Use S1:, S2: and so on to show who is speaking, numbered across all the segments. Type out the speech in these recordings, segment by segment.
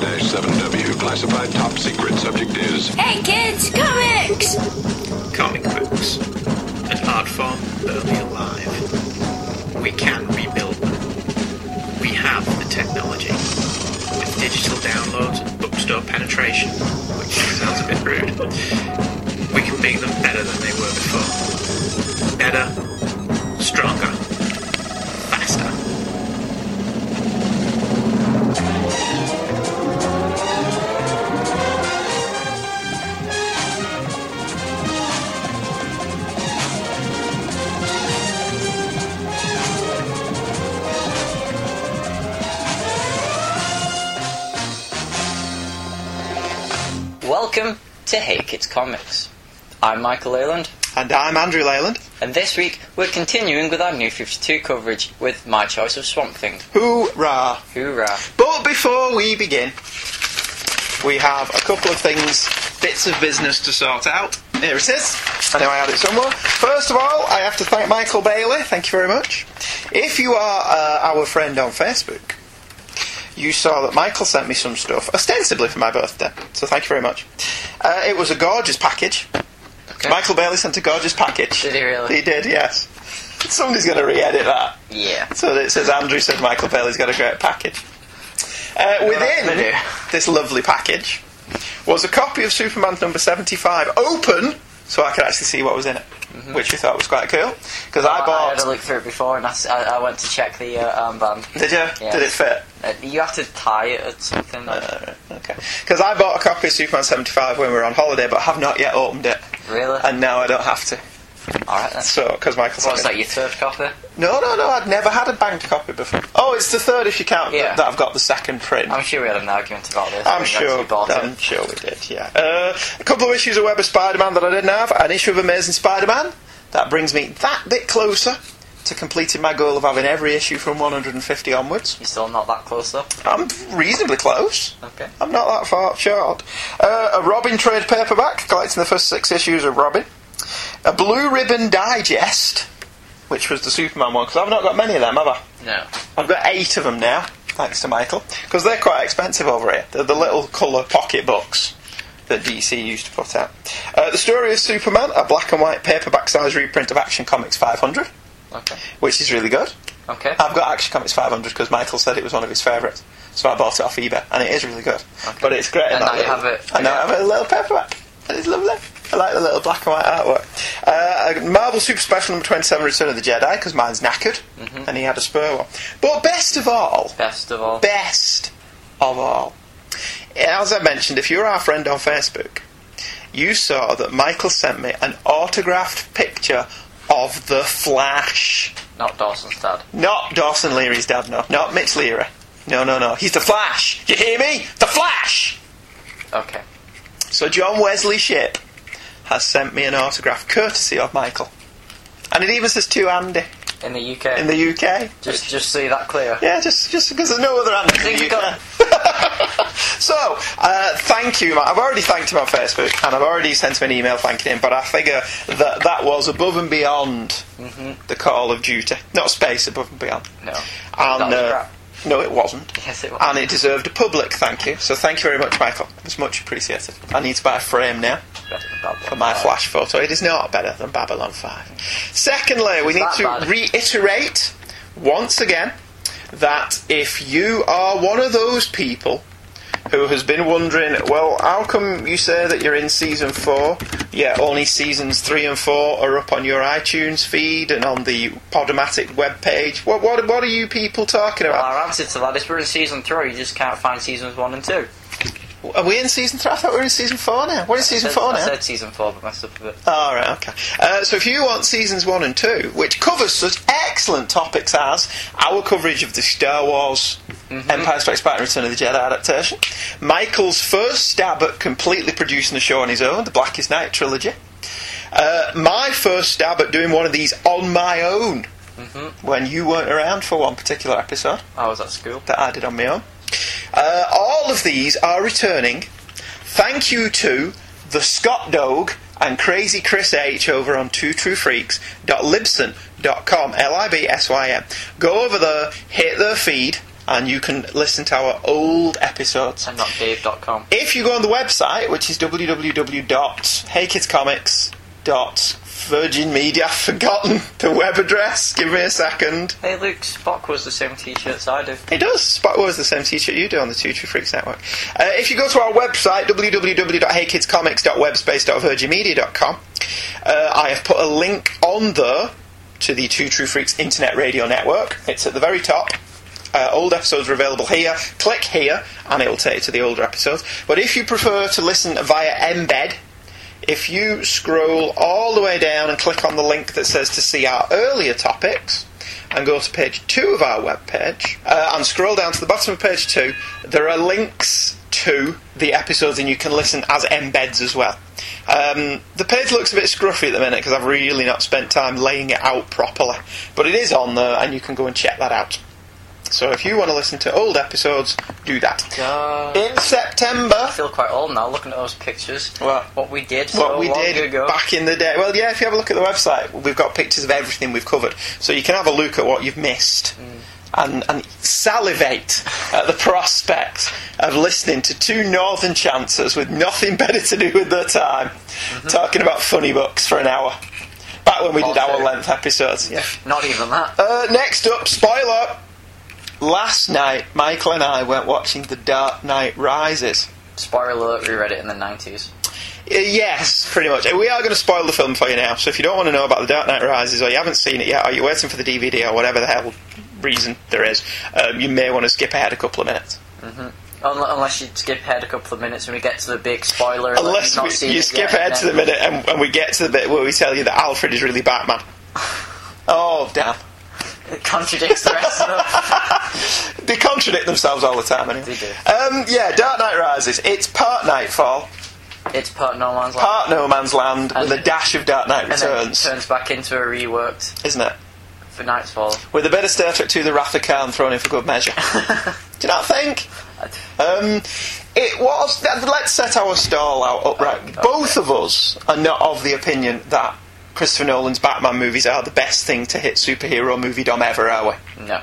S1: 7W, classified top secret. Subject is
S2: Hey kids, comics!
S3: comic books, an art form barely alive. We can rebuild them. We have the technology. With digital downloads and bookstore penetration, which sounds a bit rude, we can make them better than they were before. Better, stronger, faster.
S4: Welcome to Hey Kids Comics. I'm Michael Leyland,
S5: And I'm Andrew Leyland,
S4: and this week we're continuing with our New 52 coverage with my choice of Swamp Thing.
S5: hoorah!
S4: Hoorah!
S5: But before we begin, we have a couple of things, bits of business to sort out. Here it is. I know I had it somewhere. First of all, I have to thank Michael Bailey. Thank you very much. If you are uh, our friend on Facebook, you saw that Michael sent me some stuff, ostensibly for my birthday. So thank you very much. Uh, it was a gorgeous package.
S4: Okay.
S5: Michael Bailey sent a gorgeous package.
S4: Did he really?
S5: He did, yes. Somebody's going to re-edit that.
S4: Yeah.
S5: So that it says Andrew said Michael Bailey's got a great package. Uh,
S4: that's
S5: within
S4: new.
S5: this lovely package was a copy of Superman number 75 open so I could actually see what was in it, which we thought was quite cool. Because
S4: Mm-hmm.
S5: I
S4: Oh, I
S5: bought.
S4: had a look through it before, and I, s- I- I went to check the uh, armband.
S5: did you?
S4: Yeah.
S5: Did it fit?
S4: Uh, you have to tie it or something. like-
S5: Uh, okay. Because I bought a copy of Superman 75 when we were on holiday, but have not yet opened it.
S4: really?
S5: And now I don't have to.
S4: All right then.
S5: So, because Michael
S4: What's
S5: said.
S4: that? Your third copy?
S5: No, no, no, I'd never had a banked copy before. Oh, it's the third if you count th-
S4: Yeah.
S5: that I've got the second print.
S4: I'm sure we had an argument about this.
S5: I'm
S4: when you actually
S5: sure.
S4: Bought it.
S5: I'm sure we did. Yeah. Uh, a couple of issues of Web of Spider-Man that I didn't have. An issue of Amazing Spider-Man. That brings me that bit closer to completing my goal of having every issue from 150 onwards.
S4: You're still not that close though.
S5: I'm reasonably close.
S4: Okay.
S5: I'm not that far short. Uh, a Robin trade paperback, collecting the first six issues of Robin. A Blue Ribbon Digest, which was the Superman one, because I've not got many of them, have I?
S4: No.
S5: I've got eight of them now, thanks to Michael, because they're quite expensive over here. They're the little colour pocket books that DC used to put out. Uh, the story of Superman, a black and white paperback size reprint of Action Comics 500,
S4: Okay.
S5: which is really good.
S4: Okay.
S5: I've got Action Comics 500 because Michael said it was one of his favourites, so I bought it off eBay, and it is really good. But it's great. in
S4: And
S5: that
S4: now you
S5: little-
S4: have it.
S5: And now I have a little paperback. And it's lovely. I like the little black and white artwork. Uh, Marvel Super Special number 27, Return of the Jedi, because mine's knackered,
S4: Mm-hmm.
S5: and he had a spur one. But best of all,
S4: Best of all.
S5: best of all. As I mentioned, if you're our friend on Facebook, you saw that Michael sent me an autographed picture of the Flash.
S4: Not Dawson's dad.
S5: Not Dawson Leary's dad, no. Not Mitch Leary. No, no, no. He's the Flash. You hear me? The Flash!
S4: Okay.
S5: So John Wesley Ship has sent me an autograph courtesy of Michael. And it even says to Andy
S4: In the UK.
S5: in the UK.
S4: just just so that clear.
S5: Yeah, just just because there's no other Andy.
S4: think
S5: in the
S4: we got-
S5: UK. so, uh, thank you. Ma- I've already thanked him on Facebook, and I've already sent him an email thanking him. But I figure that that was above and beyond the Call of Duty, not space above and beyond.
S4: Mm-hmm. No. That
S5: And
S4: was
S5: uh,
S4: crap.
S5: no, it wasn't.
S4: Yes, it was.
S5: And it deserved a public thank you. So, thank you very much, Michael. It was much appreciated. I need to buy a frame now
S4: Better than Babylon
S5: for my
S4: five.
S5: flash photo. It is not better than Babylon 5. Secondly, we need
S4: that
S5: to
S4: bad?
S5: reiterate once again that if you are one of those people who has been wondering, well, how come you say that you're in season four, yet only seasons three and four are up on your iTunes feed and on the Podomatic webpage? What, what, what are you people talking
S4: Well,
S5: about?
S4: our answer to that is we're in season three. You just can't find seasons one and two.
S5: Are we in season three? I thought we were in season four now. We're in season
S4: I
S5: four
S4: said-
S5: now.
S4: I said season four, but messed up a bit.
S5: All right, okay. Uh, so if you want seasons one and two, which covers such excellent topics as our coverage of the Star Wars Empire Strikes Back and Return of the Jedi adaptation, Michael's first stab at completely producing the show on his own, the Blackest Night trilogy, uh, my first stab at doing one of these on my own when you weren't around for one particular episode
S4: I was at school.
S5: that I did on my own. Uh, all of these are returning. Thank you to the Scott Dog and Crazy Chris H over on Two True Freaks.libsyn.com. L I B S Y M. Go over there, hit their feed, and you can listen to our old episodes.
S4: and not Dave.com.
S5: If you go on the website, which is www.heykidscomics.virginmedia, I've forgotten the web address. Give me a second.
S4: Hey, Luke, Spock was the same T-shirts I do.
S5: It does. Spot was the same T-shirt you do on the Future Freaks Network. Uh, if you go to our website, www.heykidscomics.webspace.virginmedia.com, uh, I have put a link on there to the Two True Freaks Internet Radio Network. It's at the very top. Uh, old episodes are available here. Click here, and it will take you to the older episodes. But if you prefer to listen via embed, if you scroll all the way down and click on the link that says to see our earlier topics and go to page two of our webpage uh, and scroll down to the bottom of page two, there are links to the episodes and you can listen as embeds as well. Um, the page looks a bit scruffy at the minute because I've really not spent time laying it out properly, but it is on there and you can go and check that out. So if you want to listen to old episodes, do that.
S4: God.
S5: In September,
S4: I feel quite old now looking at those pictures.
S5: Well,
S4: what we did so
S5: what we
S4: long
S5: did
S4: ago.
S5: back in the day. Well, yeah, if you have a look at the website, we've got pictures of everything we've covered, so you can have a look at what you've missed. And, and salivate at the prospect of listening to two northern chancers with nothing better to do with their time talking about funny books for an hour. Back when we did
S4: Also-
S5: hour length episodes. Yeah.
S4: Not even that.
S5: Uh, next up, spoiler! Last night, Michael and I went watching The Dark Knight Rises.
S4: Spoiler alert, we read it in the 90s.
S5: Uh, Yes, pretty much. We are going to spoil the film for you now. So if you don't want to know about The Dark Knight Rises, or you haven't seen it yet, or you're waiting for the DVD, or whatever the hell reason there is, um, you may want to skip ahead a couple of minutes.
S4: Un- unless you skip ahead a couple of minutes and we get to the big spoiler. alert,
S5: Unless
S4: you've not
S5: we,
S4: seen
S5: you
S4: it
S5: skip
S4: yet,
S5: ahead
S4: and
S5: to the
S4: then-
S5: minute and, and we get to the bit where we tell you that Alfred is really Batman. Oh, damn.
S4: It contradicts the rest of them.
S5: They contradict themselves all the time, anyway.
S4: They do.
S5: Um, yeah, Dark Knight Rises. It's part Nightfall,
S4: It's part No Man's Land.
S5: part No Man's Land,
S4: And-
S5: with a dash of Dark Knight
S4: and then it
S5: Returns,
S4: turns back into a reworked
S5: isn't it?
S4: for Nightfall.
S5: With a bit of Star Trek to the Wrath of Khan thrown in for good measure. Do you not think? Um, it was. th- Let's set our stall out upright.
S4: Okay.
S5: Both of us are not of the opinion that Christopher Nolan's Batman movies are the best thing to hit superhero movie dom ever, are we?
S4: No.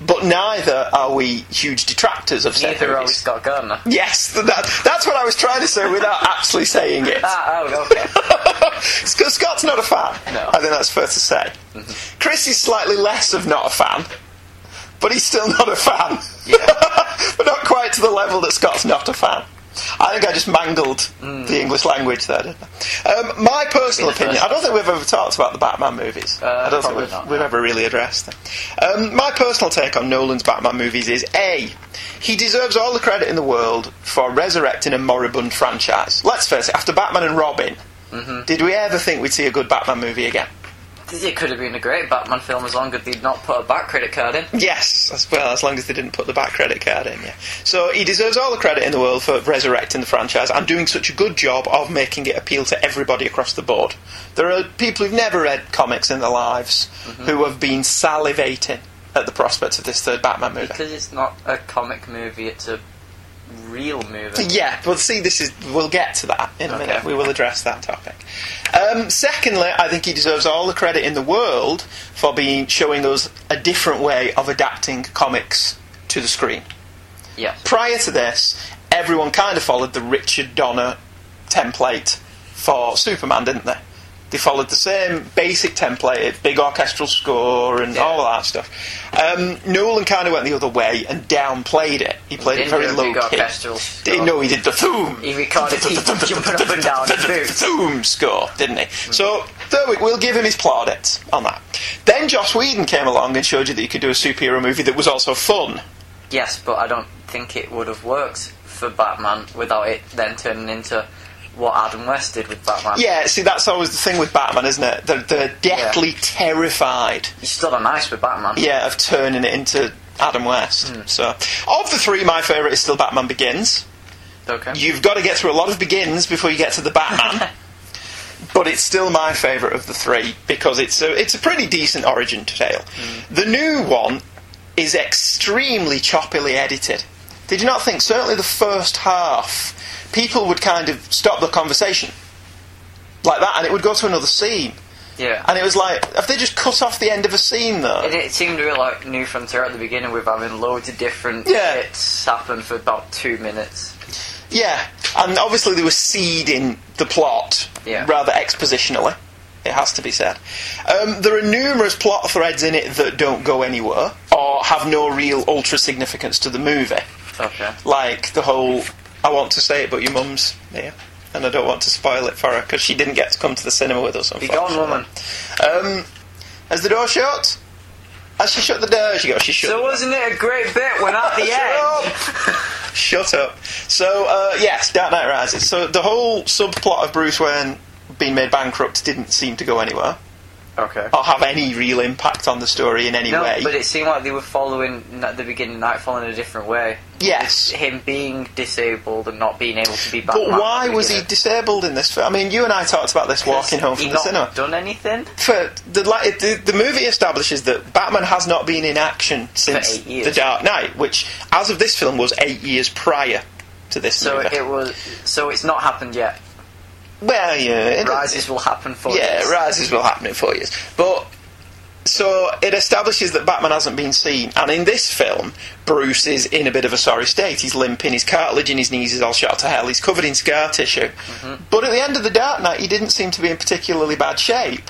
S5: But neither are we huge detractors of said
S4: Neither are we
S5: movies.
S4: Scott Gardner.
S5: Yes, th- that, that's what I was trying to say without actually saying it.
S4: Ah, oh, okay.
S5: Sc- Scott's not a
S4: No.
S5: fan.
S4: Mm-hmm.
S5: I think that's fair to say. Chris is slightly less of not a fan, but he's still not a fan. but not quite to the level that Scott's not a fan. I think I just mangled
S4: Mm.
S5: the English language there, didn't I? Um, my personal
S4: Be the
S5: opinion,
S4: first
S5: I don't think we've ever talked about the Batman movies.
S4: Uh,
S5: I don't think
S4: probably
S5: we've,
S4: not,
S5: we've
S4: no.
S5: ever really addressed them. Um, my personal take on Nolan's Batman movies is A, he deserves all the credit in the world for resurrecting a moribund franchise. Let's face it, after Batman and Robin,
S4: Mm-hmm.
S5: did we ever think we'd see a good Batman movie again?
S4: it could have been a great Batman film as long as they'd not put a back credit card in.
S5: Yes, as well, as long as they didn't put the back credit card in, yeah. So he deserves all the credit in the world for resurrecting the franchise and doing such a good job of making it appeal to everybody across the board. There are people who've never read comics in their lives
S4: Mm-hmm.
S5: who have been salivating at the prospect of this third Batman movie.
S4: Because it's not a comic movie, it's a real movie.
S5: Yeah, well, see, this is we'll get to that in a
S4: Okay.
S5: minute. We will address that topic. Um, secondly, I think he deserves all the credit in the world for being showing us a different way of adapting comics to the screen.
S4: Yes.
S5: Prior to this, everyone kind of followed the Richard Donner template for Superman, didn't they? They followed the same basic template, big orchestral score and
S4: Yeah.
S5: all that stuff. Um, Nolan kind of went the other way and downplayed it. He played it
S4: Didn't
S5: very
S4: do a
S5: low
S4: big
S5: key.
S4: orchestral
S5: Didn't
S4: score.
S5: know he did the thoom.
S4: He recorded people jumping up and down. Mm. Boom.
S5: Boom score, didn't he? So there we, we'll give him his plaudits on that. Then Joss Whedon came along and showed you that you could do a superhero movie that was also fun.
S4: Yes, but I don't think it would have worked for Batman without it then turning into what Adam West did with Batman.
S5: Yeah, see, that's always the thing with Batman, isn't it? They're, they're deathly terrified,
S4: He's still on ice with Batman.
S5: yeah, of turning it into Adam West. So, of the three, my favourite is still Batman Begins.
S4: Okay.
S5: You've got to get through a lot of Begins before you get to the Batman. But it's still my favourite of the three because it's a it's a pretty decent origin tale.
S4: Hmm.
S5: The new one is extremely choppily edited. Did you not think? Certainly the first half, people would kind of stop the conversation like that, and it would go to another scene.
S4: Yeah.
S5: And it was like, have they just cut off the end of a scene though?
S4: It, it seemed real like New Frontier at the beginning with having loads of different
S5: Yeah.
S4: shits happen for about two minutes.
S5: Yeah, and obviously they were seeding the plot
S4: Yeah.
S5: rather expositionally. It has to be said. Um, there are numerous plot threads in it that don't go anywhere or have no real ultra significance to the movie.
S4: Okay.
S5: Like the whole, I want to say it, but your mum's here, and I don't want to spoil it for her because she didn't get to come to the cinema with us.
S4: Be gone,
S5: unfortunately.
S4: woman.
S5: Um, has the door shut? Has she shut the door? She goes, she shut.
S4: So
S5: the door.
S4: wasn't it a great bit when at the
S5: Shut
S4: end?
S5: up! Shut up. So, uh, yes, Dark Knight Rises. So, the whole subplot of Bruce Wayne being made bankrupt didn't seem to go anywhere
S4: Okay.
S5: or have any real impact on the story in any
S4: No,
S5: way.
S4: but it seemed like they were following n- at the beginning Nightfall in a different way.
S5: yes.
S4: Him being disabled and not being able to be back.
S5: But why was he disabled in this film? I mean, you and I talked about this walking home from
S4: he
S5: the
S4: not
S5: cinema.
S4: done anything?
S5: For the, like, the, the movie establishes that Batman has not been in action since
S4: eight years.
S5: The Dark Knight, which, as of this film, was eight years prior to this
S4: So
S5: movie.
S4: it was. So it's not happened yet.
S5: well, yeah, it-
S4: Rises will happen for
S5: Yeah,
S4: years.
S5: rises will happen in four years. But so it establishes that Batman hasn't been seen, and in this film, Bruce is in a bit of a sorry state. He's limping, his cartilage in his knees is all shot to hell. He's covered in scar tissue.
S4: Mm-hmm.
S5: But at the end of the Dark Knight, he didn't seem to be in particularly bad shape.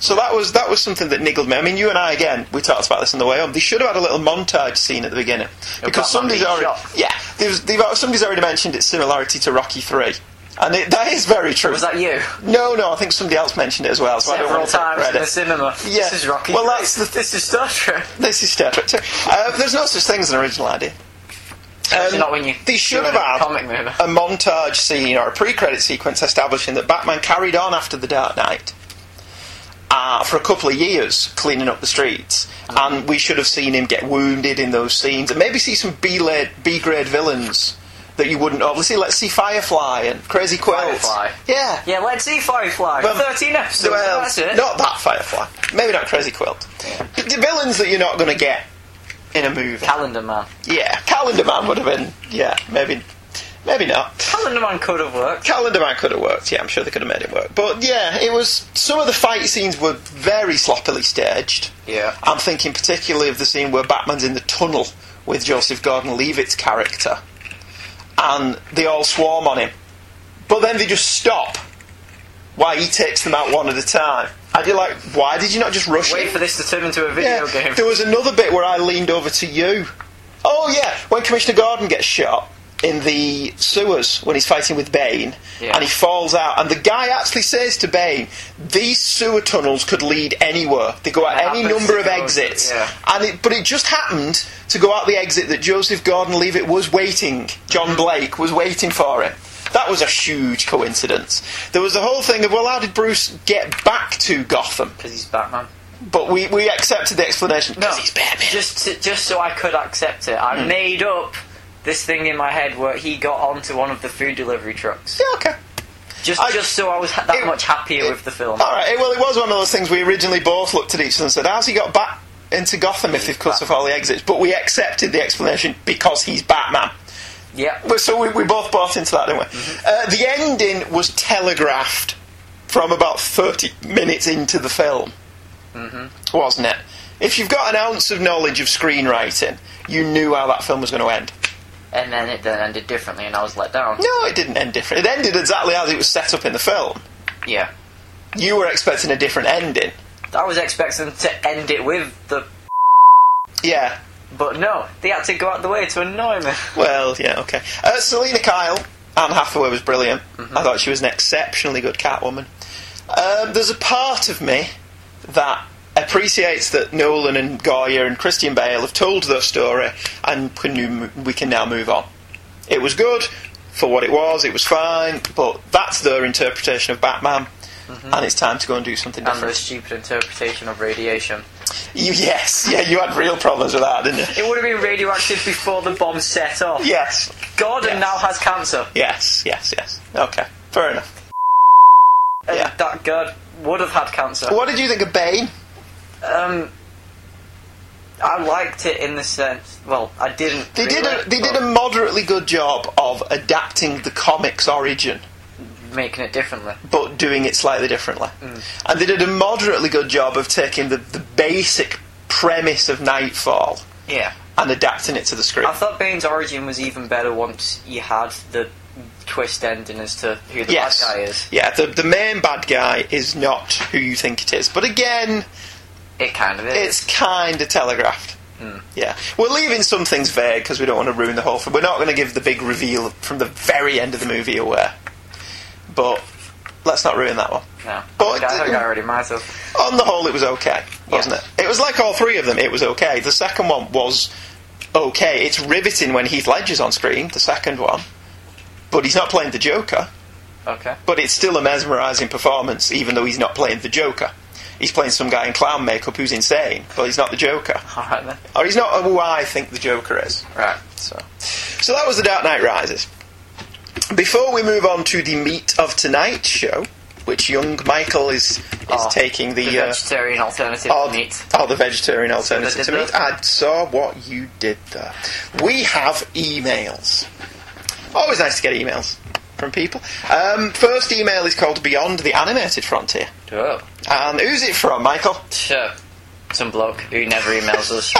S5: So that was that was something that niggled me. I mean, you and I again, we talked about this on the way home. They should have had a little montage scene at the beginning because
S4: Batman
S5: somebody's
S4: being
S5: already
S4: shot.
S5: yeah, there's, they've, somebody's already mentioned its similarity to Rocky Three, and it, that is very true.
S4: Was that you?
S5: No, no, I think somebody else mentioned it as well. So I don't
S4: Several
S5: want to take
S4: times in
S5: credit.
S4: the cinema.
S5: Yeah.
S4: This is Rocky.
S5: Well, that's the-
S4: this is Star Trek.
S5: This is Star Trek too. Uh, there's no such thing as an original idea. Um,
S4: not when you
S5: they should
S4: do
S5: have
S4: a
S5: had
S4: comic movie.
S5: a montage scene or a pre-credit sequence establishing that Batman carried on after the Dark Knight uh, for a couple of years, cleaning up the streets,
S4: Mm-hmm.
S5: and we should have seen him get wounded in those scenes, and maybe see some B-grade, B-grade villains that you wouldn't obviously. Let's see Firefly and Crazy Quilt.
S4: Firefly.
S5: Yeah.
S4: Yeah, let's see Firefly.
S5: Well,
S4: Thirteen episodes.
S5: well,
S4: that's it.
S5: Not that Firefly. Maybe not Crazy Quilt. But The villains that you're not going to get in a movie.
S4: Calendar Man.
S5: yeah, Calendar Man would have been. Yeah, maybe, maybe not.
S4: Calendar Man could have worked.
S5: Calendar Man could have worked. Yeah, I'm sure they could have made it work. But yeah, it was. Some of the fight scenes were very sloppily staged.
S4: Yeah.
S5: I'm thinking particularly of the scene where Batman's in the tunnel with Joseph Gordon-Levitt's character, and they all swarm on him. But then they just stop while he takes them out one at a time. And you're like, why did you not just rush
S4: Wait
S5: him?
S4: for this to turn into a
S5: Yeah,
S4: video game.
S5: There was another bit where I leaned over to you. Oh yeah, when Commissioner Gordon gets shot in the sewers when he's fighting with Bane
S4: Yeah.
S5: and he falls out and the guy actually says to Bane these sewer tunnels could lead anywhere they go out
S4: It
S5: any
S4: happens,
S5: number
S4: it
S5: of
S4: goes,
S5: exits
S4: yeah.
S5: and it, but it just happened to go out the exit that Joseph Gordon-Levitt was waiting
S4: Mm-hmm.
S5: John Blake was waiting for him that was a huge coincidence there was the whole thing of well how did Bruce get back to Gotham
S4: Because he's Batman.
S5: but we, we accepted the explanation.
S4: No,
S5: because he's Batman.
S4: Just, to, just so I could accept it,
S5: Hmm.
S4: I made up this thing in my head where he got onto one of the food delivery trucks.
S5: Yeah, okay.
S4: Just,
S5: I-
S4: just so I was ha- that
S5: it-
S4: much happier
S5: it-
S4: with the film.
S5: All right. eh, Well, it was one of those things we originally both looked at each other and said, "How's he got back into Gotham if they've cut off all the exits?" But we accepted the explanation because he's Batman.
S4: Yep.
S5: Well, So we, we both bought into that, didn't we?
S4: Mm-hmm.
S5: Uh, the ending was telegraphed from about 30 minutes into the film,
S4: Mm-hmm.
S5: wasn't it? If you've got an ounce of knowledge of screenwriting, you knew how that film was going to end.
S4: And then it then ended differently, and I was let down.
S5: No, it didn't end different. It ended exactly as it was set up in the film.
S4: Yeah.
S5: you were expecting a different ending.
S4: I was expecting to end it with the.
S5: Yeah.
S4: But no, they had to go out the way to annoy me.
S5: Well, yeah, okay. Uh, Selena Kyle, Anne Hathaway was brilliant. I thought she was an exceptionally good Catwoman. Um, there's a part of me that appreciates that Nolan and Goya and Christian Bale have told their story, and can you, we can now move on. It was good for what it was. It was fine, but that's their interpretation of Batman, and it's time to go and do something
S4: And
S5: different.
S4: the stupid interpretation of radiation.
S5: You- yes, yeah, you had real problems with that, didn't you?
S4: It would have been radioactive before the bomb set off.
S5: Yes,
S4: Gordon
S5: Yes.
S4: now has cancer.
S5: Yes, yes, yes. Okay, fair enough.
S4: And
S5: Yeah.
S4: That God would have had cancer.
S5: What did you think of Bane?
S4: Um, I liked it in the sense. Well, I didn't.
S5: They did
S4: really,
S5: a, they did
S4: but
S5: a moderately good job of adapting the comics origin
S4: making it differently.
S5: but doing it slightly differently.
S4: Mm.
S5: And they did a moderately good job of taking the, the basic premise of Nightfall
S4: Yeah.
S5: and adapting it to the screen.
S4: I thought Bane's origin was even better once you had the twist ending as to who the
S5: yes.
S4: bad guy is.
S5: Yeah, the, the main bad guy is not who you think it is. But again,
S4: It kind of is.
S5: it's kind of telegraphed. Yeah. We're leaving some things vague because we don't want to ruin the whole thing. We're not going to give the big reveal from the very end of the movie away. But let's not ruin that one.
S4: no. I
S5: But-
S4: think I think I already might have.
S5: on the whole, it was okay, wasn't it? It was like all three of them. It was okay. The second one was okay. It's riveting when Heath Ledger's on screen. The second one, but he's not playing the Joker.
S4: Okay.
S5: But it's still a mesmerising performance, even though he's not playing the Joker. He's playing some guy in clown makeup who's insane, but he's not the Joker,
S4: Alright then.
S5: or he's not who I think the Joker is.
S4: Right.
S5: So, so that was the Dark Knight Rises. Before we move on to the meat of tonight's show, which young Michael is is
S4: Oh,
S5: taking the, uh,
S4: vegetarian alternative
S5: Oh,
S4: to meat.
S5: Oh, the vegetarian alternative
S4: did
S5: to meat.
S4: that?
S5: I saw what you did there. We have emails. Always nice to get emails from people. Um, first email is called Beyond the Animated Frontier.
S4: Oh.
S5: And who's it from, Michael?
S4: Sure. Some bloke who never emails us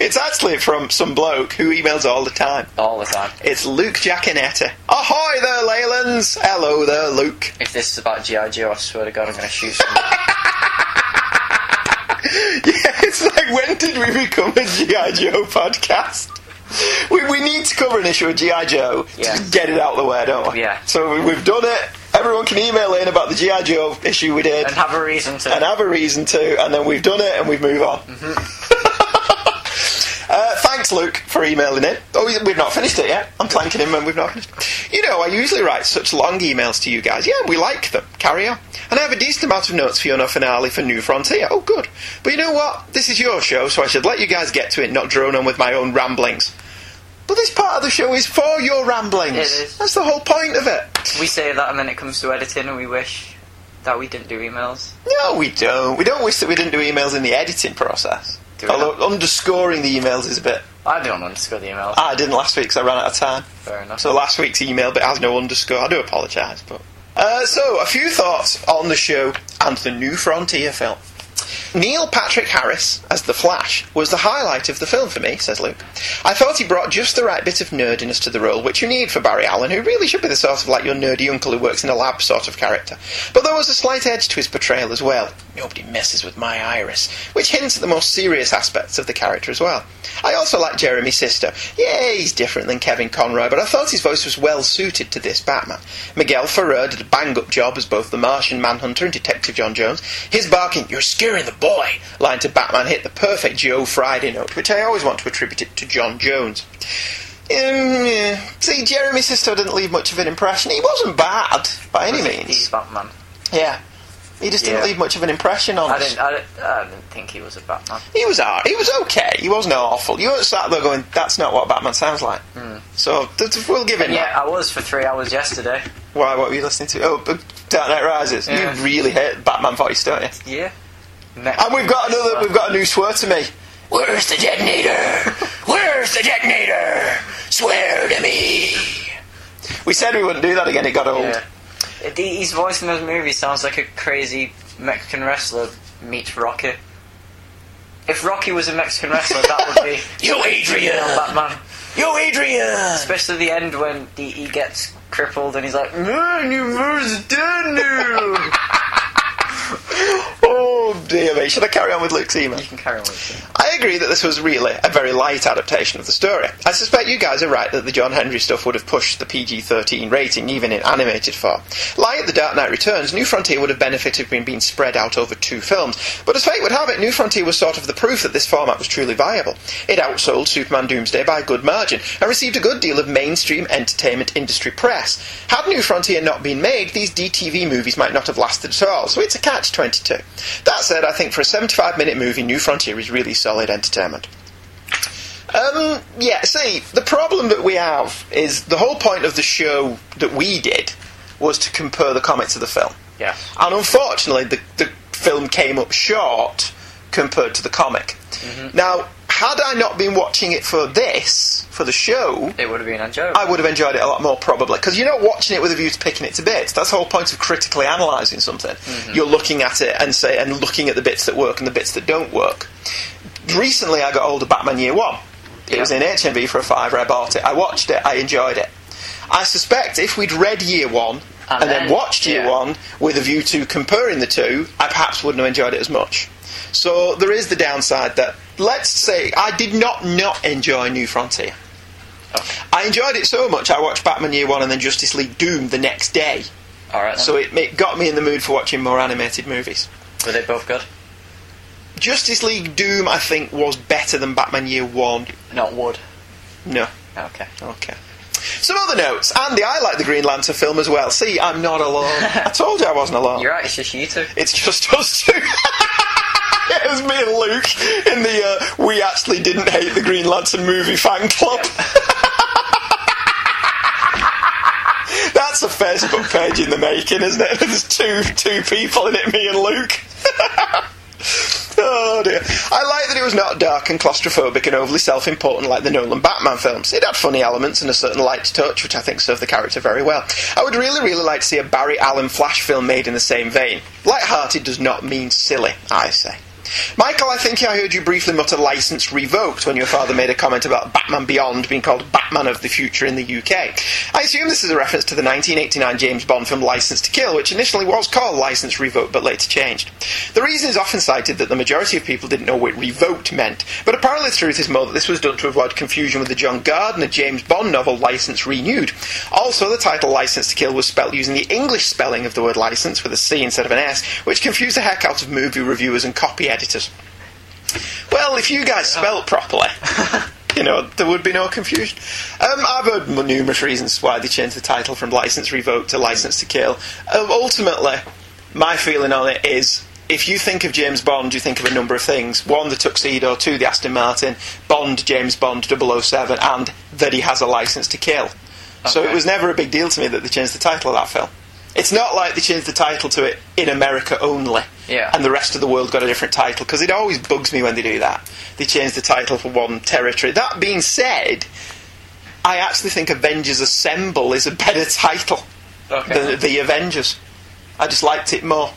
S5: It's actually from some bloke who emails all the time.
S4: all the time.
S5: It's Luke Giaconetta. Ahoy there, Leylands! Hello there, Luke.
S4: If this is about G.I. Joe, I swear to God, I'm going to shoot someone.
S5: Yeah, it's like when did we become a GI Joe podcast? We, we need to cover an issue of GI Joe
S4: Yeah.
S5: to get it out of the way, don't we?
S4: Yeah.
S5: So we, we've done it. Everyone can email in about the GI Joe issue we
S4: and
S5: did and,
S4: have a reason to.
S5: have a reason to, and then we've done it and we've moved on.
S4: Mm-hmm.
S5: uh, thanks, Luke, for emailing in. Oh, we- we've not finished it yet. I'm planking him and we've not finished. You know, I usually write such long emails to you guys. Yeah, we like them. Carry on. And I have a decent amount of notes for your finale for New Frontier. Oh, good. But you know what? This is your show, so I should let you guys get to it, not drone on with my own ramblings. But this part of the show is for your ramblings.
S4: It is.
S5: That's the whole point of it.
S4: We say that and then it comes to editing and we wish that we didn't do emails.
S5: No, we don't. We don't wish that we didn't do emails in the editing process.
S4: Do we
S5: Although underscoring the emails is a bit.
S4: I don't underscore the emails.
S5: Ah, I didn't last week 'cause I ran out of time.
S4: Fair enough.
S5: So last week's email bit has no underscore. I do apologise, but. Uh, so, a few thoughts on the show and the new Frontier film. Neil Patrick Harris as The Flash was the highlight of the film for me, says Luke. I thought he brought just the right bit of nerdiness to the role, which you need for Barry Allen, who really should be the sort of like your nerdy uncle who works in a lab sort of character. But there was a slight edge to his portrayal as well. Nobody messes with my iris, which hints at the more serious aspects of the character as well. I also like Jeremy Sister. Yeah, he's different than Kevin Conroy, but I thought his voice was well suited to this Batman. Miguel Ferrer did a bang up job as both the Martian Manhunter and Detective John Jones. His barking, You're scaring the boy! line to Batman hit the perfect Joe Friday note, which I always want to attribute it to John Jones. Um, yeah. See, Jeremy Sisto didn't leave much of an impression. He wasn't bad, by any
S4: He's
S5: means.
S4: Batman.
S5: Yeah. He just didn't
S4: Yeah.
S5: leave much of an impression on
S4: I
S5: us.
S4: didn't, I, didn't, I didn't think he was a Batman.
S5: He was all, he was okay. He wasn't awful. You weren't sat there going, "That's not what Batman sounds like." So th- th- we'll give him
S4: Yeah,
S5: that.
S4: I was for three hours yesterday.
S5: Why? What were you listening to? Oh, but Dark Knight Rises.
S4: Yeah.
S5: You really hate Batman voice, don't you?
S4: Yeah. Next.
S5: And we've got another. We've got a new swear to me. Where's the detonator? Where's the detonator? Swear to me. We said we wouldn't do that again. It got old.
S4: Yeah. It- His voice in those movies sounds like a crazy Mexican wrestler meets Rocky. If Rocky was a Mexican wrestler, that would be
S5: You Adrian.
S4: Batman.
S5: You Adrian.
S4: Especially the end when he, he gets crippled and he's like, Man, you must do now."
S5: Oh dear me. Should I carry on with Luke's email?
S4: You can carry on with it.
S5: I agree that this was really a very light adaptation of the story. I suspect you guys are right that the John Henry stuff would have pushed the PG 13 rating even in animated form. Like The Dark Knight Returns, New Frontier would have benefited from being spread out over two films, but as fate would have it, New Frontier was sort of the proof that this format was truly viable. It outsold Superman Doomsday by a good margin and received a good deal of mainstream entertainment industry press. Had New Frontier not been made, these DTV movies might not have lasted at all, so it's a catch 22. That said, I think for a 75 minute movie, New Frontier is really solid entertainment. Um, yeah, see, the problem that we have is the whole point of the show that we did was to compare the comic to the film.
S4: Yeah.
S5: And unfortunately, the, the film came up short compared to the comic. Now, had I not been watching it for this, for the show,
S4: It would have been enjoyable.
S5: I would have enjoyed it a lot more probably because you're not watching it with a view to picking it to bits. That's the whole point of critically analysing something. You're looking at it and say and looking at the bits that work and the bits that don't work. Recently, I got hold of Batman Year One. It was in HMV for a fiver. I bought it. I watched it. I enjoyed it. I suspect if we'd read Year One and,
S4: And
S5: then,
S4: then-
S5: watched Year
S4: yeah.
S5: One with a view to comparing the two, I perhaps wouldn't have enjoyed it as much. So there is the downside that let's say I did not not enjoy New Frontier. I enjoyed it so much I watched Batman Year One and then Justice League Doom the next day.
S4: All right.
S5: So
S4: So,
S5: it, it got me in the mood for watching more animated movies.
S4: were they both good?
S5: Justice League Doom, I think, was better than Batman Year One.
S4: Not wood.
S5: No,
S4: Okay.
S5: okay. Some other notes. Andy, I like the Green Lantern film as well. See, I'm not alone. I told you I wasn't alone.
S4: You're right. It's just you two.
S5: It's just us two. it was me and Luke in the uh, we actually didn't hate the Green Lantern movie fan club. That's a Facebook page in the making, isn't it? There's two two people in it, me and Luke. Oh dear. I like that it was not dark and claustrophobic and overly self important like the Nolan Batman films. It had funny elements and a certain light touch, which I think served the character very well. I would really, really like to see a Barry Allen Flash film made in the same vein. Light hearted does not mean silly, I say. Michael, I think I heard you briefly mutter license revoked when your father made a comment about Batman Beyond being called Batman of the Future in the UK. I assume this is a reference to the 1989 James Bond film License to Kill, which initially was called License Revoked but later changed. The reason is often cited that the majority of people didn't know what revoked meant, but apparently the truth is more that this was done to avoid confusion with the John Gardner James Bond novel License Renewed. Also, the title License to Kill was spelt using the English spelling of the word license with a C instead of an S, which confused the heck out of movie reviewers and copy editors. Well, if you guys spelt properly, you know, there would be no confusion. Um, I've heard m- numerous reasons why they changed the title from License Revoked to License to Kill. Um, ultimately, my feeling on it is if you think of James Bond, you think of a number of things. One, the tuxedo, two, the Aston Martin, Bond, James Bond 007, and that he has a license to kill. So it
S4: Okay.
S5: was never a big deal to me that they changed the title of that film. It's not like they changed the title to it in America only.
S4: Yeah.
S5: And the rest of the world got a different title because it always bugs me when they do that. They change the title for one territory. That being said, I actually think Avengers Assemble is a better title
S4: Okay.
S5: than the Avengers. I just liked it more.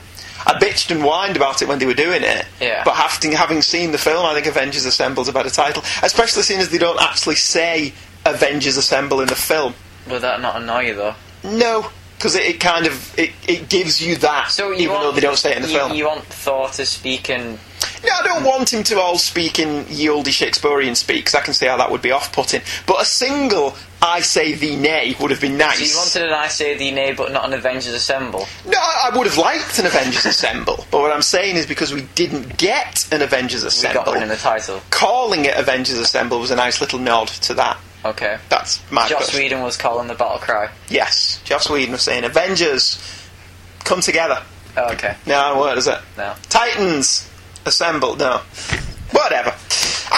S5: I bitched and whined about it when they were doing it.
S4: Yeah.
S5: But having having seen the film, I think Avengers Assemble's a better title, especially seeing as they don't actually say Avengers Assemble in the film.
S4: Will that not annoy you though?
S5: No, because it, it kind of it, it gives you that,
S4: So you
S5: even
S4: want,
S5: though they don't say it in the
S4: you,
S5: film.
S4: You want Thor to speak in
S5: No, I don't want him to all speak in ye olde Shakespearean speak, 'cause I can see how that would be off-putting. But a single "I say thee nay" would have been nice.
S4: So you wanted an I Say Thee Nay, but not an Avengers Assemble.
S5: No, I, I would have liked an Avengers Assemble, but what I'm saying is because we didn't get an Avengers
S4: We
S5: Assemble,
S4: got one in the title.
S5: calling it Avengers Assemble was a nice little nod to that.
S4: Okay.
S5: That's my
S4: Joss
S5: question.
S4: Whedon was calling the battle cry.
S5: Yes, Joss Whedon was saying Avengers, come together.
S4: Oh, Okay.
S5: No, what is it?
S4: No.
S5: Titans assemble. No. Whatever.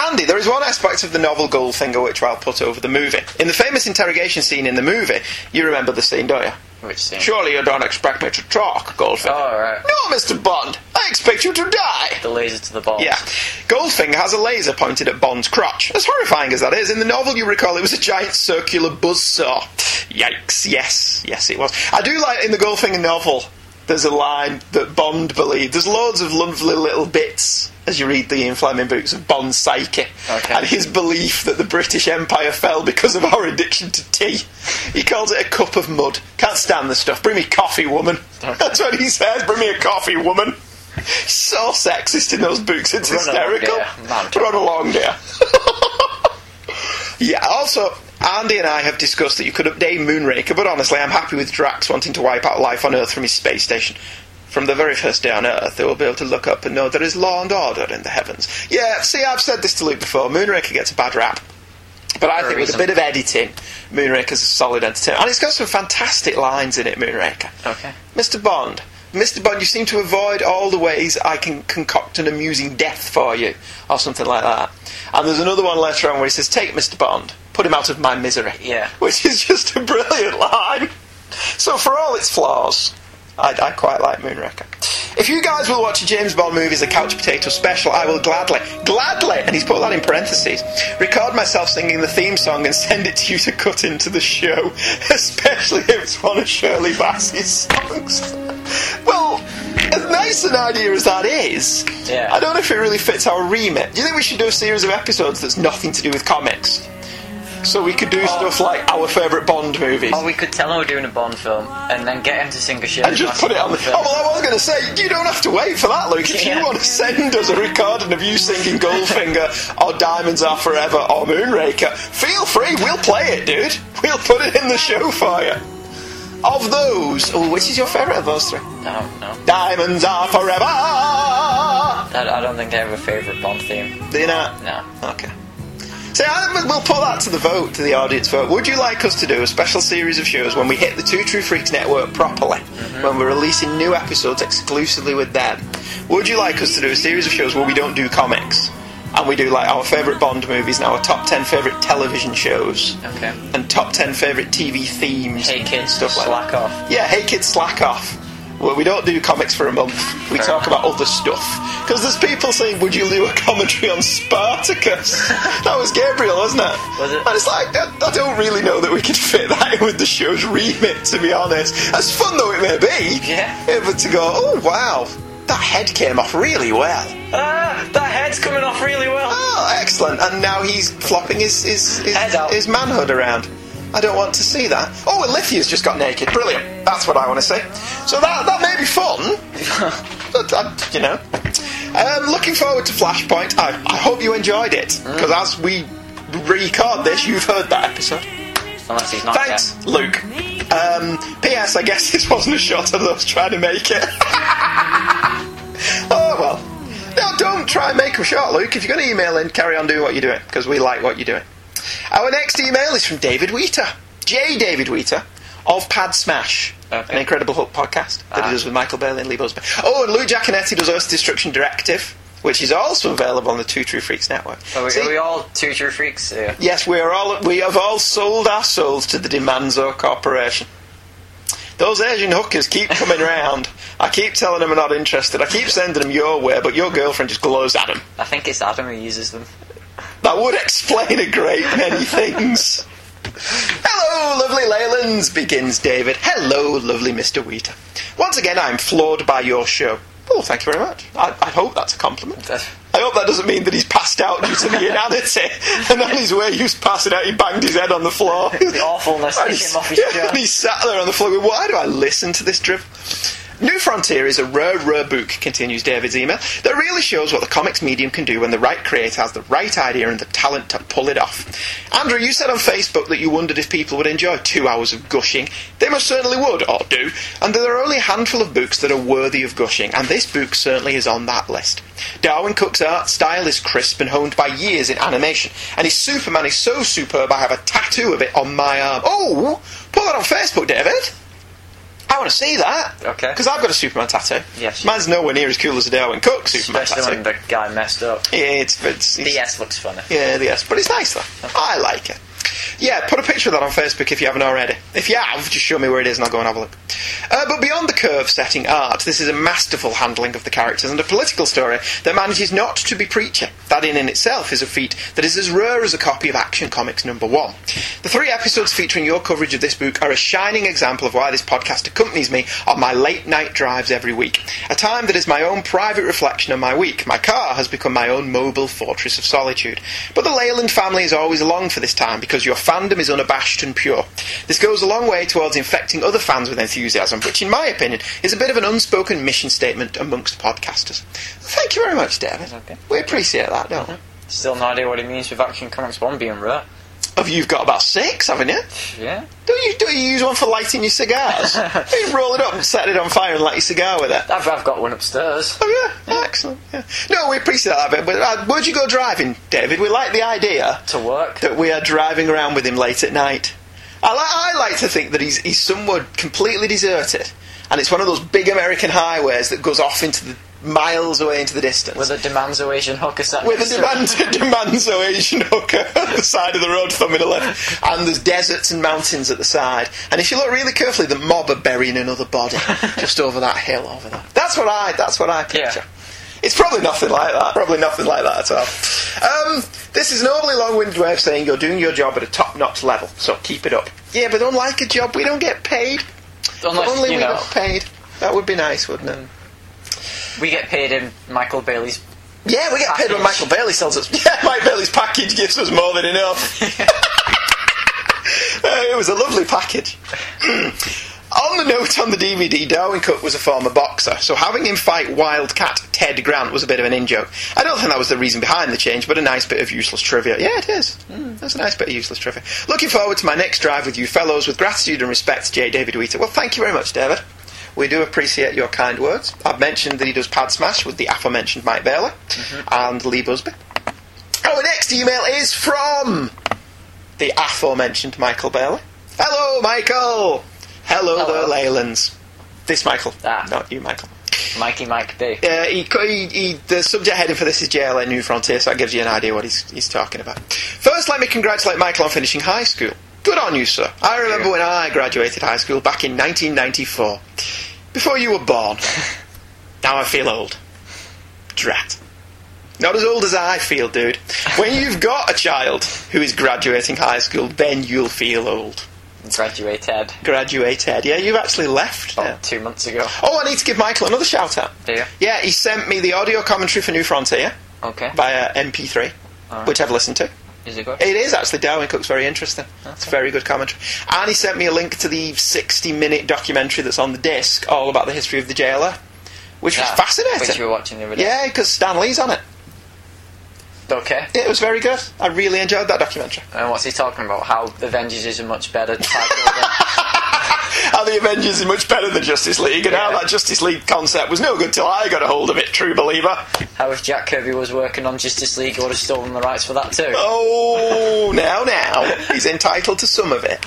S5: Andy, there is one aspect of the novel Goldfinger which I'll put over the movie. In the famous interrogation scene in the movie, you remember the scene, don't you?
S4: Which scene?
S5: Surely you don't expect me to talk, Goldfinger.
S4: Oh, right.
S5: No, Mr. Bond, I expect you to die.
S4: The laser to the balls.
S5: Yeah. Goldfinger has a laser pointed at Bond's crotch. As horrifying as that is, in the novel you recall it was a giant circular buzzsaw. Yikes, yes, yes it was. I do like in the Goldfinger novel, there's a line that Bond believed. There's loads of lovely little bits as you read the Ian Fleming books of Bond's psyche
S4: Okay.
S5: and his belief that the British Empire fell because of our addiction to tea. He calls it a cup of mud. Can't stand this stuff. Bring me coffee, woman. That's what he says. Bring me a coffee, woman. So sexist in those books. It's
S4: Run along,
S5: hysterical.
S4: dear. Mad.
S5: Run along, dear. yeah, also, Andy and I have discussed that you could update Moonraker, but honestly, I'm happy with Drax wanting to wipe out life on Earth from his space station. From the very first day on Earth, they will be able to look up and know there is law and order in the heavens. Yeah, see, I've said this to Luke before. Moonraker gets a bad rap. But I
S4: For a
S5: think with
S4: reason.
S5: a bit of editing, Moonraker's a solid entertainment. And it's got some fantastic lines in it, Moonraker.
S4: Okay.
S5: Mr. Bond, Mr. Bond, you seem to avoid all the ways I can concoct an amusing death for you, or something like that. And there's another one later on where he says, Take Mr. Bond, put him out of my misery.
S4: Yeah.
S5: Which is just a brilliant line. So, for all its flaws, I, I quite like Moonraker. If you guys will watch a James Bond movie as a couch potato special, I will gladly, gladly, and he's put that in parentheses, record myself singing the theme song and send it to you to cut into the show, especially if it's one of Shirley Bassey's songs. well, as nice an idea as that is,
S4: Yeah.
S5: I don't know if it really fits our remit. Do you think we should do a series of episodes that's nothing to do with comics? So we could do stuff like our favourite Bond movies.
S4: Or Oh, we could tell him we're doing a Bond film and then get him to sing a shit.
S5: And just put it on the. Oh, well, I was going to say, you don't have to wait for that, Luke. If you
S4: Yeah.
S5: want to send us a recording of you singing Goldfinger or Diamonds Are Forever or Moonraker, feel free. We'll play it, dude. We'll put it in the show for you. Of those, oh, which is your favourite of those three?
S4: I don't know.
S5: Diamonds Are Forever!
S4: I, I don't think they have a favourite Bond theme.
S5: Do you know?
S4: No.
S5: Okay. So I, we'll put that to the vote, to the audience vote. Would you like us to do a special series of shows when we hit the Two True Freaks network properly,
S4: Mm-hmm.
S5: when we're releasing new episodes exclusively with them? Would you like us to do a series of shows where we don't do comics and we do like our favourite Bond movies and our top ten favourite television shows
S4: Okay.
S5: and top ten favourite TV themes?
S4: Hey
S5: and
S4: kids,
S5: stuff like
S4: slack
S5: that?
S4: off.
S5: Yeah, hey kids, slack off. Well, we don't do comics for a month. We
S4: Fair
S5: talk
S4: enough.
S5: about other stuff. Because there's people saying, "Would you do a commentary on Spartacus?" that was Gabriel, wasn't it?
S4: Was it?
S5: And it's like I, I don't really know that we could fit that in with the show's remit. To be honest, as fun though it may be,
S4: Yeah.
S5: But to go, oh wow, that head came off really well.
S4: Ah, that head's coming off really well.
S5: Oh, excellent. And now he's flopping his his, his,
S4: Head out.
S5: his manhood around. I don't want to see that. Oh, and Lithia's just got naked. Brilliant. That's what I want to see. So that that may be fun. but, uh, you know. Um, looking forward to Flashpoint. I, I hope you enjoyed it.
S4: Mm.
S5: Because as we record this, you've heard that episode.
S4: Unless he's not
S5: Thanks, Luke. Um, P.S. I guess this wasn't a shot of us trying to make it. oh well. No, don't try and make a shot, Luke. If you're going to email in, carry on doing what you're doing because we like what you're doing. Our next email is from David Wheater, J. David Wheater of Pad Smash,
S4: Okay.
S5: an Incredible Hulk podcast that
S4: Ah.
S5: he does with Michael Bailey and Lee Busby. Oh, and Lou Giaconetti does Earth Destruction Directive, which is also available on the Two True Freaks network.
S4: Are we,
S5: See-
S4: are we all two true freaks here?
S5: Yes, we are all we have all sold our souls to the Dimanzo Corporation. Those Asian hookers keep coming round. I keep telling them I'm not interested. I keep sending them your way, but your girlfriend just glows at them.
S4: I think it's Adam who uses them.
S5: That would explain a great many things. Hello, lovely Leylands, begins David. Hello, lovely Mr. Wheater. Once again, I'm floored by your show. Oh, thank you very much. I, I hope that's a compliment.
S4: That's-
S5: I hope that doesn't mean that he's passed out due to the inanity, and on his way, he was passing out, he banged his head on the floor.
S4: The awfulness that
S5: And
S4: came off his
S5: yeah,
S4: jaw.
S5: and he sat there on the floor. going, Why do I listen to this drivel? New Frontier is a rare, rare book, continues David's email, that really shows what the comics medium can do when the right creator has the right idea and the talent to pull it off. Andrew, you said on Facebook that you wondered if people would enjoy two hours of gushing. They most certainly would, or do, and that there are only a handful of books that are worthy of gushing, and this book certainly is on that list. Darwin Cook's art style is crisp and honed by years in animation, and his Superman is so superb I have a tattoo of it on my arm. Oh! Put that on Facebook, David! I want to see that.
S4: Okay.
S5: Because I've got a Superman tattoo.
S4: Yes, you
S5: Mine's nowhere near as cool as a Darwin Cook Superman
S4: Especially when
S5: tattoo.
S4: the guy messed up.
S5: Yeah, it's, it's,
S4: The
S5: it's
S4: S looks funny.
S5: yeah, the S. But it's nice though. I like it. Yeah, put a picture of that on Facebook if you haven't already. If you have, just show me where it is and I'll go and have a look. Uh, but beyond the curve setting art, this is a masterful handling of the characters and a political story that manages not to be preachy. That in and itself is a feat that is as rare as a copy of Action Comics number one. The three episodes featuring your coverage of this book are a shining example of why this podcast accompanies me on my late night drives every week. A time that is my own private reflection on my week. My car has become my own mobile fortress of solitude. But the Leyland family is always along for this time because your fandom is unabashed and pure. This goes a long way towards infecting other fans with enthusiasm, which, in my opinion, is a bit of an unspoken mission statement amongst podcasters. Thank you very much, David.
S4: Okay.
S5: We appreciate that, don't we?
S4: Still no idea what it means with Action Comics 1 being rare.
S5: Have you got about six, haven't you?
S4: Yeah.
S5: Do you do you use one for lighting your cigars? you roll it up and set it on fire and light your cigar with it.
S4: I've, I've got one upstairs.
S5: Oh yeah, excellent. Yeah. No, we appreciate that bit. But uh, where'd you go driving, David? We like the idea
S4: To work.
S5: that we are driving around with him late at night. I, li- I like to think that he's he's somewhere completely deserted, and it's one of those big American highways that goes off into the miles away into the distance.
S4: With a Demanzo Asian hooker sat
S5: With
S4: next
S5: a
S4: to
S5: demand, Demanzo Asian hooker at the side of the road, thumbing a left, and there's deserts and mountains at the side. And if you look really carefully, the mob are burying another body just over that hill over there. That's what I. That's what I picture. It's probably nothing like that. Probably nothing like that at all. Um, this is an overly long-winded way of saying you're doing your job at a top-notch level, so keep it up. Yeah, but unlike a job, we don't get paid.
S4: it. Unless,
S5: Only
S4: you
S5: we
S4: know, Mm.
S5: got paid. That would be nice, wouldn't it?
S4: we get paid in Michael Bailey's.
S5: Yeah, we get paid when Michael Bailey sells us. Yeah, Mike Bailey's package gives us more than enough. Uh, it was a lovely package. on the note on the DVD, Darwin Cook was a former boxer, so having him fight Wildcat Ted Grant was a bit of an in joke. I don't think that was the reason behind the change, but a nice bit of useless trivia. Yeah, it is. Mm, that's a nice bit of useless trivia. Looking forward to my next drive with you fellows. With gratitude and respect, J. David Wheater. Well, thank you very much, David. We do appreciate your kind words. I've mentioned that he does Pad Smash with the aforementioned Mike Bailey and Lee Busby. Our next email is from the aforementioned Michael Bailey. Hello, Michael! Hello,
S4: Hello.
S5: there, Leylands. This Michael.
S4: Ah.
S5: Not you, Michael.
S4: Mikey Mike B.
S5: Uh, he, he, he, the subject heading for this is JLA New Frontier, so that gives you an idea what he's, he's talking about. First, let me congratulate Michael on finishing high school. Good on you, sir. I remember when I graduated high school back in 1994. Before you were born. now I feel old. Drat. Not as old as I feel, dude. When you've got a child who is graduating high school, then you'll feel old.
S4: Graduated
S5: Graduated. Yeah, you've actually left.
S4: about
S5: now.
S4: two months ago.
S5: Oh, I need to give Michael another shout out.
S4: Do you?
S5: Yeah, he sent me the audio commentary for New Frontier
S4: Okay.
S5: via MP3,
S4: Alright.
S5: which I've listened to.
S4: Is it good?
S5: It is actually Darwin Cook's very interesting. It's a very good commentary. And he sent me a link to the 60 minute documentary that's on the disc, all about the history of the JLR, which
S4: Ah,
S5: was fascinating.
S4: Which you were watching the other day.
S5: yeah, because Stan Lee's on it.
S4: Okay.
S5: It was very good. I really enjoyed that documentary.
S4: And what's he talking about? How Avengers is a much better title than.
S5: How the Avengers is much better than Justice League, and how
S4: Yeah.
S5: that Justice League concept was no good till I got a hold of it, true believer.
S4: How if Jack Kirby was working on Justice League, he would have stolen the rights for that too.
S5: Oh, now, now. He's entitled to some of it.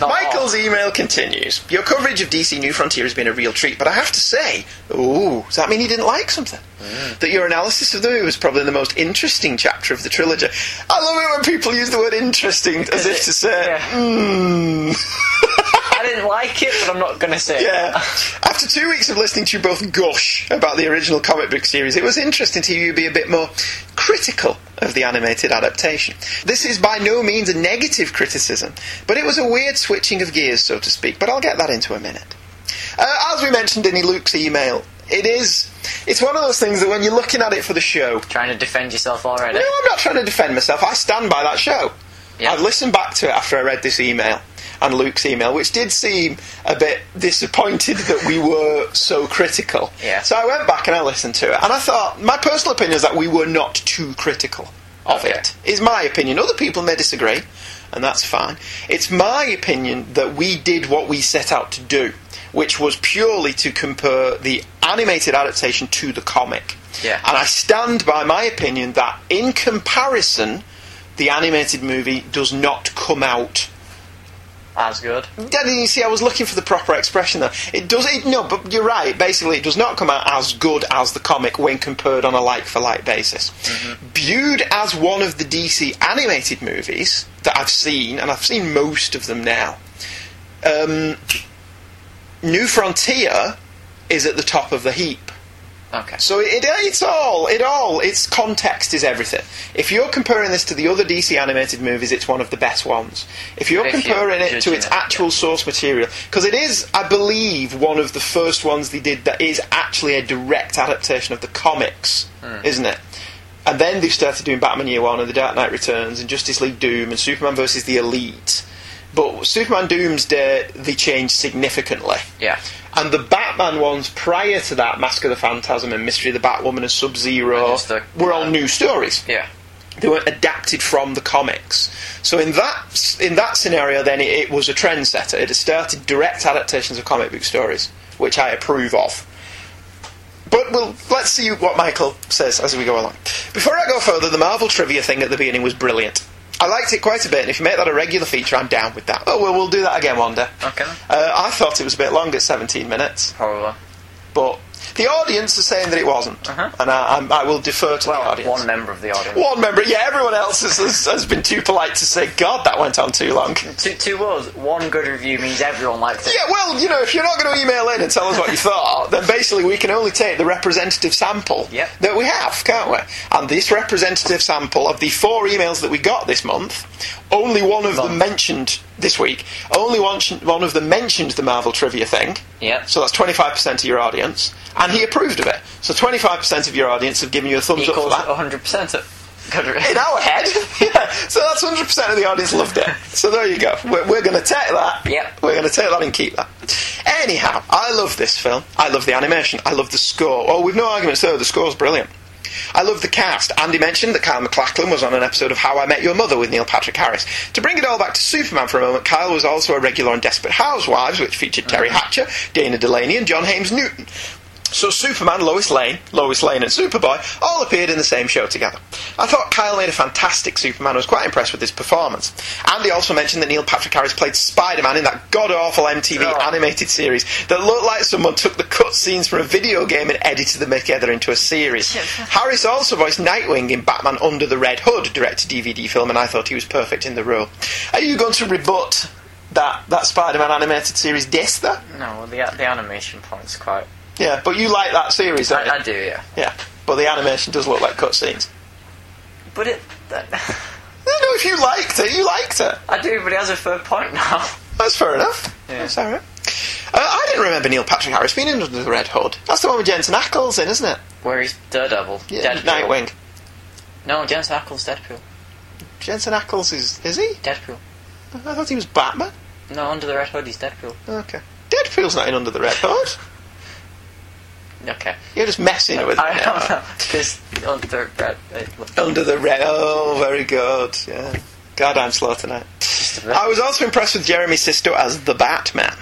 S4: Not
S5: Michael's email continues. Your coverage of DC New Frontier has been a real treat, but I have to say, ooh, does that mean you didn't like something?
S4: Mm.
S5: That your analysis of the movie was probably the most interesting chapter of the trilogy. I love it when people use the word interesting as if to say,
S4: yeah.
S5: hmm.
S4: all. I didn't like it, but I'm not going to say. it.
S5: Yeah. After two weeks of listening to you both gush about the original comic book series, it was interesting to hear you be a bit more critical of the animated adaptation. This is by no means a negative criticism, but it was a weird switching of gears, so to speak, but I'll get that into a minute. Uh, as we mentioned in Luke's email, it is. It's one of those things that when you're looking at it for the show,
S4: Trying to defend yourself already.
S5: no, I'm not trying to defend myself. I stand by that show.
S4: Yeah.
S5: I've listened back to it after I read this email and Luke's email, which did seem a bit disappointed that we were so critical.
S4: Yeah.
S5: So I went back and I listened to it, and I thought my personal opinion is that we were not too critical of
S4: Okay.
S5: it. Is my opinion. Other people may disagree, and that's fine. It's my opinion that we did what we set out to do, which was purely to compare the animated adaptation to the comic.
S4: Yeah.
S5: And I stand by my opinion that in comparison, the animated movie does not come out.
S4: As good.
S5: Daddy, you see, I was looking for the proper expression there. It does. It, no, but you're right. Basically, it does not come out as good as the comic when compared on a like-for-like basis.
S4: Mm-hmm.
S5: Viewed as one of the DC animated movies that I've seen, and I've seen most of them now. Um, New Frontier is at the top of the heap.
S4: Okay.
S5: So it, it's all, it all, its context is everything. If you're comparing this to the other DC animated movies, it's one of the best ones. If you're
S4: If you're
S5: comparing it to
S4: judging
S5: its
S4: it,
S5: actual source material, because it is, I believe, one of the first ones they did that is actually a direct adaptation of the comics,
S4: Hmm.
S5: isn't it? And then they started doing Batman Year One and The Dark Knight Returns and Justice League Doom and Superman versus the Elite. But Superman Doomsday, they changed significantly.
S4: Yeah.
S5: And the Batman ones prior to that, Mask of the Phantasm and Mystery of the Batwoman and Sub
S4: And
S5: Zero,
S4: it's the-
S5: were all new stories.
S4: Yeah.
S5: They were adapted from the comics. So in that in that scenario, then it, it was a trendsetter. It had started direct adaptations of comic book stories, which I approve of. But we'll, let's see what Michael says as we go along. Before I go further, the Marvel trivia thing at the beginning was brilliant. I liked it quite a bit, and if you make that a regular feature, I'm down with that. Oh well, we'll do that again one day.
S4: Okay. Oh,
S5: Uh, I thought it was a bit long at 17 minutes,
S4: Probably.
S5: but The audience is saying that it wasn't,
S4: Uh-huh.
S5: and I, I'm, I will defer to the audience.
S4: One member of the audience.
S5: One member, yeah, everyone else has, has, has been too polite to say, God, that went on too long.
S4: To, to us, one good review means everyone liked it.
S5: Yeah, well, you know, if you're not going to email in and tell us what you thought, then basically we can only take the representative sample
S4: Yep.
S5: that we have, can't we? And this representative sample of the four emails that we got this month, only one of them
S4: Month.
S5: mentioned this week, only one, one of them mentioned the Marvel trivia thing.
S4: Yep.
S5: So that's 25% of your audience, and he approved of it. So 25% of your audience have given you a thumbs up for
S4: Equals
S5: that
S4: 100% of good review.
S5: in our head. yeah. So that's hundred percent of the audience loved it. So there you go. We're, we're going to take that.
S4: Yeah.
S5: We're going to take that and keep that. Anyhow, I love this film. I love the animation. I love the score. Oh, we've no arguments there. The score's brilliant. I love the cast. Andy mentioned that Kyle MacLachlan was on an episode of How I Met Your Mother with Neil Patrick Harris. To bring it all back to Superman for a moment, Kyle was also a regular on Desperate Housewives, which featured Terry Hatcher, Dana Delaney, and John Hames Newton. So Superman, Lois Lane, Lois Lane and Superboy all appeared in the same show together. I thought Kyle made a fantastic Superman and was quite impressed with his performance. Andy also mentioned that Neil Patrick Harris played Spider-Man in that god-awful MTV
S4: Oh.
S5: animated series that looked like someone took the cut scenes from a video game and edited them together into a series. Harris also voiced Nightwing in Batman Under the Red Hood, direct-to-DVD film, and I thought he was perfect in the role. Are you going to rebut that, that Spider-Man animated series diss, though?
S4: No, well, the, the animation point's quite.
S5: Yeah, but you like that series, don't you?
S4: I, I do, yeah.
S5: Yeah, but the animation does look like cutscenes.
S4: But it. That,
S5: I don't know if you liked it. You liked it.
S4: I do, but it has a third point now.
S5: That's fair enough.
S4: Yeah.
S5: That's all right. Uh, I didn't remember Neil Patrick Harris being in Under the Red Hood. That's the one with Jensen Ackles in, isn't it?
S4: Where is Daredevil?
S5: Yeah, Nightwing.
S4: No, Jensen Ackles, Deadpool.
S5: Jensen Ackles is is he?
S4: Deadpool.
S5: I thought he was Batman.
S4: No, Under the Red Hood, he's Deadpool.
S5: Okay. Deadpool's not in Under the Red Hood.
S4: Okay.
S5: You're just messing with
S4: I
S5: me now.
S4: don't know. Because Under the Red Hood.
S5: Under the Red. Oh, very good. Yeah. God, I'm slow tonight.
S4: a bit.
S5: I was also impressed with Jeremy Sisto as the Batman.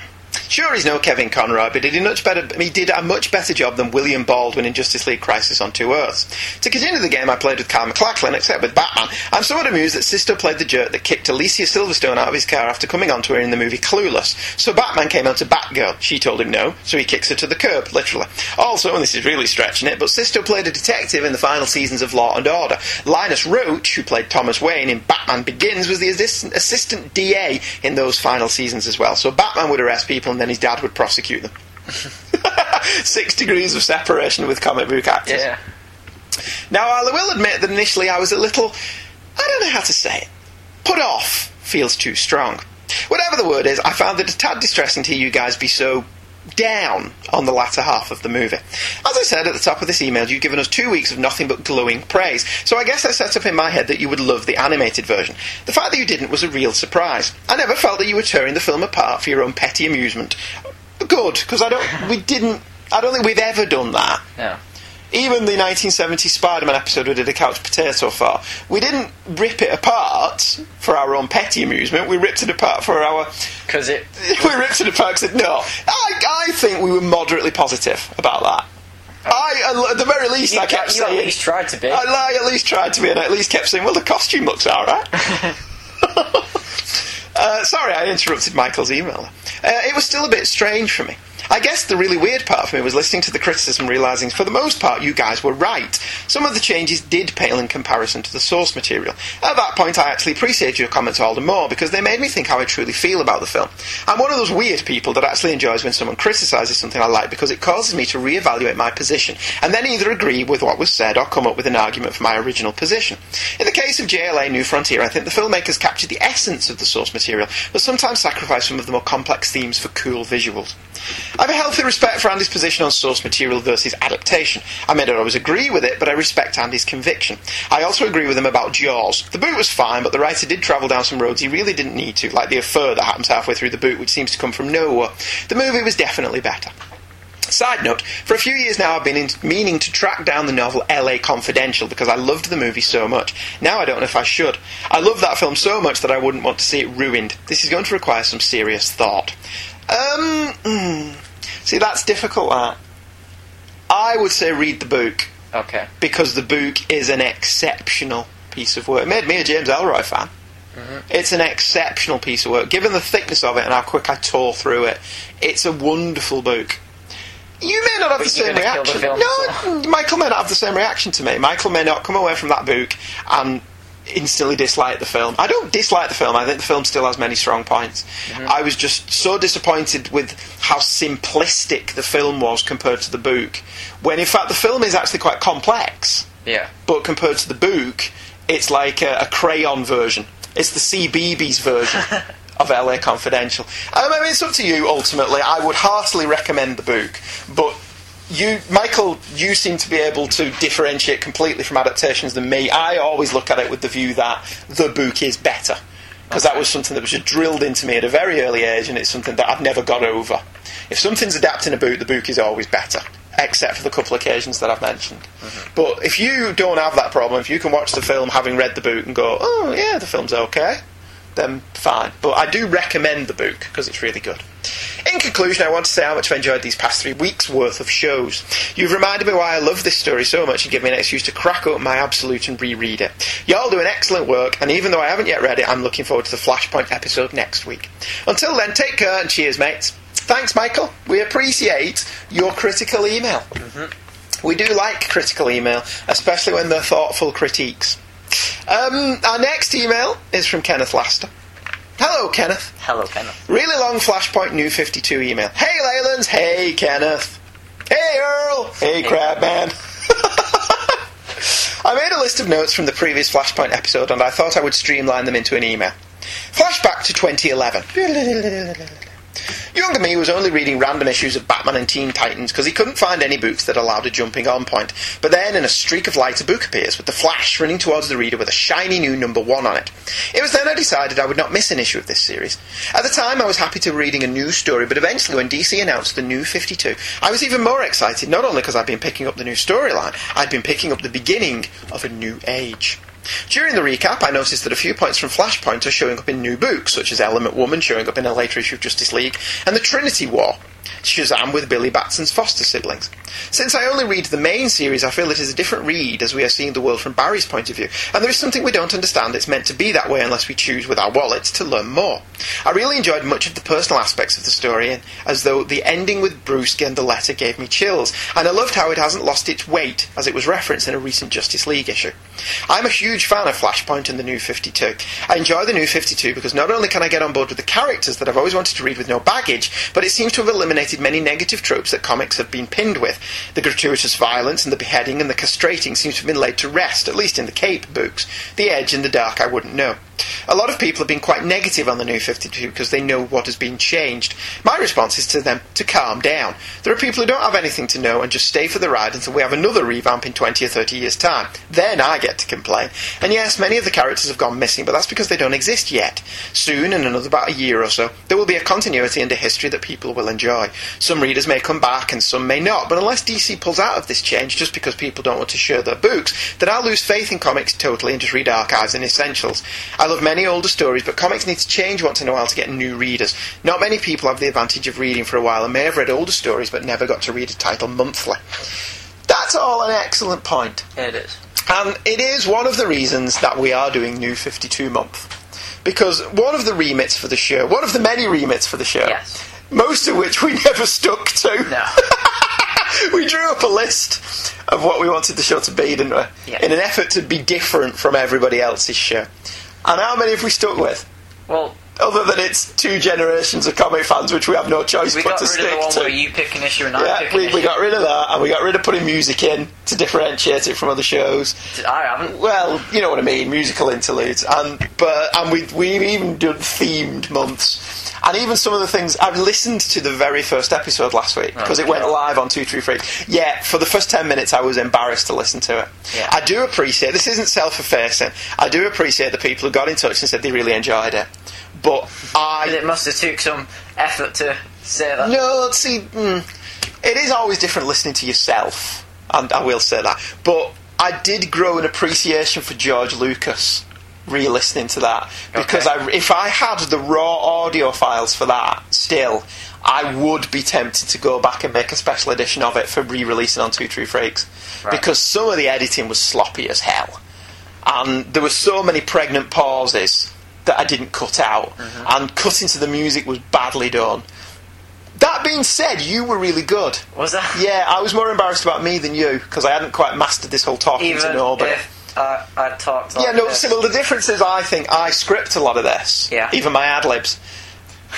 S5: Sure, he's no Kevin Conroy, but he did, much better, he did a much better job than William Baldwin in Justice League Crisis on Two Earths. To continue the game, I played with Kyle MacLachlan, except with Batman. I'm somewhat amused that Sisto played the jerk that kicked Alicia Silverstone out of his car after coming onto her in the movie Clueless. So Batman came out to Batgirl. She told him no, so he kicks her to the curb, literally. Also, and this is really stretching it, but Sisto played a detective in the final seasons of Law and Order. Linus Roach, who played Thomas Wayne in Batman Begins, was the assistant, assistant DA in those final seasons as well. So Batman would arrest people and then his dad would prosecute them. Six degrees of separation with comic book actors.
S4: Yeah.
S5: Now, I will admit that initially I was a little, I don't know how to say it, put off feels too strong. Whatever the word is, I found it a tad distressing to hear you guys be so down on the latter half of the movie. As I said at the top of this email, you've given us two weeks of nothing but glowing praise, so I guess I set up in my head that you would love the animated version. The fact that you didn't was a real surprise. I never felt that you were tearing the film apart for your own petty amusement. Good, because I don't, we didn't, I don't think we've ever done that
S4: No.
S5: even the 1970 Spider-Man episode we did a couch potato for, we didn't rip it apart for our own petty amusement. We ripped it apart for our.
S4: Because it.
S5: We ripped it apart. 'cause it- no, I, I think we were moderately positive about that. I, at the very least,
S4: You,
S5: I
S4: ca-
S5: kept
S4: you at
S5: saying.
S4: least tried to be.
S5: I, I at least tried to be, and I at least kept saying, "Well, the costume looks all right." uh, sorry, I interrupted Michael's email. Uh, it was still a bit strange for me. I guess the really weird part for me was listening to the criticism, realizing for the most part you guys were right. Some of the changes did pale in comparison to the source material. At that point, I actually appreciated your comments all the more because they made me think how I truly feel about the film. I'm one of those weird people that actually enjoys when someone criticizes something I like because it causes me to reevaluate my position and then either agree with what was said or come up with an argument for my original position. In the case of JLA New Frontier, I think the filmmakers captured the essence of the source material, but sometimes sacrificed some of the more complex themes for cool visuals. I have a healthy respect for Andy's position on source material versus adaptation. I may not always agree with it, but I respect Andy's conviction. I also agree with him about Jaws. The boot was fine, but the writer did travel down some roads he really didn't need to, like the affair that happens halfway through the boot, which seems to come from nowhere. The movie was definitely better. Side note, for a few years now I've been in- meaning to track down the novel LA Confidential because I loved the movie so much. Now I don't know if I should. I love that film so much that I wouldn't want to see it ruined. This is going to require some serious thought. Um, mm, see, that's difficult, that. I would say read the book
S4: Okay.
S5: because the book is an exceptional piece of work. It made me a James Elroy fan.
S4: Mm-hmm.
S5: It's an exceptional piece of work. Given the thickness of it and how quick I tore through it, it's a wonderful book. You may not have
S4: But
S5: the
S4: you're
S5: same
S4: gonna kill the
S5: reaction.
S4: film,
S5: no, Michael may not have the same reaction to me. Michael may not come away from that book and instantly dislike the film. I don't dislike the film. I think the film still has many strong points. I was just so disappointed with how simplistic the film was compared to the book, when in fact the film is actually quite complex.
S4: Yeah.
S5: But compared to the book, it's like a, a crayon version. It's the CBeebies version of LA Confidential. Um, I mean, it's up to you ultimately. I would heartily recommend the book, but you, Michael, you seem to be able to differentiate completely from adaptations than me. I always look at it with the view that the book is better. Because that was something that was just drilled into me at a very early age, and it's something that I've never got over. If something's adapting a book, the book is always better, except for the couple of occasions that I've mentioned. But if you don't have that problem, if you can watch the film having read the book and go, oh, yeah, the film's okay, then fine. But I do recommend the book because it's really good. In conclusion, I want to say how much I've enjoyed these past three weeks' worth of shows. You've reminded me why I love this story so much and give me an excuse to crack up my absolute and reread it. Y'all doing excellent work, and even though I haven't yet read it, I'm looking forward to the Flashpoint episode next week. Until then, take care and cheers, mates. Thanks, Michael. We appreciate your critical email. We do like critical email, especially when they're thoughtful critiques. Um, our next email is from Kenneth Laster. Hello, Kenneth.
S4: Hello, Kenneth.
S5: Really long Flashpoint New 52 email. Hey, Leylands. Hey, Kenneth. Hey, Earl. Hey, Crabman. I made a list of notes from the previous Flashpoint episode and I thought I would streamline them into an email. Flashback to 2011. Younger me was only reading random issues of Batman and Teen Titans because he couldn't find any books that allowed a jumping on point. But then, in a streak of light, a book appears with the Flash running towards the reader with a shiny new number one on it. It was then I decided I would not miss an issue of this series. At the time, I was happy to reading a new story, but eventually, when DC announced the new 52, I was even more excited, not only because I'd been picking up the new storyline, I'd been picking up the beginning of a new age. During the recap, I noticed that a few points from Flashpoint are showing up in new books, such as Element Woman showing up in a later issue of Justice League, and the Trinity War, Shazam with Billy Batson's foster siblings. Since I only read the main series, I feel it is a different read as we are seeing the world from Barry's point of view, and there is something we don't understand it's meant to be that way unless we choose with our wallets to learn more. I really enjoyed much of the personal aspects of the story, and as though the ending with Bruce and the letter gave me chills, and I loved how it hasn't lost its weight as it was referenced in a recent Justice League issue. I'm a huge fan of Flashpoint and the New 52. I enjoy the New 52 because not only can I get on board with the characters that I've always wanted to read with no baggage, but it seems to have eliminated many negative tropes that comics have been pinned with. The gratuitous violence and the beheading and the castrating seems to have been laid to rest, at least in the Cape books. The Edge and the Dark I wouldn't know. A lot of people have been quite negative on the new 52 because they know what has been changed. My response is to them to calm down. There are people who don't have anything to know and just stay for the ride until we have another revamp in 20 or 30 years' time. Then I get to complain. And yes, many of the characters have gone missing, but that's because they don't exist yet. Soon, in another about a year or so, there will be a continuity and a history that people will enjoy. Some readers may come back and some may not, but unless DC pulls out of this change just because people don't want to share their books, then I'll lose faith in comics totally and just read archives and essentials. I love many older stories, but comics need to change once in a while to get new readers. Not many people have the advantage of reading for a while and may have read older stories but never got to read a title monthly. That's all an excellent point.
S4: It is.
S5: And it is one of the reasons that we are doing New 52 Month. Because one of the remits for the show, one of the many remits for the show,
S4: Yes.
S5: most of which we never stuck to.
S4: No.
S5: we drew up a list of what we wanted the show to be, didn't we?
S4: Yeah.
S5: In an effort to be different from everybody else's show. And how many have we stuck with?
S4: Well,
S5: Other than it's two generations of comic fans, which we have no choice
S4: we got
S5: but to
S4: rid of
S5: stick
S4: the one
S5: to.
S4: where you pick an issue and I pick
S5: yeah,
S4: an
S5: we,
S4: issue.
S5: we got rid of that, and we got rid of putting music in to differentiate it from other shows.
S4: I haven't.
S5: Um, Well, you know what I mean, musical interludes, and but and we we've even done themed months, and even some of the things I've listened to the very first episode last week because it went
S4: Okay.
S5: live on Two Tree Freak. Yeah, for the first ten minutes, I was embarrassed to listen to it.
S4: Yeah.
S5: I do appreciate this isn't self-effacing. I do appreciate the people who got in touch and said they really enjoyed it, but I
S4: But it must have took some effort to say that.
S5: no, see, mm, it is always different listening to yourself, and I will say that. But I did grow an appreciation for George Lucas re-listening to that because
S4: Okay.
S5: I, if I had the raw audio files for that still. I would be tempted to go back and make a special edition of it for re-releasing on Two True Freaks
S4: Right.
S5: because some of the editing was sloppy as hell and there were so many pregnant
S4: Mm-hmm.
S5: pauses that I didn't cut out, and cutting to the music was badly done. That being said, you were really good.
S4: Was that?
S5: Yeah, I was more embarrassed about me than you because I hadn't quite mastered this whole talking
S4: Even
S5: to Norbert.
S4: if I, I talked like
S5: yeah, no.
S4: this.
S5: See, well, the difference is, I think I script a lot of this.
S4: Yeah.
S5: Even my ad libs.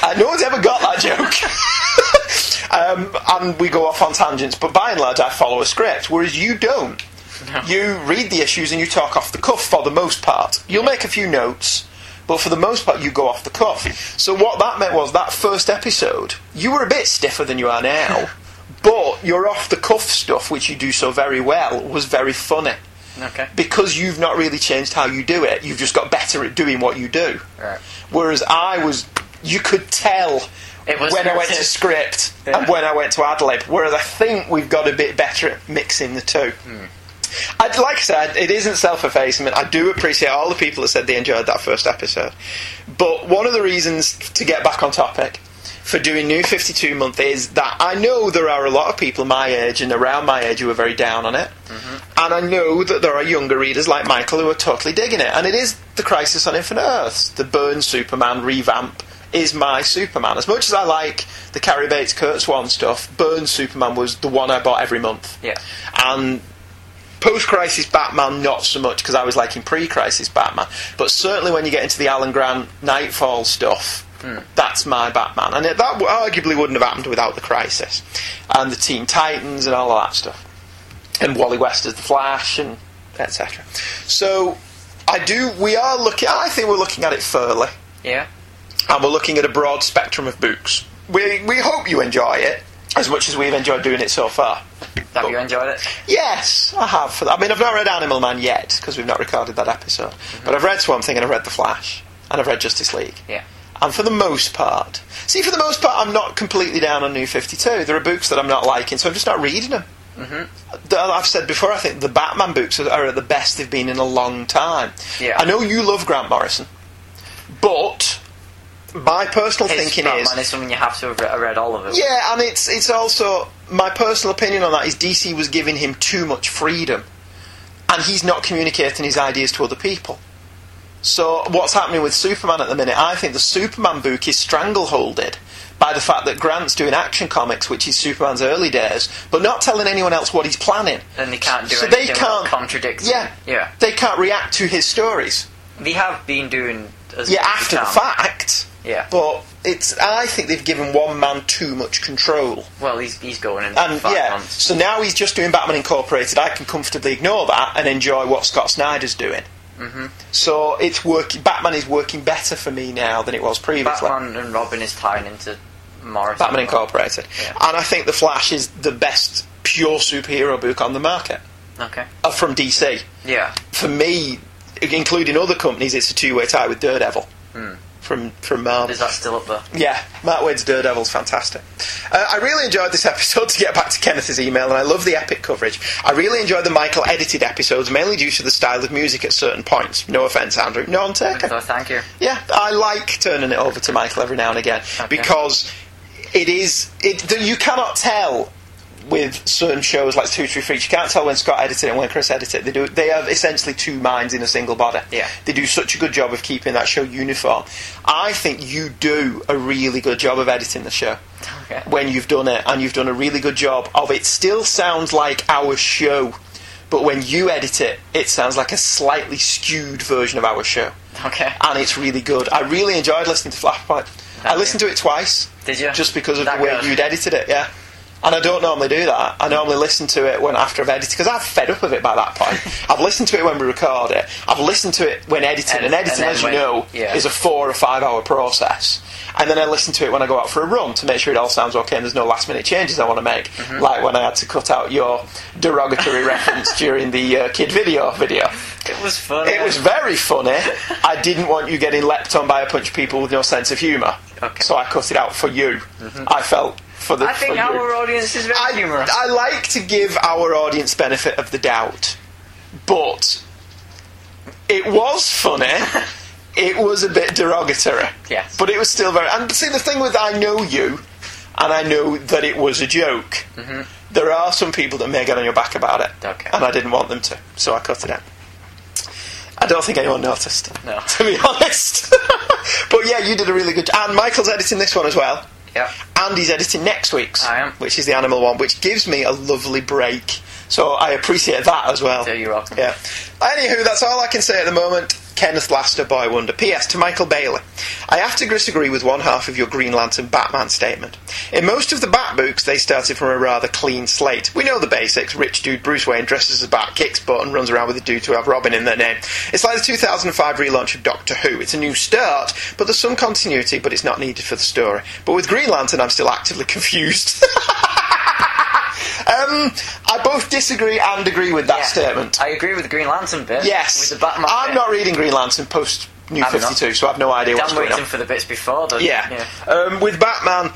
S5: Uh, no one's ever got that joke. um, and we go off on tangents, but by and large, I follow a script, whereas you don't. You read the issues and you talk off the cuff for the most part. You'll make a few notes, but for the most part, you go off the cuff. So what that meant was that first episode, you were a bit stiffer than you are now, but your off the cuff stuff, which you do so very well, was very funny
S4: Okay.
S5: because you've not really changed how you do it, you've just got better at doing what you do.
S4: Right.
S5: Whereas I was, you could tell
S4: It was
S5: when I went to
S4: scripted.
S5: script
S4: Yeah.
S5: and when I went to ad lib. Whereas I think we've got a bit better at mixing the two.
S4: Hmm.
S5: I'd, like I said, it isn't self effacement. I do appreciate all the people that said they enjoyed that first episode. But one of the reasons, to get back on topic, for doing New 52 Month is that I know there are a lot of people my age and around my age who are very down on it. And I know that there are younger readers like Michael who are totally digging it. And it is the Crisis on Infinite Earths, the Burn Superman revamp. Is my Superman. As much as I like the Carrie Bates Kurt Swan stuff, Burn Superman was the one I bought every month.
S4: Yeah.
S5: And post crisis Batman, not so much because I was liking pre crisis Batman. But certainly when you get into the Alan Grant Nightfall stuff,
S4: Hmm.
S5: that's my Batman. And it, that w- arguably wouldn't have happened without the crisis and the Teen Titans and all of that stuff. And Wally West as the Flash and etc. So I do. We are looking. I think we're looking at it fairly
S4: Yeah.
S5: and we're looking at a broad spectrum of books. We, we hope you enjoy it as much as we've enjoyed doing it so far.
S4: Have
S5: Oh.
S4: you enjoyed it?
S5: Yes, I have. For that. I mean, I've not read Animal Man yet because we've not recorded that episode. But I've read Swamp Thing and I've read The Flash and I've read Justice League.
S4: Mm-hmm. Yeah.
S5: And for the most part, see, for the most part, I'm not completely down on New 52. There are books that I'm not liking, so I'm just not reading them. Mm-hmm. I've said before, I think the Batman books are, are at the best they've been in a long time.
S4: Yeah.
S5: I know you love Grant Morrison, but my personal
S4: His
S5: thinking
S4: Batman
S5: is.
S4: is something you have to have re- read all of it.
S5: Yeah, and it's it's also my personal opinion on that is DC was giving him too much freedom, and he's not communicating his ideas to other people. So what's happening with Superman at the minute? I think the Superman book is strangleholded by the fact that Grant's doing Action Comics, which is Superman's early days, but not telling anyone else what he's planning.
S4: And they can't do
S5: so
S4: anything
S5: they
S4: that
S5: can't
S4: contradicts him.
S5: Yeah,
S4: Yeah.
S5: They can't react to his stories
S4: They have been doing as
S5: yeah,
S4: much as
S5: after
S4: they
S5: the
S4: can.
S5: fact.
S4: Yeah.
S5: But it's I think they've given one man too much control.
S4: Well, he's, he's going in
S5: And
S4: five
S5: yeah,
S4: months.
S5: so now he's just doing Batman Incorporated. I can comfortably ignore that and enjoy what Scott Snyder's doing. Mm-hmm. So it's working. Batman is working better for me now than it was previously.
S4: Batman and Robin is tying into Morrison.
S5: Batman Incorporated,
S4: Yeah.
S5: and I think the Flash is the best pure superhero book on the market
S4: Okay.
S5: uh, from DC.
S4: Yeah.
S5: For me, including other companies, it's a two-way tie with Daredevil from from Marvel.
S4: Hmm. Is that still up there?
S5: Yeah, Matt Wade's Daredevil's fantastic. Uh, I really enjoyed this episode to get back to Kenneth's email, and I love the epic coverage. I really enjoyed the Michael edited episodes, mainly due to the style of music at certain points. No offence, Andrew. No, I'm taken.
S4: So thank you.
S5: Yeah, I like turning it over to Michael every now and again
S4: Okay.
S5: because it is it th- you cannot tell with certain shows like Two Tree Freaks. You can't tell when Scott edited it and when Chris edited it. They do they have essentially two minds in a single body.
S4: Yeah.
S5: they do such a good job of keeping that show uniform. I think you do a really good job of editing the show
S4: Okay.
S5: when you've done it, and you've done a really good job of it. Still sounds like our show. But when you edit it, it sounds like a slightly skewed version of our show
S4: Okay.
S5: and it's really good. I really enjoyed listening to Flashpoint. I
S4: you?
S5: listened to it twice.
S4: Did you?
S5: Just because of
S4: That
S5: the way
S4: good?
S5: you'd edited it, yeah. And I don't normally do that. I normally listen to it when after I've edited because I've fed up of it by that point. I've listened to it when we record it. I've listened to it when editing,
S4: And-
S5: and, editing,
S4: and then
S5: as you
S4: when-
S5: know,
S4: yeah.
S5: is a four or five hour process. And then I listen to it when I go out for a run to make sure it all sounds okay and there's no last minute changes I want to make,
S4: Mm-hmm.
S5: like when I had to cut out your derogatory reference during the uh, kid video video.
S4: It was fun.
S5: It was very funny. I didn't want you getting leapt on by a bunch of people with no sense of humour.
S4: Okay. Mm-hmm.
S5: So I cut it out for you. I felt for the.
S4: I think
S5: for you.
S4: our audience is very
S5: I,
S4: humorous.
S5: I like to give our audience benefit of the doubt, but it was funny. it was a bit derogatory.
S4: Yes.
S5: But it was still very. And see, the thing with I know you, and I know that it was a joke. There are some people that may get on your back about it,
S4: Mm-hmm. Okay.
S5: and I didn't want them to, so I cut it out. I don't think anyone noticed.
S4: No.
S5: To be honest. but yeah, you did a really good job. And Michael's editing this one as well.
S4: Yeah.
S5: and he's editing next week's,
S4: I am.
S5: which is the animal one, which gives me a lovely break. So I appreciate that as well.
S4: So you're welcome.
S5: Yeah. Anywho, that's all I can say at the moment. Kenneth Laster, Boy Wonder. P.S. to Michael Bailey. I have to disagree with one half of your Green Lantern Batman statement. In most of the Bat books, they started from a rather clean slate. We know the basics. Rich dude Bruce Wayne dresses as a bat, kicks butt, and runs around with a dude who have Robin in their name. It's like the 2005 relaunch of Doctor Who. It's a new start, but there's some continuity, but it's not needed for the story. But with Green Lantern, I'm still actively confused. um, I both disagree and agree with that
S4: Yeah.
S5: statement.
S4: I agree with the Green Lantern bit.
S5: Yes.
S4: With the Batman.
S5: I'm
S4: bit.
S5: not reading Green Lantern post New
S4: I'm not.
S5: 52, so I've no idea what's
S4: Dan
S5: going
S4: waiting
S5: on.
S4: for the bits before, though.
S5: Yeah. Um, with Batman,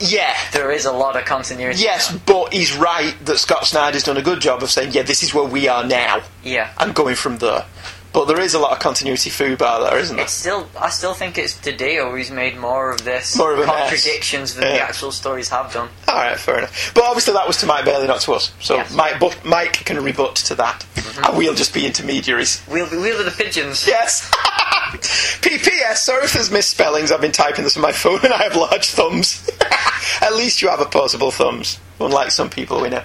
S5: yeah.
S4: There is a lot of continuity.
S5: Yes, but he's right that Scott Snyder's done a good job of saying, yeah, this is where we are now.
S4: Yeah.
S5: And going from there. But there is a lot of continuity foo bar there, isn't there?
S4: It's still, I still think it's Dideo who's made more of this
S5: More of a mess.
S4: contradictions than the
S5: Yeah.
S4: actual stories have done.
S5: All right, fair enough. But obviously that was to Mike Bailey, not to us. So
S4: Yes. Mm-hmm.
S5: Mike, but Mike can rebut to that. And we'll just be intermediaries.
S4: We'll be, we'll be the pigeons.
S5: Yes. PPS, sorry if there's misspellings. I've been typing this on my phone and I have large thumbs. At least you have opposable thumbs, unlike some people we know.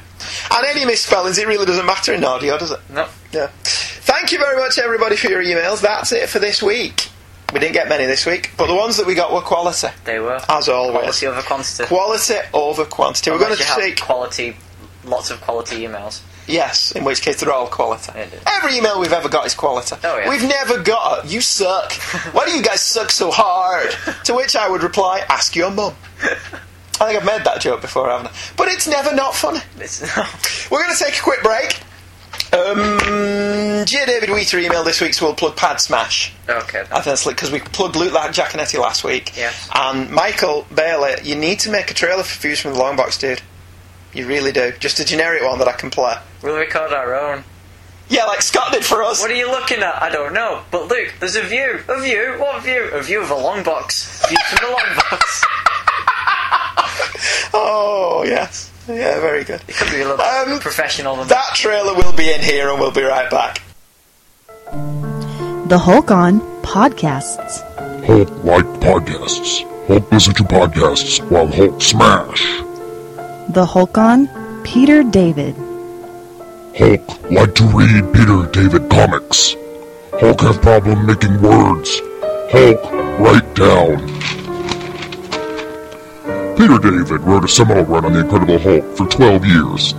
S5: And any misspellings, it really doesn't matter in audio, does it?
S4: No.
S5: Yeah. Thank you very much, everybody, for your emails. That's it for this week. We didn't get many this week, but the ones that we got were quality,
S4: They were.
S5: as always.
S4: Quality over quantity.
S5: Quality over quantity. We're going to
S4: Unless you have
S5: take
S4: quality, lots of quality emails.
S5: Yes, in which case they're all quality.
S4: They do.
S5: Every email we've ever got is quality.
S4: Oh, yeah.
S5: We've never got a, you suck. Why do you guys suck so hard? to which I would reply, ask your mum. I think I've made that joke before, haven't I? But it's never not funny.
S4: It's,
S5: We're going to take a quick break. Um, Gia David Wheater emailed this week, so we'll plug Pad Smash.
S4: okay.
S5: I think that's because we plugged Luke like Giaconetti last week.
S4: Yes.
S5: And Michael Bailey, you need to make a trailer for Views from the Long Box, dude. You really do. Just a generic one that I can play.
S4: We'll record our own.
S5: Yeah, like Scott did for us.
S4: What are you looking at? I don't know. But Luke, there's a view. A view? What view? A view of a long box. View from the long box.
S5: Oh, yes. Yeah, very good.
S4: It could be a little
S5: Um,
S4: professional than
S5: That trailer will be in here and we'll be right back.
S6: The Hulk On Podcasts.
S1: Hulk like podcasts. Hulk listen to podcasts while Hulk smash.
S6: The Hulk On Peter David.
S1: Hulk like to read Peter David comics. Hulk have problem making words. Hulk write down. Peter David wrote a seminal run on the Incredible Hulk for 12 years.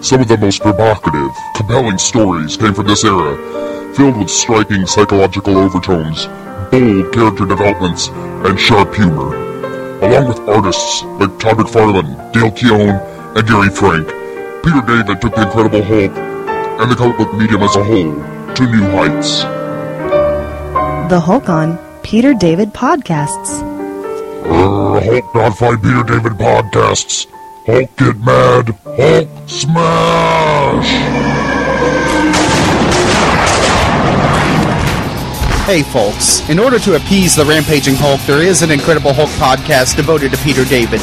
S1: Some of the most provocative, compelling stories came from this era, filled with striking psychological overtones, bold character developments, and sharp humor along with artists like Todd McFarlane, Dale Keown, and Gary Frank, Peter David took the Incredible Hulk and the comic book medium as a whole to new heights.
S6: The Hulk On Peter David Podcasts.
S1: Err, Hulk not find Peter David podcasts. Hulk get mad. Hulk smash.
S7: Hey, folks. In order to appease the rampaging Hulk, there is an Incredible Hulk podcast devoted to Peter David.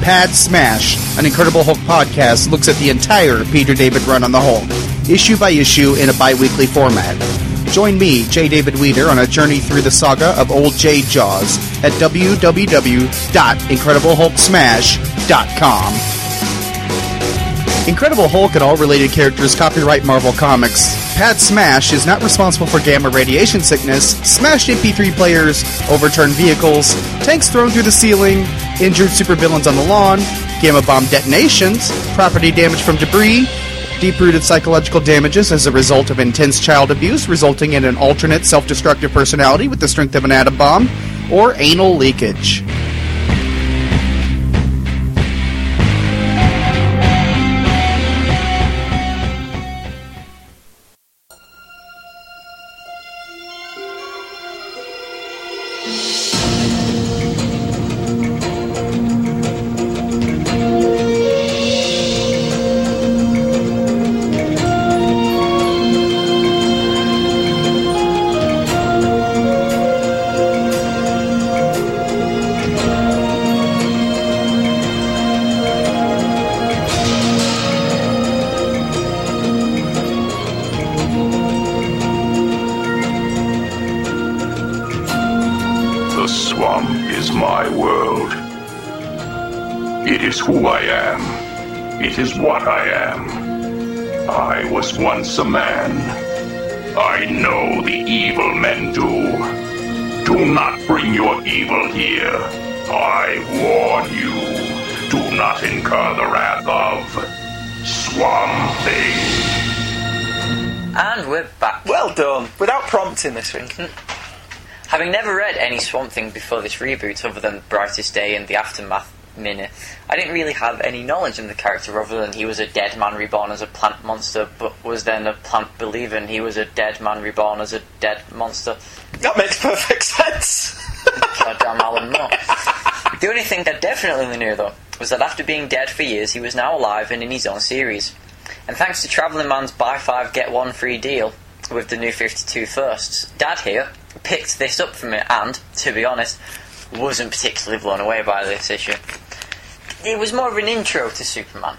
S7: Pad Smash, an Incredible Hulk podcast, looks at the entire Peter David run on the Hulk, issue by issue in a bi weekly format. Join me, J. David Weeder, on a journey through the saga of Old J. Jaws at www.incrediblehulksmash.com. Incredible Hulk and all related characters copyright Marvel Comics. Pat Smash is not responsible for gamma radiation sickness, smashed MP3 players, overturned vehicles, tanks thrown through the ceiling, injured supervillains on the lawn, gamma bomb detonations, property damage from debris, deep rooted psychological damages as a result of intense child abuse resulting in an alternate self destructive personality with the strength of an atom bomb, or anal leakage.
S1: The swamp is my world.
S8: It is who I am. It is what I am. I was once a man. I know the evil men do. Do not bring your evil here. I warn you. Do not incur the wrath of Swamp Thing.
S4: And we're back.
S5: Well done. Without prompting this week.
S4: Having never read any Swamp Thing before this reboot, other than Brightest Day and the Aftermath Minute, I didn't really have any knowledge of the character other than he was a dead man reborn as a plant monster, but was then a plant believer and he was a dead man reborn as a dead monster.
S5: That makes perfect sense.
S4: Goddamn Alan Moore. The only thing that definitely knew, though, was that after being dead for years, he was now alive and in his own series. And thanks to Travelling Man's buy five get one free deal with the new 52 firsts, Dad here picked this up from it and, to be honest, wasn't particularly blown away by this issue. It was more of an intro to Superman.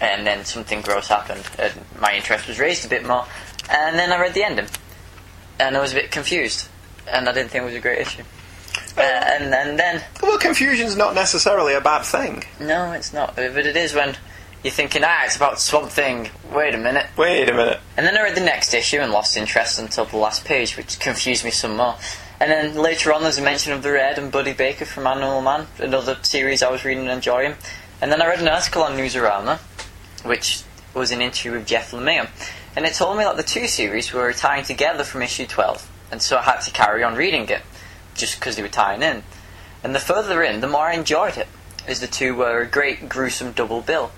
S4: And then something gross happened, and my interest was raised a bit more. And then I read the ending, and I was a bit confused, and I didn't think it was a great issue. Uh, and, and then
S5: well, confusion's not necessarily a bad thing.
S4: no, it's not. Uh, But it is when you're thinking, ah, it's about Swamp Thing. Wait a minute.
S5: Wait a minute.
S4: And then I read the next issue and lost interest until the last page, which confused me some more. And then later on, there's a mention of the Red and Buddy Baker from Animal Man, another series I was reading and enjoying. And then I read an article on Newsarama, which was an interview with Jeff Lemire, and it told me that the two series were tying together from issue 12, and so I had to carry on reading it, just because they were tying in. And the further in, the more I enjoyed it, as the two were a great, gruesome double bill.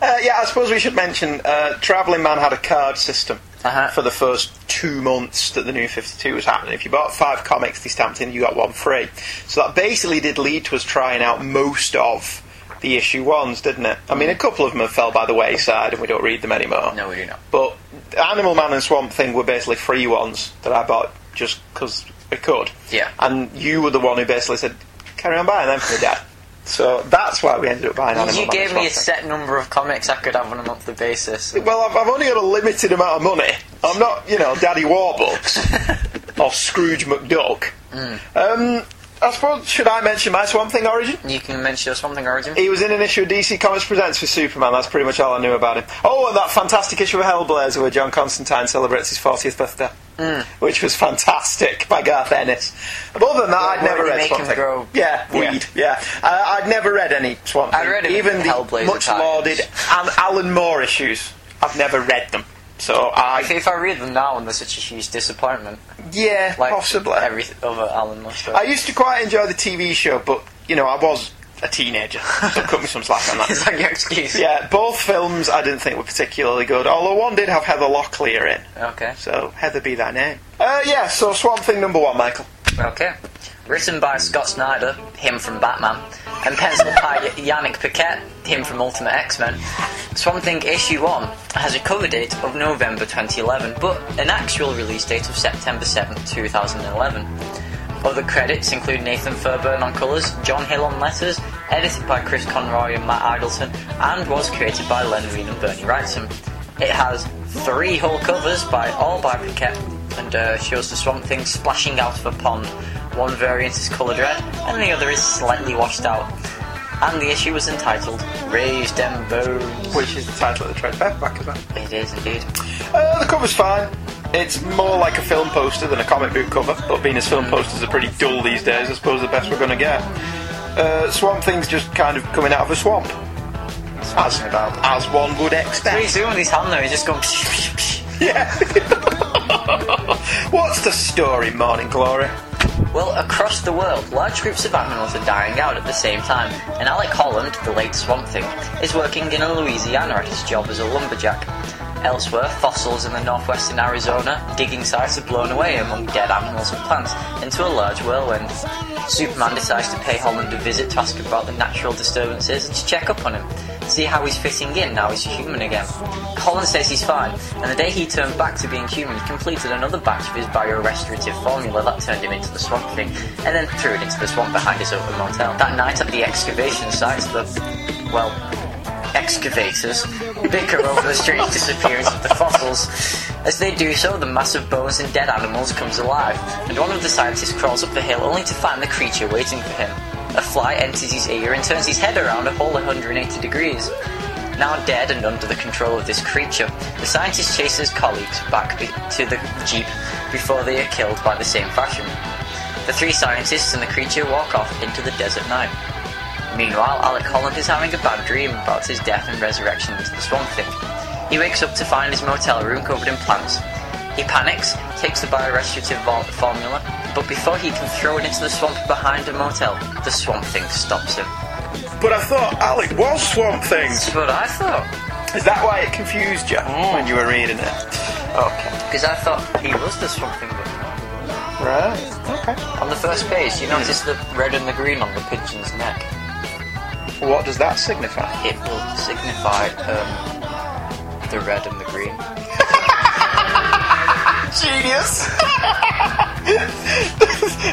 S5: Uh, yeah, I suppose we should mention uh, Traveling Man had a card system
S4: Uh-huh.
S5: for the first two months that the new 52 was happening. If you bought five comics they stamped in, you got one free. So that basically did lead to us trying out most of the issue ones, didn't it? I mean, a couple of them have fell by the wayside and we don't read them anymore.
S4: No, we do not.
S5: But Animal Man and Swamp Thing were basically free ones that I bought just because I could.
S4: Yeah.
S5: And you were the one who basically said, carry on buying them for me, Dad. So that's why we ended up buying Animal
S4: You
S5: Man. and
S4: gave me a
S5: Swamp Thing.
S4: set number of comics I could have on a monthly basis.
S5: Well, I've, I've only got a limited amount of money. I'm not, you know, Daddy Warbucks or Scrooge McDuck. Um, I suppose, should I mention my Swamp Thing origin?
S4: You can mention something, Origin.
S5: He was in an issue of DC Comics Presents for Superman. That's pretty much all I knew about him. Oh, and that fantastic issue of Hellblazer where John Constantine celebrates his 40th birthday.
S4: Hmm.
S5: Which was fantastic by Garth Ennis. But other than that, I'd
S4: Where
S5: never
S4: they
S5: read
S4: make
S5: Swamp
S4: him
S5: Thing.
S4: grow-
S5: Yeah,
S4: Yeah.
S5: weed. Yeah, uh, I'd never read any Swamp
S4: I
S5: Thing.
S4: read him
S5: even
S4: in
S5: the
S4: Hellblazer
S5: much
S4: times.
S5: lauded Al- Alan Moore issues. I've never read them, so I
S4: If, if I read them now, and they're such a huge disappointment,
S5: yeah,
S4: like
S5: possibly.
S4: every other Alan Moore story.
S5: I used to quite enjoy the TV show, but you know, I was a teenager, so cut me some slack on
S4: Is
S5: that.
S4: that your excuse?
S5: Yeah, both films I didn't think were particularly good, although one did have Heather Locklear in,
S4: Okay.
S5: so Heather be thy name. Uh, yeah, so Swamp Thing number one, Michael.
S4: Okay. Written by Scott Snyder, him from Batman, and penciled by Yannick Paquette, him from Ultimate X-Men. Swamp Thing issue 1 has a cover date of November 2011, but an actual release date of September 7, 2011. Other credits include Nathan Furburn on colours, John Hill on letters, edited by Chris Conroy and Matt Idleton, and was created by Len Reed and Bernie Wrightson. It has three whole covers by all by Paquette and uh, shows the Swamp Thing splashing out of a pond. One variant is coloured red, and the other is slightly washed out. And the issue was entitled "Raise Dem Bones."
S5: Which is the title of the trade paperback as well.
S4: It is indeed.
S5: Uh, the cover's fine. It's more like a film poster than a comic book cover, but being as film posters are pretty dull these days, I suppose the best we're going to get. Uh, swamp Thing's just kind of coming out of a swamp. As, as one would
S4: What are
S5: expect.
S4: you doing with his hand though? He's just going. Psh, psh, psh.
S5: Yeah. What's the story, Morning Glory?
S4: Well, across the world, large groups of animals are dying out at the same time, and Alec Holland, the late Swamp Thing, is working in Louisiana at his job as a lumberjack. Elsewhere, fossils in the northwestern Arizona digging sites are blown away among dead animals and plants into a large whirlwind. Superman decides to pay Holland a visit to ask about the natural disturbances and to check up on him, see how he's fitting in now he's human again. Holland says he's fine, and the day he turned back to being human, he completed another batch of his biorestorative formula that turned him into the swamp thing, and then threw it into the swamp behind his open motel. That night at the excavation site, the, well, excavators bicker over the strange disappearance of the fossils. As they do so, the mass of bones and dead animals comes alive, and one of the scientists crawls up the hill only to find the creature waiting for him. A fly enters his ear and turns his head around a whole 180 degrees. Now dead and under the control of this creature, the scientist chases his colleagues back be- to the jeep before they are killed by the same fashion. The three scientists and the creature walk off into the desert night. Meanwhile, Alec Holland is having a bad dream about his death and resurrection into the Swamp Thing. He wakes up to find his motel room covered in plants. He panics, takes the biorestorative vol- formula, but before he can throw it into the swamp behind a motel, the Swamp Thing stops him.
S5: But I thought Alec was Swamp Thing.
S4: That's what I thought.
S5: Is that why it confused you when you were reading it?
S4: Okay. Because I thought he was the Swamp Thing. But
S5: Right.
S4: on the first page, you notice the red and the green on the pigeon's neck.
S5: Okay. What does that signify?
S4: It will signify um, the red and the green.
S5: Genius.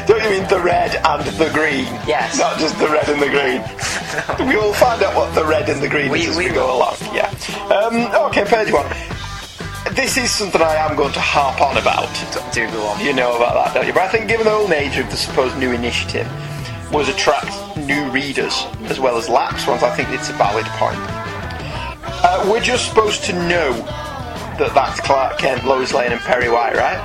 S5: Don't you mean the red and the green?
S4: Yes.
S5: Not just the red and the green. we will find out what the red and the green
S4: We-
S5: is as
S4: we
S5: we, go
S4: will.
S5: along. Yeah. Um, okay, page one. This is something I am going to harp on about.
S4: Do go on.
S5: You know about that, don't you? But I think given the old nature of the supposed new initiative was attract new readers as well as lapsed ones, I think it's a valid point. Uh, we're just supposed to know that that's Clark Kent, Lois Lane and Perry White, right?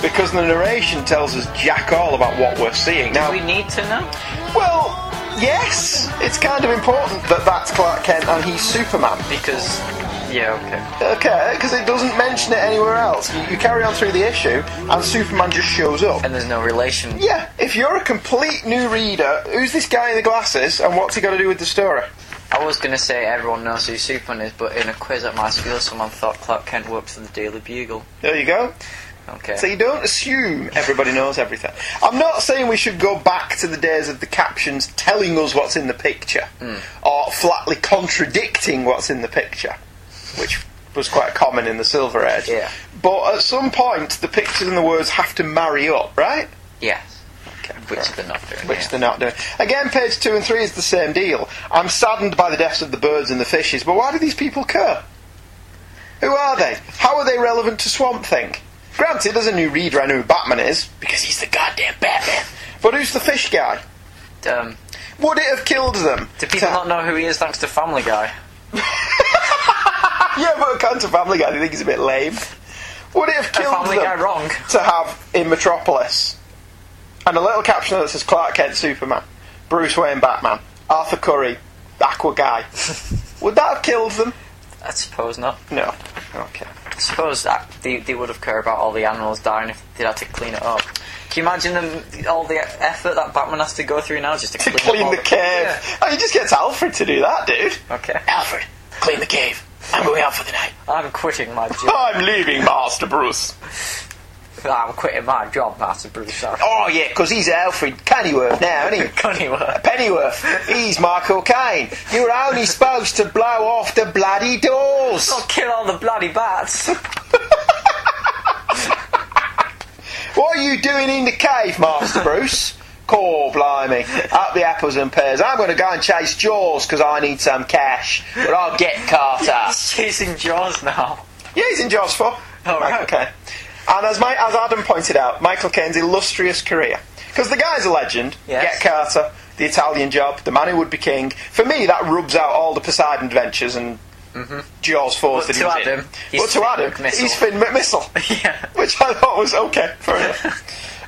S5: Because the narration tells us jack all about what we're seeing. Now,
S4: We need to know.
S5: well, yes, it's kind of important that that's Clark Kent and he's Superman.
S4: Because, yeah, okay.
S5: Okay, because it doesn't mention it anywhere else. You, you carry on through the issue and Superman just shows up.
S4: And there's no relation.
S5: Yeah, if you're a complete new reader, who's this guy in the glasses and what's he got to do with the story?
S4: I was going to say everyone knows who Superman is, but in a quiz at my school, someone thought Clark Kent worked for the Daily Bugle.
S5: There you go.
S4: Okay.
S5: So you don't assume everybody knows everything. I'm not saying we should go back to the days of the captions telling us what's in the picture
S4: Hmm.
S5: or flatly contradicting what's in the picture, which was quite common in the Silver Age.
S4: Yeah.
S5: But at some point, the pictures and the words have to marry up, right?
S4: yes. Which they're not doing.
S5: which
S4: yeah.
S5: they're not doing. Again, page two and three is the same deal. I'm saddened by the deaths of the birds and the fishes, but why do these people care? Who are they? How are they relevant to Swamp Thing? Granted, as a new reader, I know who Batman is because he's the goddamn Batman. But who's the fish guy?
S4: Um,
S5: Would it have killed them?
S4: do people
S5: to-
S4: not know who he is thanks to Family Guy?
S5: Yeah, but according to Family Guy, they think he's a bit lame. Would it have
S4: Got
S5: killed
S4: Family
S5: them
S4: Guy wrong.
S5: to have in Metropolis and a little caption that says Clark Kent Superman, Bruce Wayne Batman, Arthur Curry Aqua Guy? Would that have killed them?
S4: I suppose not.
S5: No. Okay.
S4: I suppose that they, they would have cared about all the animals dying if they'd had to clean it up. Can you imagine them, all the effort that Batman has to go through now just to,
S5: To
S4: clean, up
S5: clean
S4: all
S5: the cave.
S4: Yeah.
S5: Oh, he just gets Alfred to do that, dude.
S4: Okay.
S5: Alfred, clean the cave. I'm going out for the night.
S4: I'm quitting my job.
S5: I'm leaving, Master Bruce.
S4: I'm quitting my job, Master Bruce. Oh.
S5: Oh, yeah, 'cause he's Alfred Kennyworth now, isn't he?
S4: Anyway.
S5: Pennyworth, he's Michael Caine. You're only supposed to blow off the bloody doors.
S4: I'll kill all the bloody bats.
S5: What are you doing in the cave, Master Bruce? Cor blimey, up the apples and pears. I'm going to go and chase Jaws because I need some cash, but I'll get Carter.
S4: He's chasing Jaws now.
S5: yeah, he's in Jaws 4.
S4: Oh, right.
S5: Okay. And as, my, as Adam pointed out, Michael Caine's illustrious career. Because the guy's a legend.
S4: Yes.
S5: Get Carter, The Italian Job, The Man Who Would Be King. For me, that rubs out all the Poseidon adventures and Jaws 4
S4: But
S5: that
S4: Mm-hmm. to
S5: he was in.
S4: Adam, he's Finn
S5: But to Adam,
S4: McMissile.
S5: he's Finn McMissile.
S4: Yeah.
S5: Which I thought was okay for a,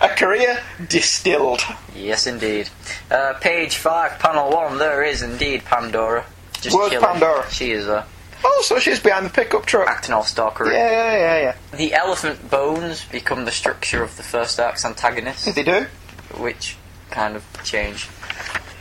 S5: a career distilled.
S4: Yes, indeed. Uh, page five, panel one. There is indeed Pandora. Just
S5: Where's
S4: chilling.
S5: Pandora?
S4: She is uh,
S5: Oh, so she's behind the pickup truck.
S4: acting all stalkery.
S5: Yeah, yeah, yeah, yeah.
S4: The elephant bones become the structure of the first arc's antagonist,
S5: Did they do?
S4: which kind of change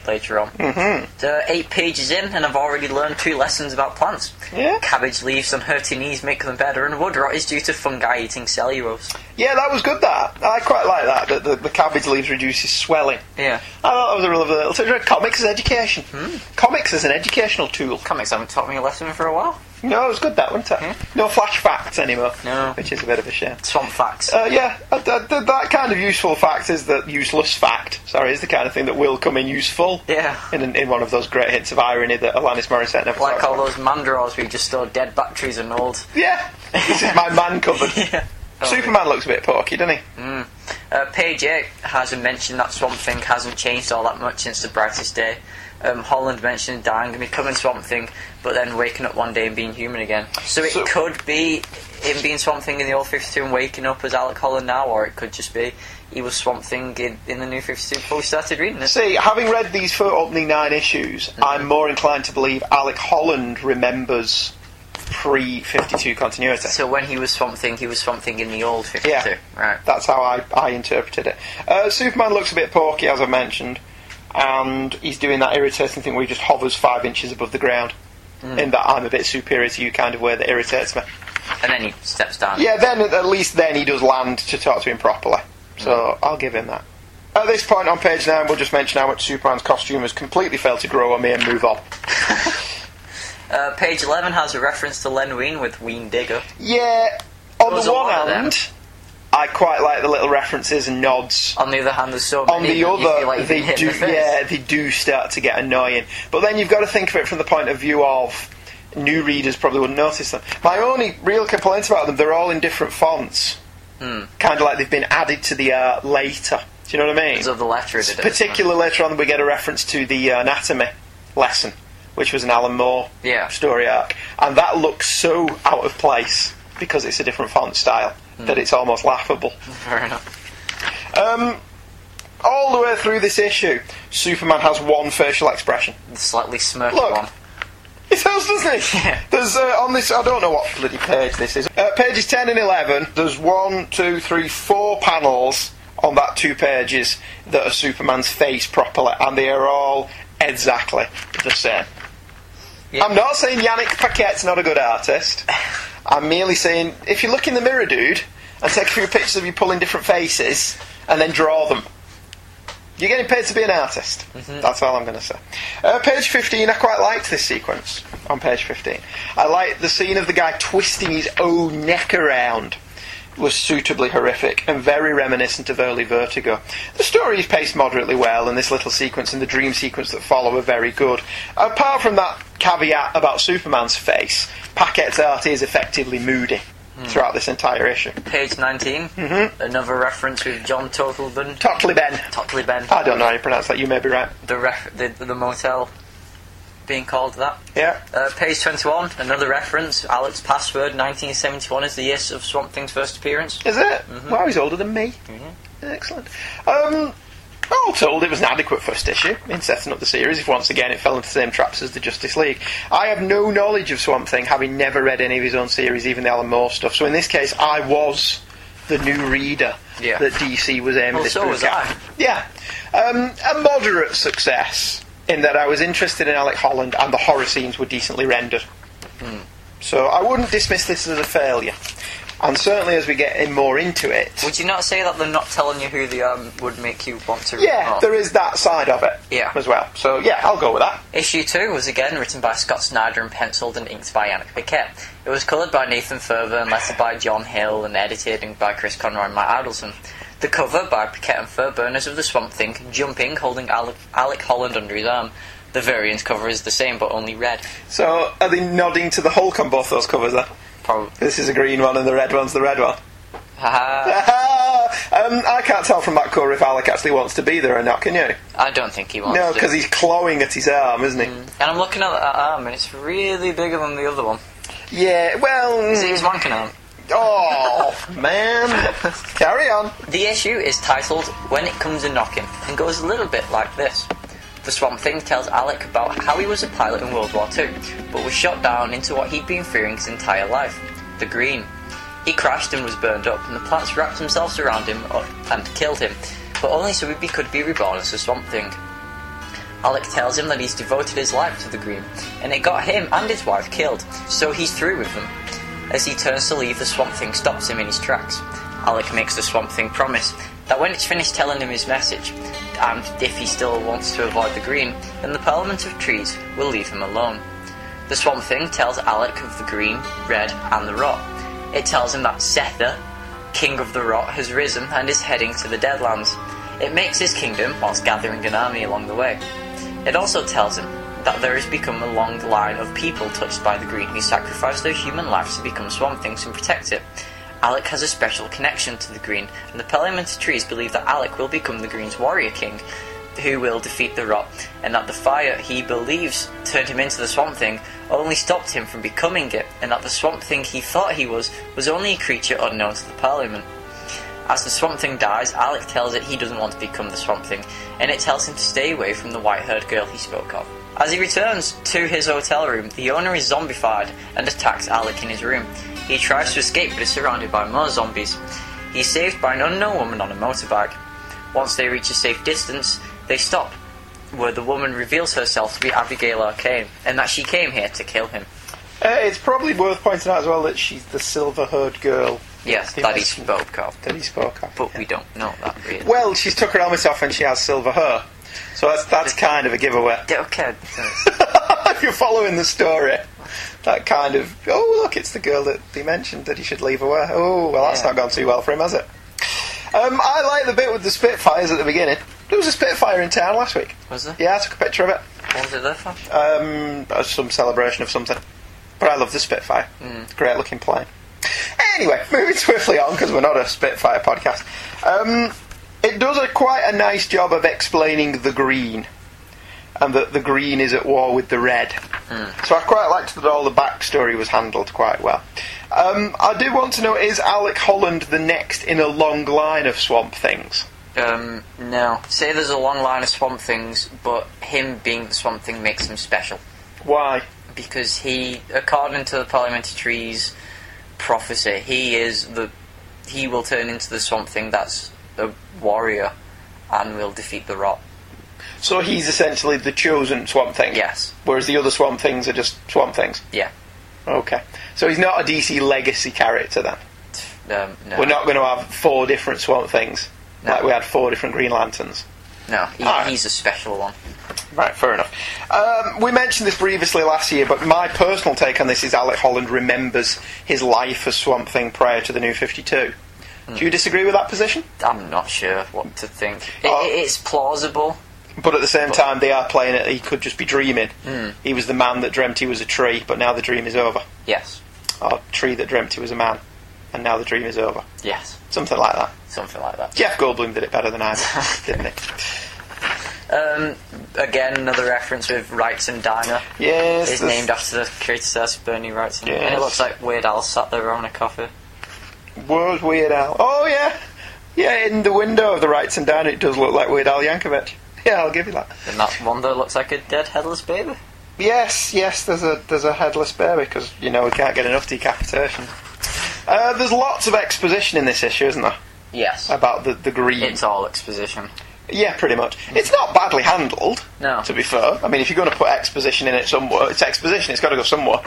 S4: later on. Mm-hmm. Uh, eight pages in, and I've already learned two lessons about plants.
S5: Yeah.
S4: Cabbage leaves on hurty knees make them better, and wood rot is due to fungi eating cellulose.
S5: Yeah, that was good, that. I quite like that, that the, the cabbage leaves reduces swelling.
S4: Yeah.
S5: I thought that was a real little touch. Comics is education. Comics is an educational tool.
S4: Hmm. Comics haven't taught me a lesson for a while.
S5: No, it was good that, wasn't it? No flash facts anymore.
S4: No.
S5: Which is a bit of a shame.
S4: Swamp facts.
S5: Uh, yeah, uh, th- th- that kind of useful fact is that useless fact. Sorry, is the kind of thing that will come in useful.
S4: Yeah.
S5: In, in one of those great hits of irony that Alanis Morissette never
S4: like
S5: thought
S4: all
S5: about.
S4: those mandrels we just store dead batteries and old.
S5: Yeah. this is my man covered. Superman looks a bit porky, doesn't he?
S4: Uh, Uh, page 8 has a mention that Swamp Thing hasn't changed all that much since the brightest day. Um, Holland mentioned dying and becoming Swamp Thing, but then waking up one day and being human again. So it
S5: So-
S4: could be him being Swamp Thing in the old 52 and waking up as Alec Holland now, or it could just be he was Swamp Thing in, in the new 52 before we started reading it.
S5: See, having read these four opening nine issues,
S4: Hmm.
S5: I'm more inclined to believe Alec Holland remembers pre 52 continuity.
S4: So when he was Swamp Thing, he was Swamp Thing in the old 52.
S5: Yeah.
S4: Right.
S5: That's how I, I interpreted it. Uh, Superman looks a bit porky, as I mentioned, and he's doing that irritating thing where he just hovers five inches above the ground.
S4: Hmm.
S5: In that I'm a bit superior to you kind of way that irritates me.
S4: And then he steps down.
S5: Yeah, then at least then he does land to talk to him properly. So
S4: Hmm.
S5: I'll give him that. At this point on page nine, we'll just mention how much Superman's costume has completely failed to grow on me and move on.
S4: Uh, page 11 has a reference to Len Wein with Ween Digger.
S5: Yeah, on
S4: There's
S5: the
S4: a lot
S5: one
S4: of them.
S5: hand, I quite like the little references and nods
S4: On the other hand, there's so
S5: on
S4: many
S5: the
S4: that you
S5: other,
S4: feel like you've been
S5: they
S4: hit
S5: do,
S4: in the face.
S5: yeah, they do start to get annoying. But then you've got to think of it from the point of view of new readers probably wouldn't notice them. My only real complaint about them, they're all in different fonts,
S4: Hmm.
S5: kind of like they've been added to the art later. Do you know what I mean?
S4: Because of the letter it is.
S5: Particularly later on, we get a reference to the uh, anatomy lesson, which was an Alan Moore
S4: Yeah.
S5: story arc, and that looks so out of place because it's a different font style
S4: Hmm.
S5: that it's almost laughable.
S4: Fair enough.
S5: All the way through this issue, Superman has one facial expression.
S4: The slightly smirky
S5: Look.
S4: one.
S5: He does, doesn't he?
S4: Yeah.
S5: There's uh, on this. I don't know what bloody page this is. Uh, pages ten and eleven. There's one, two, three, four panels on that two pages that are Superman's face properly, and they are all exactly the same.
S4: Yeah.
S5: I'm not saying Yannick Paquette's not a good artist. I'm merely saying if you look in the mirror, dude, and take a few pictures of you pulling different faces and then draw them. You're getting paid to be an artist. That's all I'm going to say. Uh, page 15, I quite liked this sequence on page 15. I liked the scene of the guy twisting his own neck around. Was suitably horrific and very reminiscent of early Vertigo. The story is paced moderately well, and this little sequence and the dream sequence that follow are very good. Apart from that caveat about Superman's face, Paquette's art is effectively moody throughout this entire issue.
S4: Page 19.
S5: Mm-hmm.
S4: Another reference with John Totleben.
S5: Totley Ben.
S4: Totley Ben.
S5: I don't know how you pronounce that. You may be right.
S4: The, ref- the, the motel being called that.
S5: Yeah.
S4: Uh, page 21. Another reference. Alex Password. 1971 is the year of Swamp Thing's first appearance.
S5: Is it?
S4: Mm-hmm.
S5: Wow, he's older than me. Excellent. Um, all told, it was an adequate first issue in setting up the series. If once again it fell into the same traps as the Justice League, I have no knowledge of Swamp Thing, having never read any of his own series, even the Alan Moore stuff. So in this case, I was the new reader
S4: Yeah.
S5: that DC was aiming
S4: Well,
S5: this
S4: so
S5: book
S4: was
S5: at.
S4: I.
S5: Yeah, um, a moderate success in that I was interested in Alec Holland, and the horror scenes were decently rendered. So I wouldn't dismiss this as a failure. And certainly as we get in more into it,
S4: Would you not say that they're not telling you who they are would make you want to read
S5: yeah,
S4: more?
S5: there is that side of it
S4: Yeah.
S5: as well. So yeah, I'll go with that.
S4: Issue 2 was again written by Scott Snyder and penciled and inked by Yannick Paquette. It was coloured by Nathan Ferber and lettered by John Hill and edited and by Chris Conroy and Matt Adelson. The cover by Paquette and Ferber is of the Swamp Thing jumping, holding Alec, Alec Holland under his arm. The variant cover is the same but only red.
S5: So are they nodding to the Hulk on both those covers then?
S4: Probably.
S5: This is a green one and the red one's the red one.
S4: Haha.
S5: um, I can't tell from that cover if Alec actually wants to be there or not, can you?
S4: I don't think he wants
S5: No,
S4: to. Mm.
S5: because he's clawing at his arm, isn't he?
S4: And I'm looking at that arm and it's really bigger than the other one.
S5: Yeah, well.
S4: Is it his wanking arm?
S5: Oh, man. Carry on.
S4: The issue is titled When It Comes a Knocking and goes a little bit like this. The Swamp Thing tells Alec about how he was a pilot in World War II, but was shot down into what he'd been fearing his entire life the green. He crashed and was burned up, and the plants wrapped themselves around him uh, and killed him, but only so he could be reborn as the Swamp Thing. Alec tells him that he's devoted his life to the green, and it got him and his wife killed, so he's through with them. As he turns to leave, the Swamp Thing stops him in his tracks. Alec makes the Swamp Thing promise that when it's finished telling him his message, and if he still wants to avoid the green, then the Parliament of Trees will leave him alone. The Swamp Thing tells Alec of the green, red, and the rot. It tells him that Setha, King of the Rot, has risen and is heading to the Deadlands. It makes his kingdom whilst gathering an army along the way. It also tells him that there has become a long line of people touched by the green who sacrificed their human lives to become Swamp Things and protect it, Alec has a special connection to the Green, and the Parliamentary Trees believe that Alec will become the Green's Warrior King, who will defeat the Rot, and that the fire he believes turned him into the Swamp Thing only stopped him from becoming it, and that the Swamp Thing he thought he was was only a creature unknown to the Parliament. As the Swamp Thing dies, Alec tells it he doesn't want to become the Swamp Thing, and it tells him to stay away from the white haired girl he spoke of. As he returns to his hotel room, the owner is zombified and attacks Alec in his room. He tries to escape but is surrounded by more zombies. He is saved by an unknown woman on a motorbike. Once they reach a safe distance, they stop, where the woman reveals herself to be Abigail Arcane, and that she came here to kill him.
S5: Uh, it's probably worth pointing out as well that she's the silver-haired girl
S4: Yes,
S5: He
S4: that he
S5: must-
S4: spoke of,
S5: that he spoke of.
S4: but we don't know that really.
S5: Well, she's took her helmet off and she has silver hair. So that's, that's kind of a giveaway.
S4: Yeah, Okay, uh, so-
S5: if you're following the story, that kind of, oh, look, it's the girl that he mentioned that he should leave away. Oh, well, that's
S4: Yeah.
S5: not gone too well for him, has it? Um, I like the bit with the Spitfires at the beginning. There was a Spitfire in town last week.
S4: was there?
S5: Yeah, I took a picture of it.
S4: What was it there for?
S5: Um, as some celebration of something. But I love the Spitfire. It's a great looking plane. Anyway, moving swiftly on because we're not a Spitfire podcast. Um, it does a quite a nice job of explaining the green and that the green is at war with the red. So I quite liked that all the backstory was handled quite well. Um, I do want to know is Alec Holland the next in a long line of Swamp Things?
S4: Um, no. Say there's a long line of Swamp Things, but him being the Swamp Thing makes him special.
S5: Why?
S4: Because he, according to the Parliamentary Trees prophecy, he is the. He will turn into the Swamp Thing that's a warrior and will defeat the Rot.
S5: So he's essentially the chosen Swamp Thing.
S4: Yes.
S5: Whereas the other Swamp Things are just Swamp Things.
S4: Yeah.
S5: Okay. So he's not a DC legacy character then.
S4: Um, no.
S5: We're not going to have four different Swamp Things.
S4: No.
S5: Like we had four different Green Lanterns.
S4: No, he,
S5: Alright.
S4: he's a special one.
S5: Right, fair enough. Um, we mentioned this previously last year, but my personal take on this is Alec Holland remembers his life as Swamp Thing prior to the New 52. Do you disagree with that position?
S4: I'm not sure what to think. It,
S5: Oh.
S4: it's plausible.
S5: But Hmm. at the same time, they are playing it, he could just be dreaming. He was the man that dreamt he was a tree, but now the dream is over.
S4: Yes.
S5: Or tree that dreamt he was a man, and now the dream is over.
S4: Yes.
S5: Something like that.
S4: Something like that.
S5: Jeff Goldblum did it better than I did, didn't he?
S4: Um, again, another reference with Wrights and Diner.
S5: Yes.
S4: It's
S5: there's-
S4: named after the creator Seth Bernie Wrightson. And
S5: Yes.
S4: it looks like Weird Al sat there on a coffee.
S5: Was Weird Al. Oh, yeah. Yeah, in the window of the Rights and Down, it does look like Weird Al Yankovic. Yeah, I'll give you that.
S4: And that one there looks like a dead headless baby.
S5: Yes, yes, there's a there's a headless baby because, you know, we can't get enough decapitation. Uh, there's lots of exposition in this issue, isn't there?
S4: Yes.
S5: About the, the green.
S4: It's all exposition.
S5: yeah, pretty much. It's not badly handled,
S4: No.
S5: to be fair. I mean, if you're going to put exposition in it somewhere, it's exposition, it's got to go somewhere.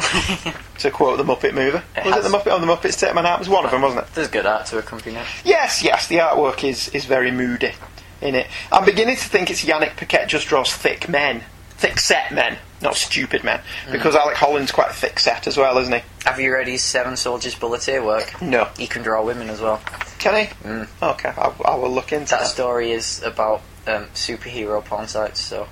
S5: to quote the Muppet movie.
S4: It
S5: was
S4: has-
S5: it the Muppet on the Muppets Take My Hat? It was one of them, wasn't it?
S4: There's good art to accompany it.
S5: Yes, yes, the artwork is, is very moody in it. I'm beginning to think it's Yannick Paquette just draws thick men, thick set men, not stupid men, because Alec Holland's quite thick set as well, isn't he?
S4: Have you read his Seven Soldiers Bulletin work?
S5: No.
S4: He can draw women as well.
S5: Can he? Mm. Okay, I, I will look into
S4: That
S5: that.
S4: story is about um, superhero porn sites, so.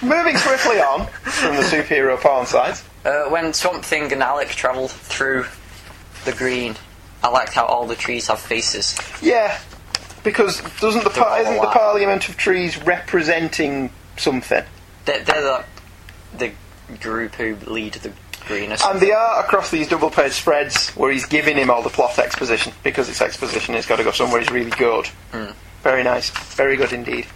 S5: Moving swiftly on from the superhero porn side.
S4: Uh, when Swamp Thing and Alec travel through the green, I liked how all the trees have faces.
S5: Yeah, because doesn't the, par-
S4: whole
S5: isn't the
S4: lot.
S5: Parliament of Trees representing something?
S4: They're, they're the, the group who lead the green. or
S5: And
S4: something.
S5: they are across these double page spreads where he's giving him all the plot exposition because it's exposition. It's got to go somewhere. He's really good. Very nice. Very good indeed.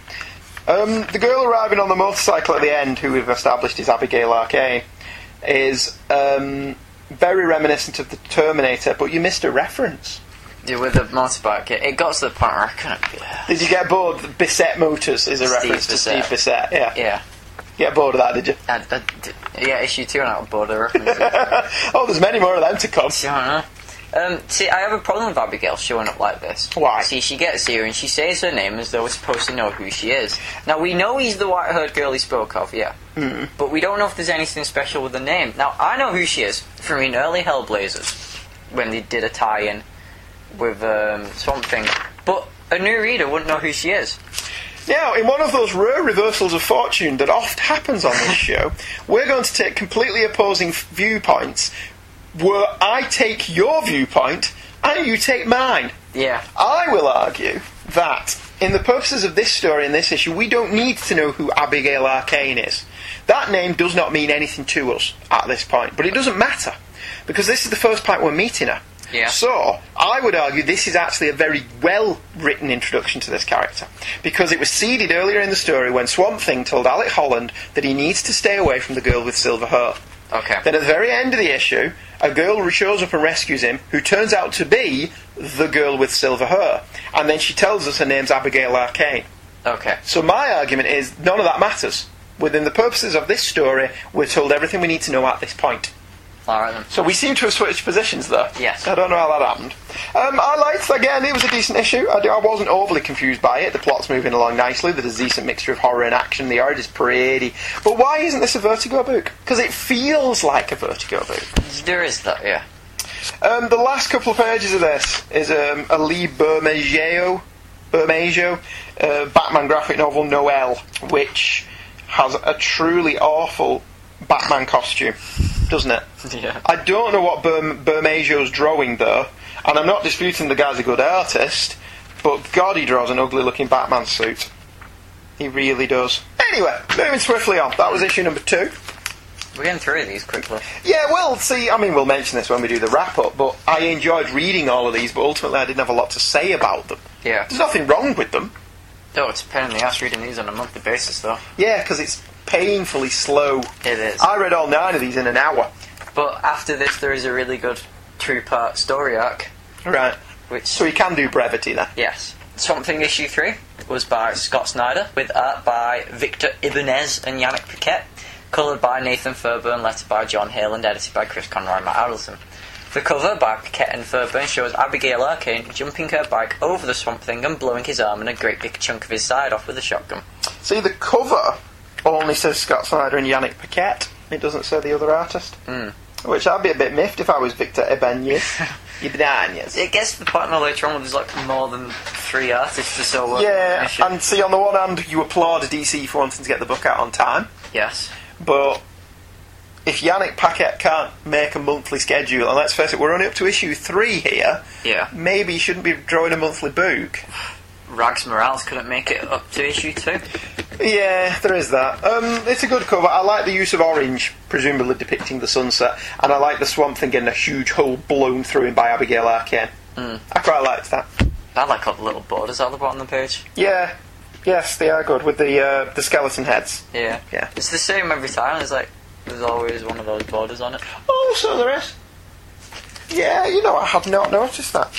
S5: Um, the girl arriving on the motorcycle at the end, who we've established is Abigail Arcane, is um, very reminiscent of the Terminator. But you missed a reference.
S4: Yeah, with the motorbike, it, it got to the point where I couldn't be there.
S5: Did you get bored? Bissett Motors is a
S4: Steve
S5: reference to
S4: Bissett.
S5: Steve Bissett. Yeah.
S4: Yeah.
S5: Get bored of that, did you?
S4: I, I d- yeah, issue two, and I was bored of references. Do
S5: Oh, there's many more of them to come.
S4: you wanna know? Um, see, I have a problem with Abigail showing up like this.
S5: Why?
S4: See, she gets here and she says her name as though we're supposed to know who she is. Now, we know he's the white haired girl he spoke of, yeah. Mm. But we don't know if there's anything special with the name. Now, I know who she is from in early Hellblazers when they did a tie in with um, something. But a new reader wouldn't know who she is.
S5: Now, in one of those rare reversals of fortune that oft happens on this show, we're going to take completely opposing f- viewpoints where I take your viewpoint and you take mine.
S4: Yeah.
S5: I will argue that, in the purposes of this story and this issue, we don't need to know who Abigail Arcane is. That name does not mean anything to us at this point, but it doesn't matter because this is the first part we're meeting her.
S4: Yeah.
S5: So I would argue this is actually a very well written introduction to this character because it was seeded earlier in the story when Swamp Thing told Alec Holland that he needs to stay away from the girl with silver hair.
S4: Okay.
S5: Then at the very end of the issue, a girl shows up and rescues him, who turns out to be the girl with silver hair. And then she tells us her name's Abigail Arcane.
S4: Okay.
S5: So my argument is none of that matters. Within the purposes of this story, we're told everything we need to know at this point.
S4: All right then.
S5: So we seem to have switched positions there.
S4: Yes.
S5: I don't know how that happened. Um, I liked, again, it was a decent issue. I, do- I wasn't overly confused by it. The plot's moving along nicely. There's a decent mixture of horror and action. The art is pretty. But why isn't this a Vertigo book? Because it feels like a Vertigo book.
S4: There is that. Yeah.
S5: Um, the last couple of pages of this is um, a Lee Bermejo, Bermejo uh, Batman graphic novel Noel, which has a truly awful Batman costume, doesn't it?
S4: Yeah.
S5: I don't know what Berm- Bermejo's drawing though, and I'm not disputing the guy's a good artist, but God, he draws an ugly-looking Batman suit. He really does. Anyway, moving swiftly on. That was issue number two.
S4: We're getting through these quickly.
S5: Yeah, well, see, I mean, we'll mention this when we do the wrap up, but I enjoyed reading all of these, but ultimately I didn't have a lot to say about them.
S4: Yeah.
S5: There's nothing wrong with them.
S4: Oh, it's a pain in the ass reading these on a monthly basis, though.
S5: Yeah, because it's painfully slow.
S4: It is.
S5: I read all nine of these in an hour.
S4: But after this, there is a really good two-part story arc,
S5: Right.
S4: which
S5: So we can do brevity then.
S4: Yes. Something issue three was by Scott Snyder, with art by Victor Ibanez and Yannick Paquette, coloured by Nathan Furburn, lettered by John Hill, and edited by Chris Conroy and Matt Adelson. The cover by Paquette and Furburn shows Abigail Arcane jumping her bike over the Swamp Thing and blowing his arm and a great big chunk of his side off with a shotgun.
S5: See, the cover only says Scott Snyder and Yannick Paquette. It doesn't say the other artist. Which I'd be a bit miffed if I was Victor Ibanez. Ibanez.
S4: It gets to the point now later on where there's like more than three artists or so working on an
S5: Yeah,
S4: issue.
S5: and see, on the one hand, you applaud DC for wanting to get the book out on time.
S4: yes.
S5: But if Yannick Paquette can't make a monthly schedule, and let's face it, we're only up to issue three here,
S4: Yeah.
S5: maybe he shouldn't be drawing a monthly book.
S4: Rags Morales couldn't make it up to issue two.
S5: Yeah, there is that. Um, it's a good cover. I like the use of orange, presumably depicting the sunset, and I like the swamp thing getting a huge hole blown through him by Abigail Arcane. I quite liked that.
S4: I like all the little borders at the bottom of the page.
S5: Yeah, yes, they are good with the uh, the skeleton heads.
S4: Yeah.
S5: Yeah.
S4: It's the same every time. It's like there's always one of those borders on it.
S5: Oh, so there is. Yeah, you know, I had not noticed that.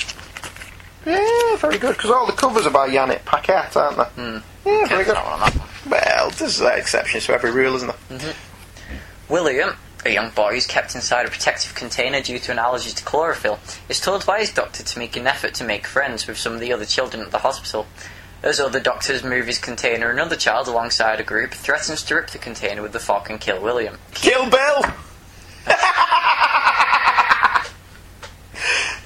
S5: Yeah, very good, because all the covers are by Yannick Paquette, aren't they? Yeah, very
S4: There's
S5: good.
S4: not one on that one.
S5: Well, there's uh, exceptions to every rule, isn't there?
S4: William, a young boy who's kept inside a protective container due to an allergy to chlorophyll, is told by his doctor to make an effort to make friends with some of the other children at the hospital. As other doctors move his container, another child alongside a group threatens to rip the container with the fork and kill William.
S5: Kill Bill!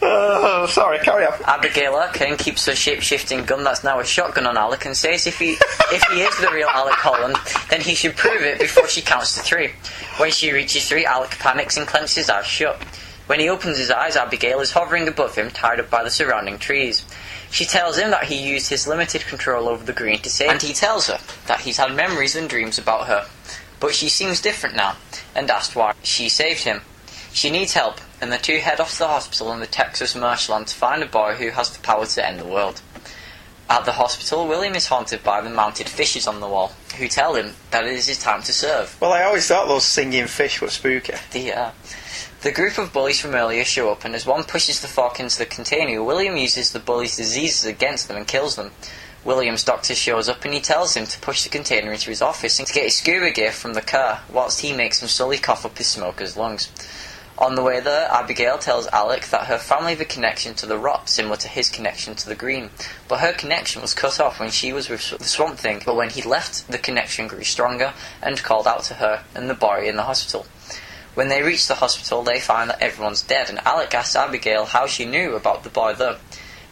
S5: oh, sorry, carry on.
S4: Abigail Arcane keeps her shape-shifting gun that's now a shotgun on Alec and says if he if he is the real Alec Holland, then he should prove it before she counts to three. When she reaches three, Alec panics and clenches his eyes shut. When he opens his eyes, Abigail is hovering above him, tied up by the surrounding trees. She tells him that he used his limited control over the green to save, and he tells her that he's had memories and dreams about her. But she seems different now, and asks why she saved him. She needs help, and the two head off to the hospital in the Texas marshland to find a boy who has the power to end the world. At the hospital, William is haunted by the mounted fishes on the wall, who tell him that it is his time to serve.
S5: Well, I always thought those singing fish were spooky.
S4: The, uh, the group of bullies from earlier show up, and as one pushes the fork into the container, William uses the bullies' diseases against them and kills them. William's doctor shows up and he tells him to push the container into his office and to get his scuba gear from the car, whilst he makes him slowly cough up his smoker's lungs. On the way there, Abigail tells Alec that her family have a connection to the rot, similar to his connection to the green, but her connection was cut off when she was with Sw- the Swamp Thing. But when he left, the connection grew stronger and called out to her and the boy in the hospital. When they reach the hospital, they find that everyone's dead, and Alec asks Abigail how she knew about the boy there.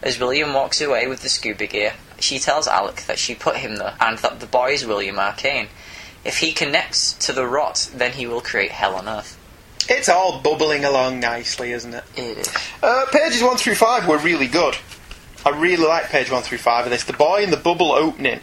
S4: As William walks away with the scuba gear, she tells Alec that she put him there and that the boy is William Arcane. If he connects to the rot, then he will create hell on earth.
S5: It's all bubbling along nicely, isn't it?
S4: It is.
S5: Uh, pages 1 through 5 were really good. I really like page 1 through 5 of this. The boy in the bubble opening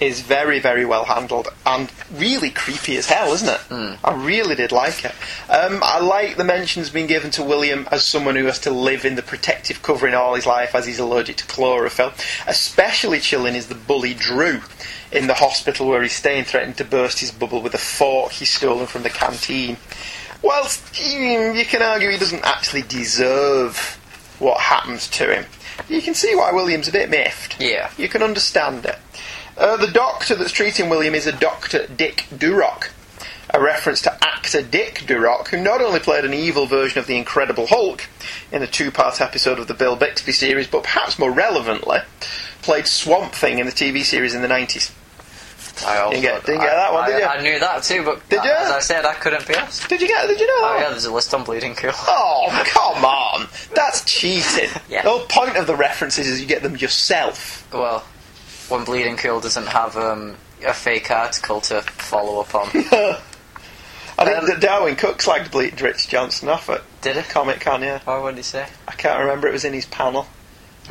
S5: is very, very well handled and really creepy as hell, isn't it? I really did like it. Um, I like the mentions being given to William as someone who has to live in the protective covering all his life as he's allergic to chlorophyll. Especially chilling is the bully Drew in the hospital where he's staying, threatened to burst his bubble with a fork he's stolen from the canteen. Whilst mm, you can argue he doesn't actually deserve what happens to him, you can see why William's a bit miffed.
S4: Yeah.
S5: You can understand it. Uh, the doctor that's treating William is a Dr. Dick Durock, a reference to actor Dick Durock, who not only played an evil version of the Incredible Hulk in a two part episode of the Bill Bixby series, but perhaps more relevantly, played Swamp Thing in the TV series in the 90s.
S4: I also,
S5: Didn't get- didn't get that one,
S4: I,
S5: did you?
S4: I, I knew that too, but
S5: Did you?
S4: as I said, I couldn't be asked.
S5: Did you get? Did you know?
S4: Oh
S5: that?
S4: yeah, there's a list on Bleeding Cool.
S5: Oh, come on. That's cheating.
S4: Yeah.
S5: The whole point of the references is you get them yourself.
S4: Well, when Bleeding Cool doesn't have um, a fake article to follow up on,
S5: I think
S4: Um,
S5: that Darwin Cook slagged Bleat Rich Johnson off at
S4: did it?
S5: Comic Con, yeah.
S4: Or what did he say?
S5: I can't remember, it was in his panel.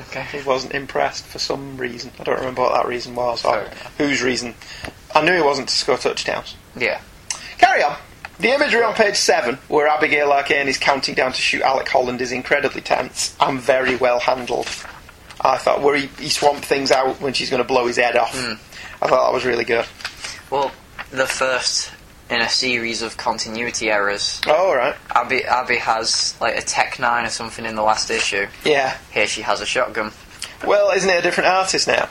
S4: Okay.
S5: He wasn't impressed for some reason. I don't remember what that reason was or
S4: Fair enough.
S5: whose reason. I knew he wasn't to score touchdowns.
S4: Yeah.
S5: Carry on. The imagery on page 7, where Abigail Arcane is counting down to shoot Alec Holland, is incredibly tense and very well handled. I thought where he, he swamped things out when she's going to blow his head off.
S4: Hmm.
S5: I thought that was really good.
S4: Well, the first in a series of continuity errors.
S5: Oh, all right.
S4: Abby, Abby has like a Tech Nine or something in the last issue.
S5: Yeah.
S4: Here she has a shotgun.
S5: Well, isn't it a different artist now?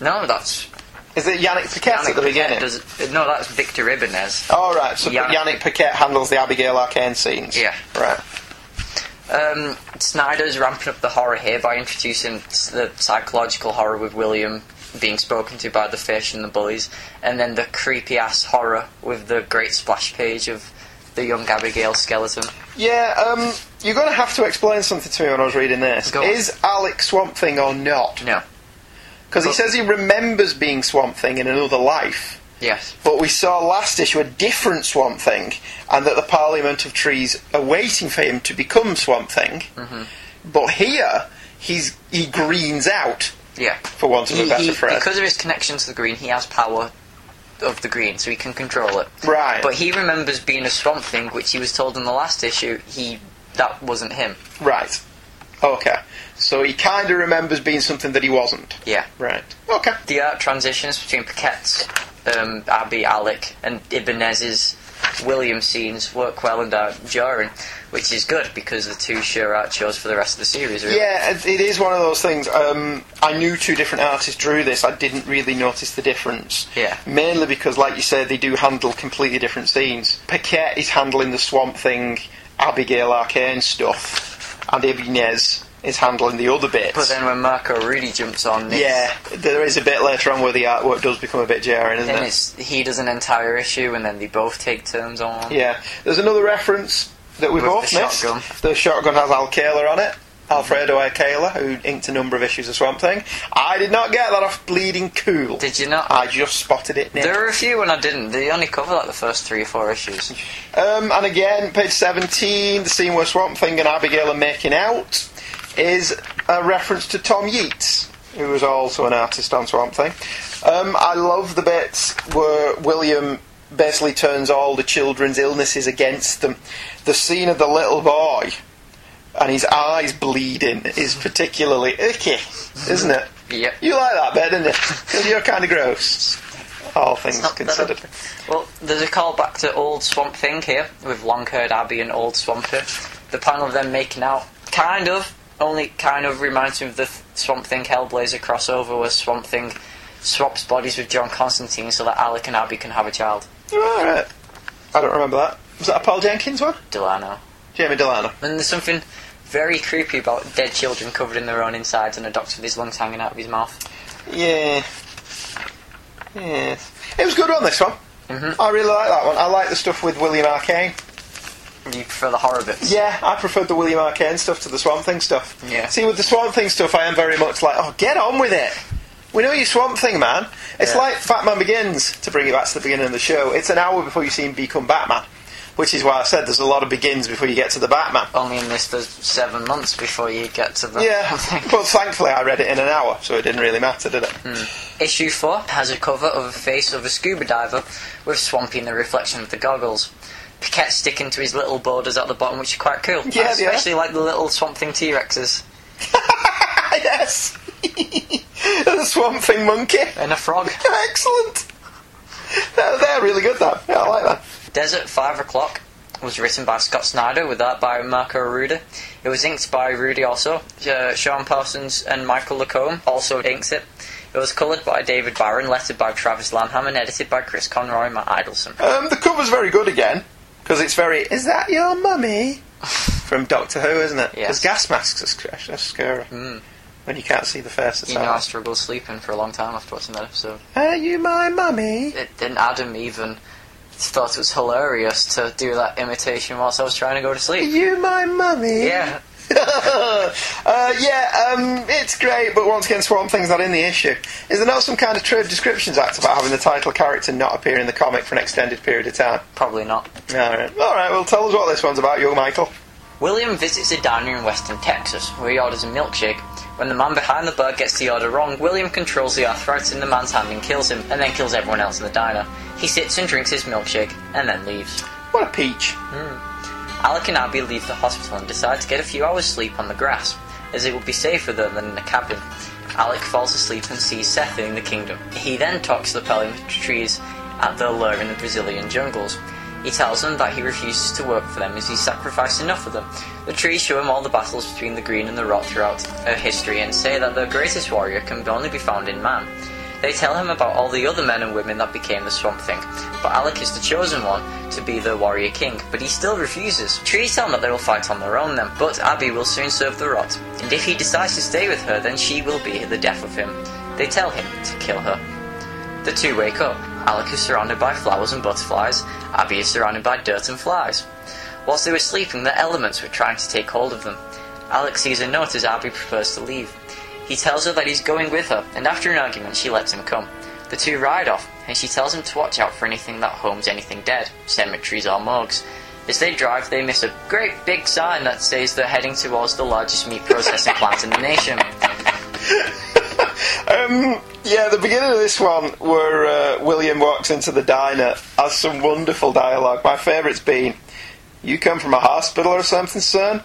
S4: No, that's
S5: Is it Yannick Paquette
S4: Yannick
S5: at the
S4: Paquette
S5: beginning?
S4: does- no, that's Victor Ibanez.
S5: All right. oh, right, so
S4: Yannick-
S5: Yannick Paquette handles the Abigail Arcane scenes.
S4: Yeah.
S5: Right.
S4: Um, Snyder's ramping up the horror here by introducing s- the psychological horror with William being spoken to by the fish and the bullies, and then the creepy ass horror with the great splash page of the young Abigail skeleton.
S5: Yeah, um, you're going to have to explain something to me when I was reading this.
S4: Go on.
S5: Is Alec Swamp Thing or not?
S4: No.
S5: Because he
S4: But-
S5: says he remembers being Swamp Thing in another life,
S4: Yes.
S5: but we saw last issue a different Swamp Thing, and that the Parliament of Trees are waiting for him to become Swamp Thing.
S4: Mm-hmm.
S5: But here, he's he greens out,
S4: Yeah.
S5: for want of a
S4: He-
S5: better
S4: he-
S5: phrase.
S4: because of his connection to the green, he has power of the green, so he can control it.
S5: Right.
S4: But he remembers being a swamp thing, which he was told in the last issue he that wasn't him.
S5: Right. Okay. So he kind of remembers being something that he wasn't.
S4: Yeah.
S5: Right. Okay.
S4: The art transitions between Paquette's, um, Abby, Alec, and Ibanez's William scenes work well and are jarring, which is good because the two share art shows for the rest of the series. Really.
S5: Yeah, it, it is one of those things. Um, I knew two different artists drew this. I didn't really notice the difference.
S4: Yeah.
S5: Mainly because, like you said, they do handle completely different scenes. Paquette is handling the Swamp Thing, Abigail Arcane stuff, and Ibanez is handling the other bits.
S4: But then when Marco Rudy jumps on, it's,
S5: yeah, there is a bit later on where the artwork does become a bit jarring, isn't
S4: then
S5: it?
S4: it's he does an entire issue, and then they both take turns on. one.
S5: Yeah, there's another reference that we
S4: With
S5: both
S4: the
S5: missed.
S4: shotgun.
S5: The shotgun has Al Kaler on it. Alfredo Akela, who inked a number of issues of Swamp Thing. I did not get that off Bleeding Cool.
S4: Did you not?
S5: I just spotted it. Nick.
S4: There were a few when I didn't. They only cover like the first three or four issues.
S5: Um, and again, page 17, the scene where Swamp Thing and Abigail are making out is a reference to Tom Yeats, who was also an artist on Swamp Thing. Um, I love the bits where William basically turns all the children's illnesses against them. The scene of the little boy and his eyes bleeding is particularly icky, isn't it?
S4: Yep.
S5: You like that bit, didn't you? 'Cause you're kind of gross. All things
S4: Not that
S5: considered.
S4: up- Well, there's a callback to Old Swamp Thing here with Long Haired Abby and Old Swamper. The panel of them making out kind of, only kind of reminds me of the th- Swamp Thing Hellblazer crossover where Swamp Thing swaps bodies with John Constantine so that Alec and Abby can have a child.
S5: All right. I don't remember that. Was that a Paul Jenkins one?
S4: Delano.
S5: Jamie Delano.
S4: And there's something very creepy about dead children covered in their own insides and a doctor with his lungs hanging out of his mouth.
S5: Yeah. Yes. It was good on this one. Mm-hmm. I really like that one. I like the stuff with William Arcane.
S4: You prefer the horror bits?
S5: Yeah, I preferred the William Arcane stuff to the Swamp Thing stuff.
S4: Yeah.
S5: See, with the Swamp Thing stuff, I am very much like, oh, get on with it. We know you Swamp Thing, man. It's
S4: Yeah.
S5: like Batman Begins, to bring it back to the beginning of the show. It's an hour before you see him become Batman. Which is why I said there's a lot of begins before you get to the Batman.
S4: Only in this, there's seven months before you get to the.
S5: Yeah, but thankfully I read it in an hour, so it didn't really matter, did it?
S4: Hmm. Issue 4 has a cover of a face of a scuba diver with Swampy in the reflection of the goggles. Paquette sticking to his little borders at the bottom, which are quite cool.
S5: Yeah,
S4: I
S5: they are.
S4: especially like the little Swamp Thing T Rexes.
S5: yes! the Swamp Thing Monkey.
S4: And a frog.
S5: Excellent! They're, they're really good, though. Yeah, I like that.
S4: Desert 5 O'Clock was written by Scott Snyder with art by Marco Ruda. It was inked by Rudy also. Uh, Sean Parsons and Michael Lacombe also inks it. It was coloured by David Barron, lettered by Travis Lanham, and edited by Chris Conroy and Matt Idelson.
S5: Um, the cover's very good again because it's very. Is that your mummy? From Doctor Who, isn't it?
S4: Yes. Hmm.
S5: Because gas masks are, sc- are scary when you can't see the face. It's
S4: You know, I
S5: like,
S4: struggled sleeping for a long time after watching that episode.
S5: Are you my mummy?
S4: It, and Adam even thought it was hilarious to do that imitation whilst I was trying to go to
S5: Are
S4: sleep.
S5: you my mummy?
S4: Yeah,
S5: uh, yeah, um, it's great, but once again, Swamp Thing's not in the issue. Is there not some kind of Trade Descriptions Act about having the title character not appear in the comic for an extended period of time?
S4: probably not.
S5: Alright, alright, well, tell us what this one's about, young Michael.
S4: William visits a diner in western Texas where he orders a milkshake. When the man behind the bar gets the order wrong, William controls the arthritis in the man's hand and kills him, and then kills everyone else in the diner. He sits and drinks his milkshake and then leaves.
S5: What a peach.
S4: Alec and Abby leave the hospital and decide to get a few hours sleep on the grass, as it would be safer there than in a cabin. Alec falls asleep and sees Seth in the kingdom. He then talks to the Pelham trees at their lair in the Brazilian jungles. He tells them that he refuses to work for them as he sacrificed enough for them. The trees show him all the battles between the green and the rock throughout uh, history and say that their greatest warrior can only be found in man. They tell him about all the other men and women that became the Swamp Thing, but Alec is the chosen one to be the Warrior King, but he still refuses. Trees tell him that they will fight on their own then, but Abby will soon serve the Rot, and if he decides to stay with her, then she will be the death of him. They tell him to kill her. The two wake up. Alec is surrounded by flowers and butterflies, Abby is surrounded by dirt and flies. Whilst they were sleeping, the elements were trying to take hold of them. Alec sees a note as Abby prepares to leave. He tells her that he's going with her, and after an argument, she lets him come. The two ride off, and she tells him to watch out for anything that homes anything dead, cemeteries or morgues. As they drive, they miss a great big sign that says they're heading towards the largest meat processing plant in the nation.
S5: Um, yeah, the beginning of this one, where uh, William walks into the diner, has some wonderful dialogue. My favourite's been, "You come from a hospital or something, son?"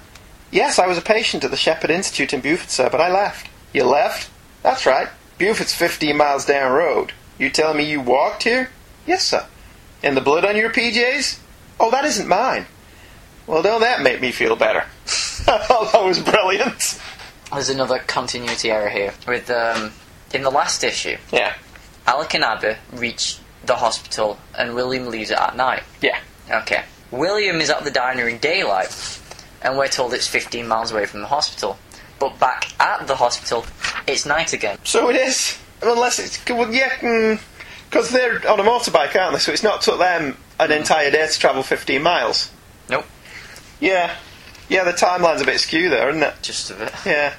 S5: Yes, I was a patient at the Shepherd Institute in Beaufort, sir, but I left. You left? That's right. Beaufort's 15 miles down road. You telling me you walked here? Yes, sir. And the blood on your PJs? Oh, that isn't mine. Well, don't that make me feel better? I thought that was brilliant.
S4: There's another continuity error here. With um, in the last issue,
S5: Yeah,
S4: Alec and Abby reach the hospital, and William leaves it at night.
S5: yeah.
S4: Okay. William is at the diner in daylight, and we're told it's 15 miles away from the hospital. But back at the hospital, it's night again.
S5: So it is. Unless it's. Well, yeah, because they're on a motorbike, aren't they? So it's not took them an entire day to travel 15 miles.
S4: Nope.
S5: Yeah. Yeah, the timeline's a bit skewed there, isn't it?
S4: Just a bit.
S5: Yeah.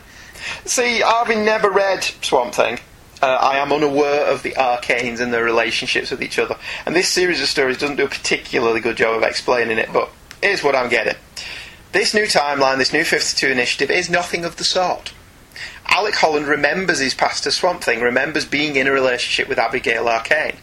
S5: See, having never read Swamp Thing, uh, I am unaware of the arcanes and their relationships with each other. And this series of stories doesn't do a particularly good job of explaining it, but here's what I'm getting. This new timeline, this new 52 initiative, is nothing of the sort. Alec Holland remembers his past as Swamp Thing, remembers being in a relationship with Abigail Arcane.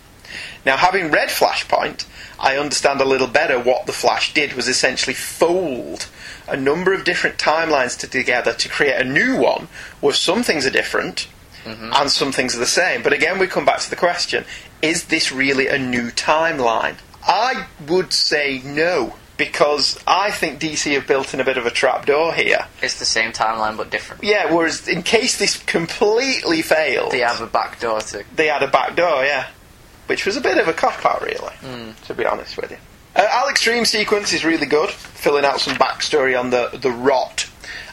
S5: Now, having read Flashpoint, I understand a little better what the Flash did was essentially fold a number of different timelines to, together to create a new one where some things are different and some things are the same. But again, we come back to the question is this really a new timeline? I would say no, because I think DC have built in a bit of a trapdoor here.
S4: It's the same timeline but different.
S5: Yeah, whereas in case this completely failed,
S4: They have a back door to.
S5: they had a back door, yeah. Which was a bit of a cop out, really, to be honest with you. Uh, Alex Dream sequence is really good, filling out some backstory on the, the rot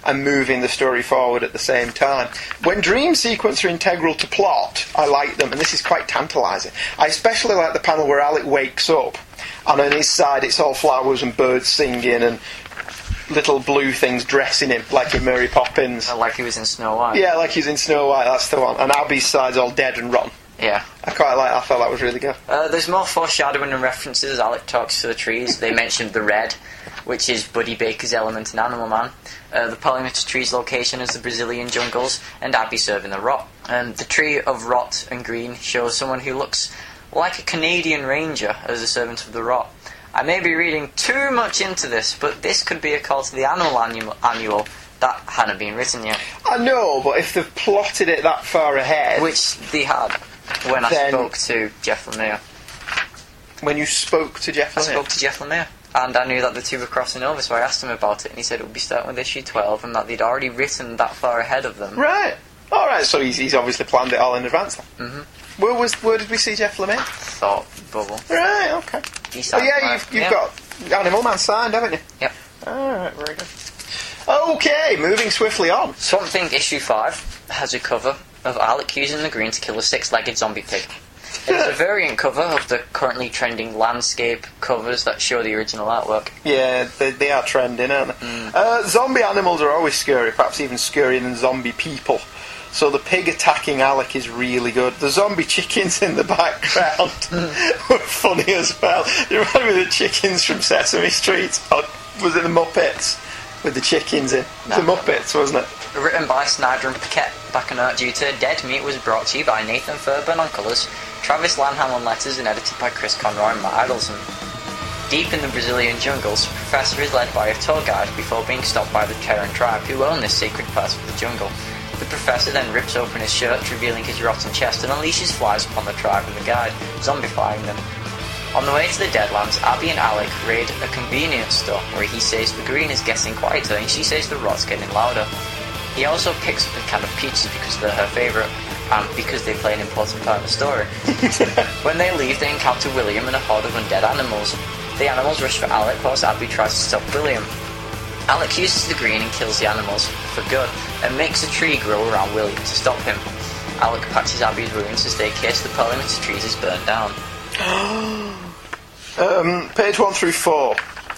S5: and moving the story forward at the same time. When dream sequence are integral to plot, I like them, and this is quite tantalising. I especially like the panel where Alec wakes up, and on his side it's all flowers and birds singing and little blue things dressing him, like in Mary Poppins.
S4: Like he was in Snow White.
S5: Yeah, like he's in Snow White, that's the one. And Abby's side's all dead and rotten.
S4: Yeah.
S5: I quite like that. felt that was really good.
S4: Uh, there's more foreshadowing and references. Alec talks to the trees. They mentioned the red, which is Buddy Baker's element in Animal Man. Uh, the Palmetto tree's location is the Brazilian jungles, and Abby serving the rot. Um, the tree of rot and green shows someone who looks like a Canadian ranger as a servant of the rot. I may be reading too much into this, but this could be a call to the Animal Annu- Annual that hadn't been written yet,
S5: I know, but if they've plotted it that far ahead,
S4: which they had when I
S5: Then-
S4: spoke to Jeff Lemire.
S5: when you spoke to Jeff
S4: I
S5: Lemire-
S4: spoke to Jeff Lemire, and I knew that the two were crossing over, so I asked him about it, and he said it would be starting with issue 12, and that they'd already written that far ahead of them.
S5: Right. All right. So he's, he's obviously planned it all in advance. Then. Mm-hmm. Where was where did we see Jeff Lemire?
S4: Thought bubble.
S5: Right. Okay.
S4: He's
S5: So Oh, yeah,
S4: like,
S5: you've, you've
S4: yeah.
S5: got Animal Man signed, haven't you?
S4: Yep.
S5: All right. Very good. Okay. Moving swiftly on.
S4: Swamp Thing issue 5 has a cover of Alec using the green to kill a six legged zombie pig. It is a variant cover of the currently trending landscape covers that show the original artwork.
S5: Yeah, they, they are trending, aren't they? Uh, zombie animals are always scary, perhaps even scarier than zombie people. So the pig attacking Alec is really good. The zombie chickens in the background were funny as well. You remember the chickens from Sesame Street? Or was it the Muppets with the chickens in? The Muppets, wasn't it?
S4: Written by Snyder and Paquette back on Art Duty, Dead Meat was brought to you by Nathan Fairburn on colours, Travis Lanham on letters, and edited by Chris Conroy and Matt Idelson. Deep in the Brazilian jungles, Professor is led by a tour guide before being stopped by the Terran tribe who own this sacred part of the jungle. The Professor then rips open his shirt, revealing his rotten chest, and unleashes flies upon the tribe and the guide, zombifying them. On the way to the Deadlands, Abby and Alec raid a convenience store where he says the green is getting quieter and she says the rot's getting louder. He also picks up the can of peaches because they're her favourite and because they play an important part of the story. when they leave, they encounter William and a horde of undead animals. The animals rush for Alec whilst Abby tries to stop William. Alec uses the green and kills the animals for good and makes a tree grow around William to stop him. Alec patches Abby's wounds as they kiss the parliamentary trees is burned down.
S5: Page one through four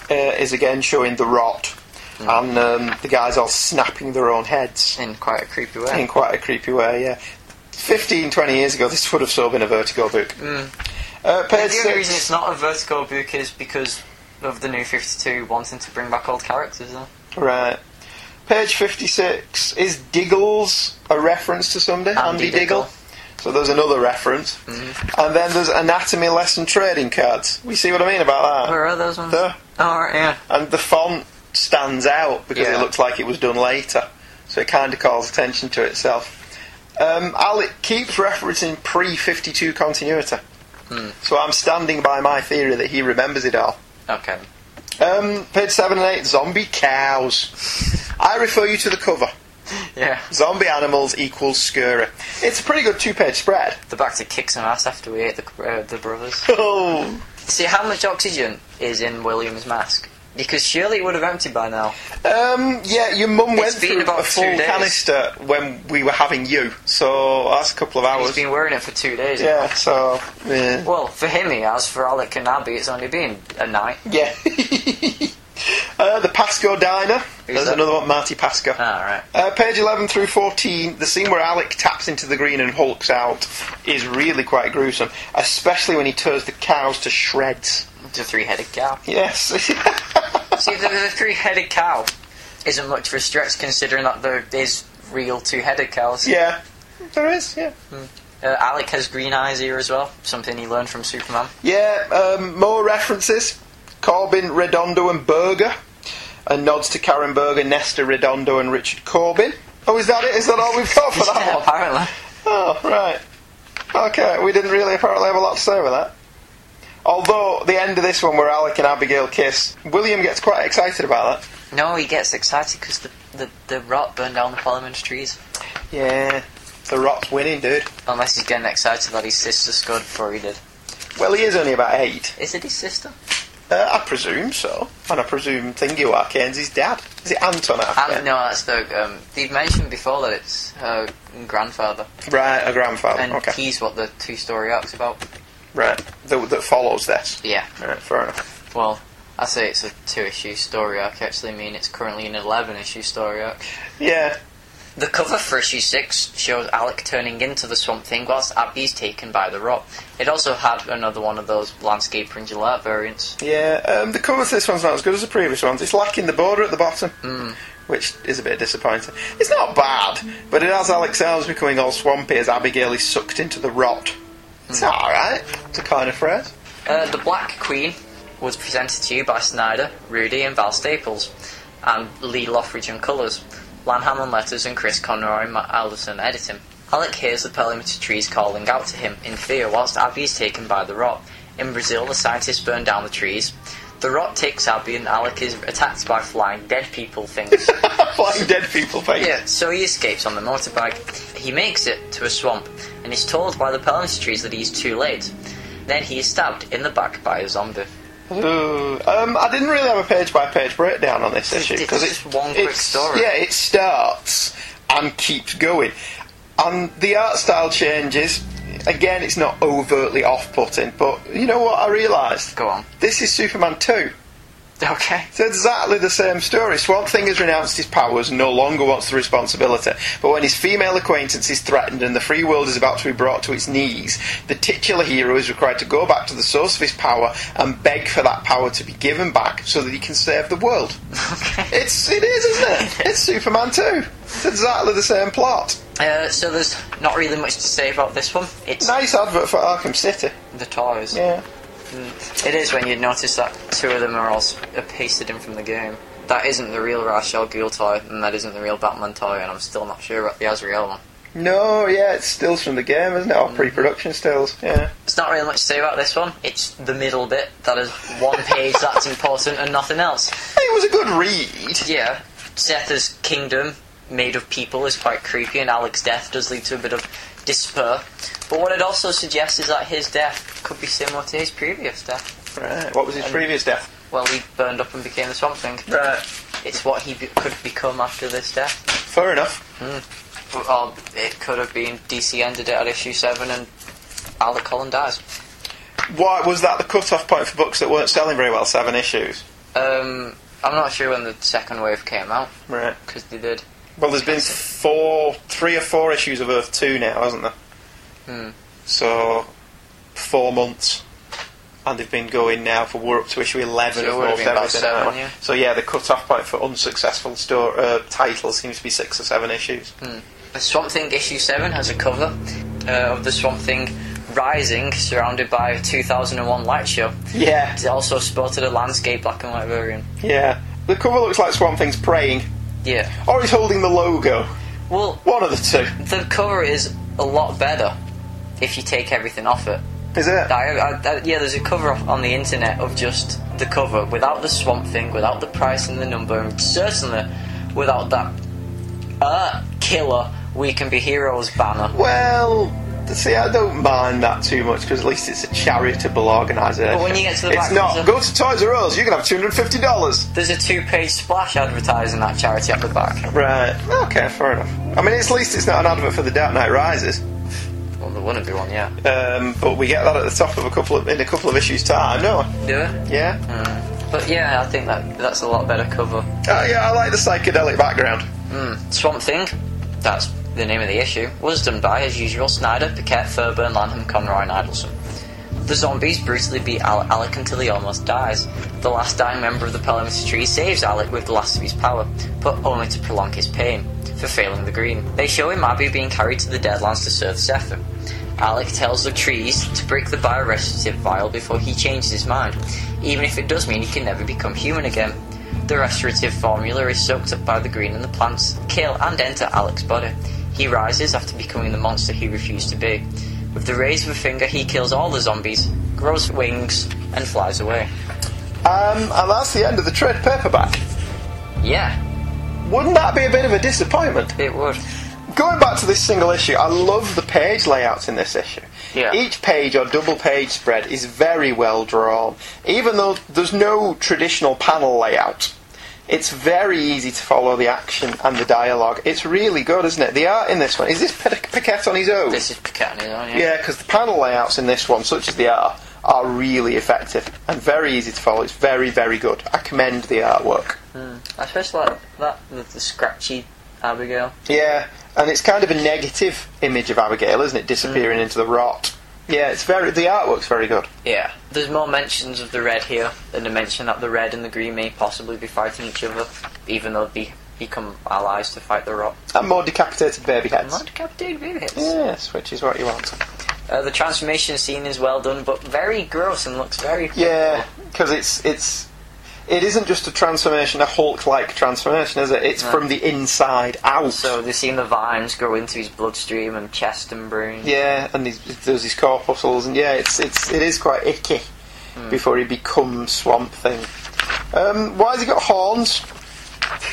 S5: uh, is again showing the rot, and um, the guys all snapping their own heads.
S4: In quite a creepy way.
S5: in quite a creepy way, yeah. 15, 20 years ago, this would have so been a Vertigo book. Uh,
S4: Hmm. The
S5: page
S4: only
S5: six,
S4: reason it's not a vertical book is because of the new 52 wanting to bring back old characters. Though.
S5: Right. Page 56 is Diggles a reference to somebody?
S4: Andy Diggle. Hmm.
S5: So there's another reference. And then there's anatomy lesson trading cards. We see what I mean about that.
S4: Where are those ones?
S5: There.
S4: Oh, right, yeah.
S5: And the font stands out because
S4: Yeah.
S5: it looks like it was done later. So it kind of calls attention to itself. Um, Alec keeps referencing pre 52 continuity.
S4: Hmm.
S5: So I'm standing by my theory that he remembers it all.
S4: Okay.
S5: Um, page 7 and 8 Zombie Cows. I refer you to the cover.
S4: Yeah.
S5: Zombie animals equals scurry. It's a pretty good two page spread.
S4: The back to kick some ass after we ate the, uh, the brothers.
S5: Oh.
S4: See, how much oxygen is in William's mask? Because surely it would have emptied by now.
S5: Um, yeah, your mum went
S4: been
S5: through
S4: about
S5: a full
S4: two days.
S5: canister when we were having you, so that's a couple of
S4: He's
S5: hours.
S4: been wearing it for two days.
S5: Yeah, so. Yeah.
S4: Well, for him he has. For Alec and Abby, it's only been a night.
S5: yeah. uh, the Pasco Diner. There's
S4: that?
S5: another one, Marty Pasco.
S4: Ah, right.
S5: Uh, page 11 through 14, the scene where Alec taps into the green and hulks out is really quite gruesome, especially when he tears the cows to shreds.
S4: The three-headed cow.
S5: Yes.
S4: See, the, the three-headed cow isn't much of a stretch considering that there is real two-headed cows.
S5: yeah. There is, yeah.
S4: Uh, Alec has green eyes here as well, something he learned from Superman.
S5: Yeah, um, more references. Corbin, Redondo, and Berger. And nods to Karen Berger, Nesta Redondo, and Richard Corbin. Oh, is that it? Is that all we've got for that one?
S4: apparently.
S5: Oh, right. Okay, we didn't really apparently have a lot to say with that. Although, the end of this one where Alec and Abigail kiss, William gets quite excited about that.
S4: No, he gets excited because the, the, the rot burned down the parliament trees.
S5: Yeah, the rot's winning, dude.
S4: Unless he's getting excited that his sister scored before he did.
S5: Well, he is only about eight.
S4: Is it his sister?
S5: Uh, I presume so. And I presume Thingy Warkane's his dad. Is it Anton?
S4: I
S5: after?
S4: don't know, that's the. Um, they've mentioned before that it's her grandfather.
S5: Right, a grandfather.
S4: And
S5: okay.
S4: he's what the two story arc's about.
S5: Right, that, that follows this.
S4: Yeah.
S5: Right, fair enough.
S4: Well, I say it's a two issue story arc, I actually mean it's currently an 11 issue story arc.
S5: Yeah.
S4: The cover for issue 6 shows Alec turning into the Swamp Thing whilst Abby's taken by the rock. It also had another one of those landscaper and Gillette variants.
S5: Yeah, um, the cover for this one's not as good as the previous ones. It's lacking the border at the bottom, which is a bit disappointing. It's not bad, but it has Alex Elms becoming all swampy as Abigail is sucked into the rot. It's alright. It's a kind of phrase.
S4: Uh, the Black Queen was presented to you by Snyder, Rudy, and Val Staples, and Lee Lothridge on colours, Lanham on letters, and Chris Conroy and Matt Alderson editing. Alec hears the perimeter trees calling out to him in fear, whilst Abby is taken by the rot. In Brazil, the scientists burn down the trees. The rot takes Abby, and Alec is attacked by flying dead people things.
S5: Flying dead people face.
S4: Yeah, so he escapes on the motorbike. He makes it to a swamp and is told by the Pelham's trees that he's too late. Then he is stabbed in the back by a zombie.
S5: Ooh. Um, I didn't really have a page by page breakdown on this issue
S4: it's
S5: because
S4: just one quick story.
S5: Yeah, it starts and keeps going, and the art style changes. Again, it's not overtly off putting, but you know what I realised?
S4: Go on.
S5: This is Superman two.
S4: Okay.
S5: It's exactly the same story. Swamp Thing has renounced his powers and no longer wants the responsibility. But when his female acquaintance is threatened and the free world is about to be brought to its knees, the titular hero is required to go back to the source of his power and beg for that power to be given back so that he can save the world. It's it is, isn't it? It's Superman 2. It's exactly the same plot.
S4: Uh, so there's not really much to say about this one. It's
S5: Nice advert for Arkham City.
S4: the toys.
S5: Yeah.
S4: It is when you notice that two of them are all s- are pasted in from the game. That isn't the real Ra's al Ghul toy, and that isn't the real Batman toy, and I'm still not sure about the Azrael one.
S5: No, yeah, it's stills from the game, isn't it? Or pre-production stills. Yeah.
S4: It's not really much to say about this one. It's the middle bit that is one page that's important and nothing else.
S5: It was a good read.
S4: Yeah, Seth's kingdom made of people is quite creepy, and Alec's death does lead to a bit of despair. But what it also suggests is that his death could be similar to his previous death.
S5: Right. What was his previous death?
S4: Well, he burned up and became the Swamp Thing.
S5: Right.
S4: It's what he be- could become after this death.
S5: Fair enough.
S4: Or it could have been DC ended it at issue 7 and Alec Holland dies.
S5: Why was that the cut-off point for books that weren't selling very well? Seven issues.
S4: Um, I'm not sure when the second wave came out,
S5: Right.
S4: because they did.
S5: Well, there's been four, three or four issues of Earth Two now, hasn't there?
S4: Hmm.
S5: So four months, and they've been going now for we're up to issue
S4: So
S5: eleven
S4: it
S5: of
S4: would have
S5: most
S4: been about
S5: everything. now.
S4: seven, yeah.
S5: So yeah, the cut-off point for unsuccessful store uh, titles seems to be six or seven issues.
S4: The Swamp Thing issue 7 has a cover uh, of the Swamp Thing rising, surrounded by a 2001 light show.
S5: Yeah,
S4: It also sported a landscape black and white variant.
S5: yeah. The cover looks like Swamp Thing's praying,
S4: Yeah.
S5: or he's holding the logo.
S4: Well,
S5: One of the two.
S4: the cover is a lot better if you take everything off it.
S5: Is it?
S4: I, I, I- yeah, there's a cover off on the internet of just the cover without the Swamp Thing, without the price and the number, and certainly without that uh, killer We Can Be Heroes banner.
S5: Well, see, I don't mind that too much because at least it's a charitable organisation.
S4: But when you get to the
S5: it's
S4: back,
S5: not.
S4: there's a-
S5: Go to Toys R Us. You can have two hundred fifty dollars.
S4: There's a two page splash advertising that charity at the back.
S5: Right. Okay. Fair enough. I mean, it's, at least it's not an advert for the Dark Knight Rises.
S4: Well, there wouldn't be one, yeah.
S5: Um, but we get that at the top of a couple of in a couple of issues time. No.
S4: Do it?
S5: Yeah.
S4: But yeah, I think that that's a lot better cover.
S5: Oh, yeah. I like the psychedelic background.
S4: Hmm, Swamp Thing, that's the name of the issue, was done by, as usual, Snyder, Paquette, Fairburn, Lanham, Conroy, and Idelson. The zombies brutally beat Al- Alec until he almost dies. The last dying member of the Pelimus tree saves Alec with the last of his power, but only to prolong his pain for failing the green. They show him Abby being carried to the Deadlands to serve Zephyr. Alec tells the trees to break the biorestorative vial before he changes his mind, even if it does mean he can never become human again. The restorative formula is soaked up by the green and the plants kill and enter Alec's body. He rises after becoming the monster he refused to be. With the raise of a finger, he kills all the zombies, grows wings, and flies away.
S5: Um, and that's the end of the trade paperback.
S4: Yeah,
S5: Wouldn't that be a bit of a disappointment?
S4: it would.
S5: Going back to this single issue, I love the page layouts in this issue.
S4: Yeah.
S5: Each page or double page spread is very well drawn, even though there's no traditional panel layout. It's very easy to follow the action and the dialogue. It's really good, isn't it? The art in this one is this Pi- Piquette on his own.
S4: This is Piquet on his own, yeah.
S5: Yeah, because the panel layouts in this one, such as they are, are really effective and very easy to follow. It's very, very good. I commend the artwork.
S4: Mm. I especially like that, the, the scratchy Abigail.
S5: Yeah, and it's kind of a negative image of Abigail, isn't it? Disappearing into the rot. Yeah, it's very. The artwork's very good.
S4: Yeah. There's more mentions of the red here than to mention that the red and the green may possibly be fighting each other, even though they become allies to fight the rot.
S5: And more decapitated baby heads.
S4: Not decapitated baby heads.
S5: Yes, which is what you want.
S4: Uh, the transformation scene is well done, but very gross and looks very.
S5: Yeah, because it's it's it isn't just a transformation, a Hulk-like transformation, is it? It's from the inside out.
S4: So they've seen the vines grow into his bloodstream and chest and brain.
S5: Yeah, and these, there's these corpuscles, and yeah, it's it's it is quite icky before he becomes Swamp Thing. Um, why has he got horns?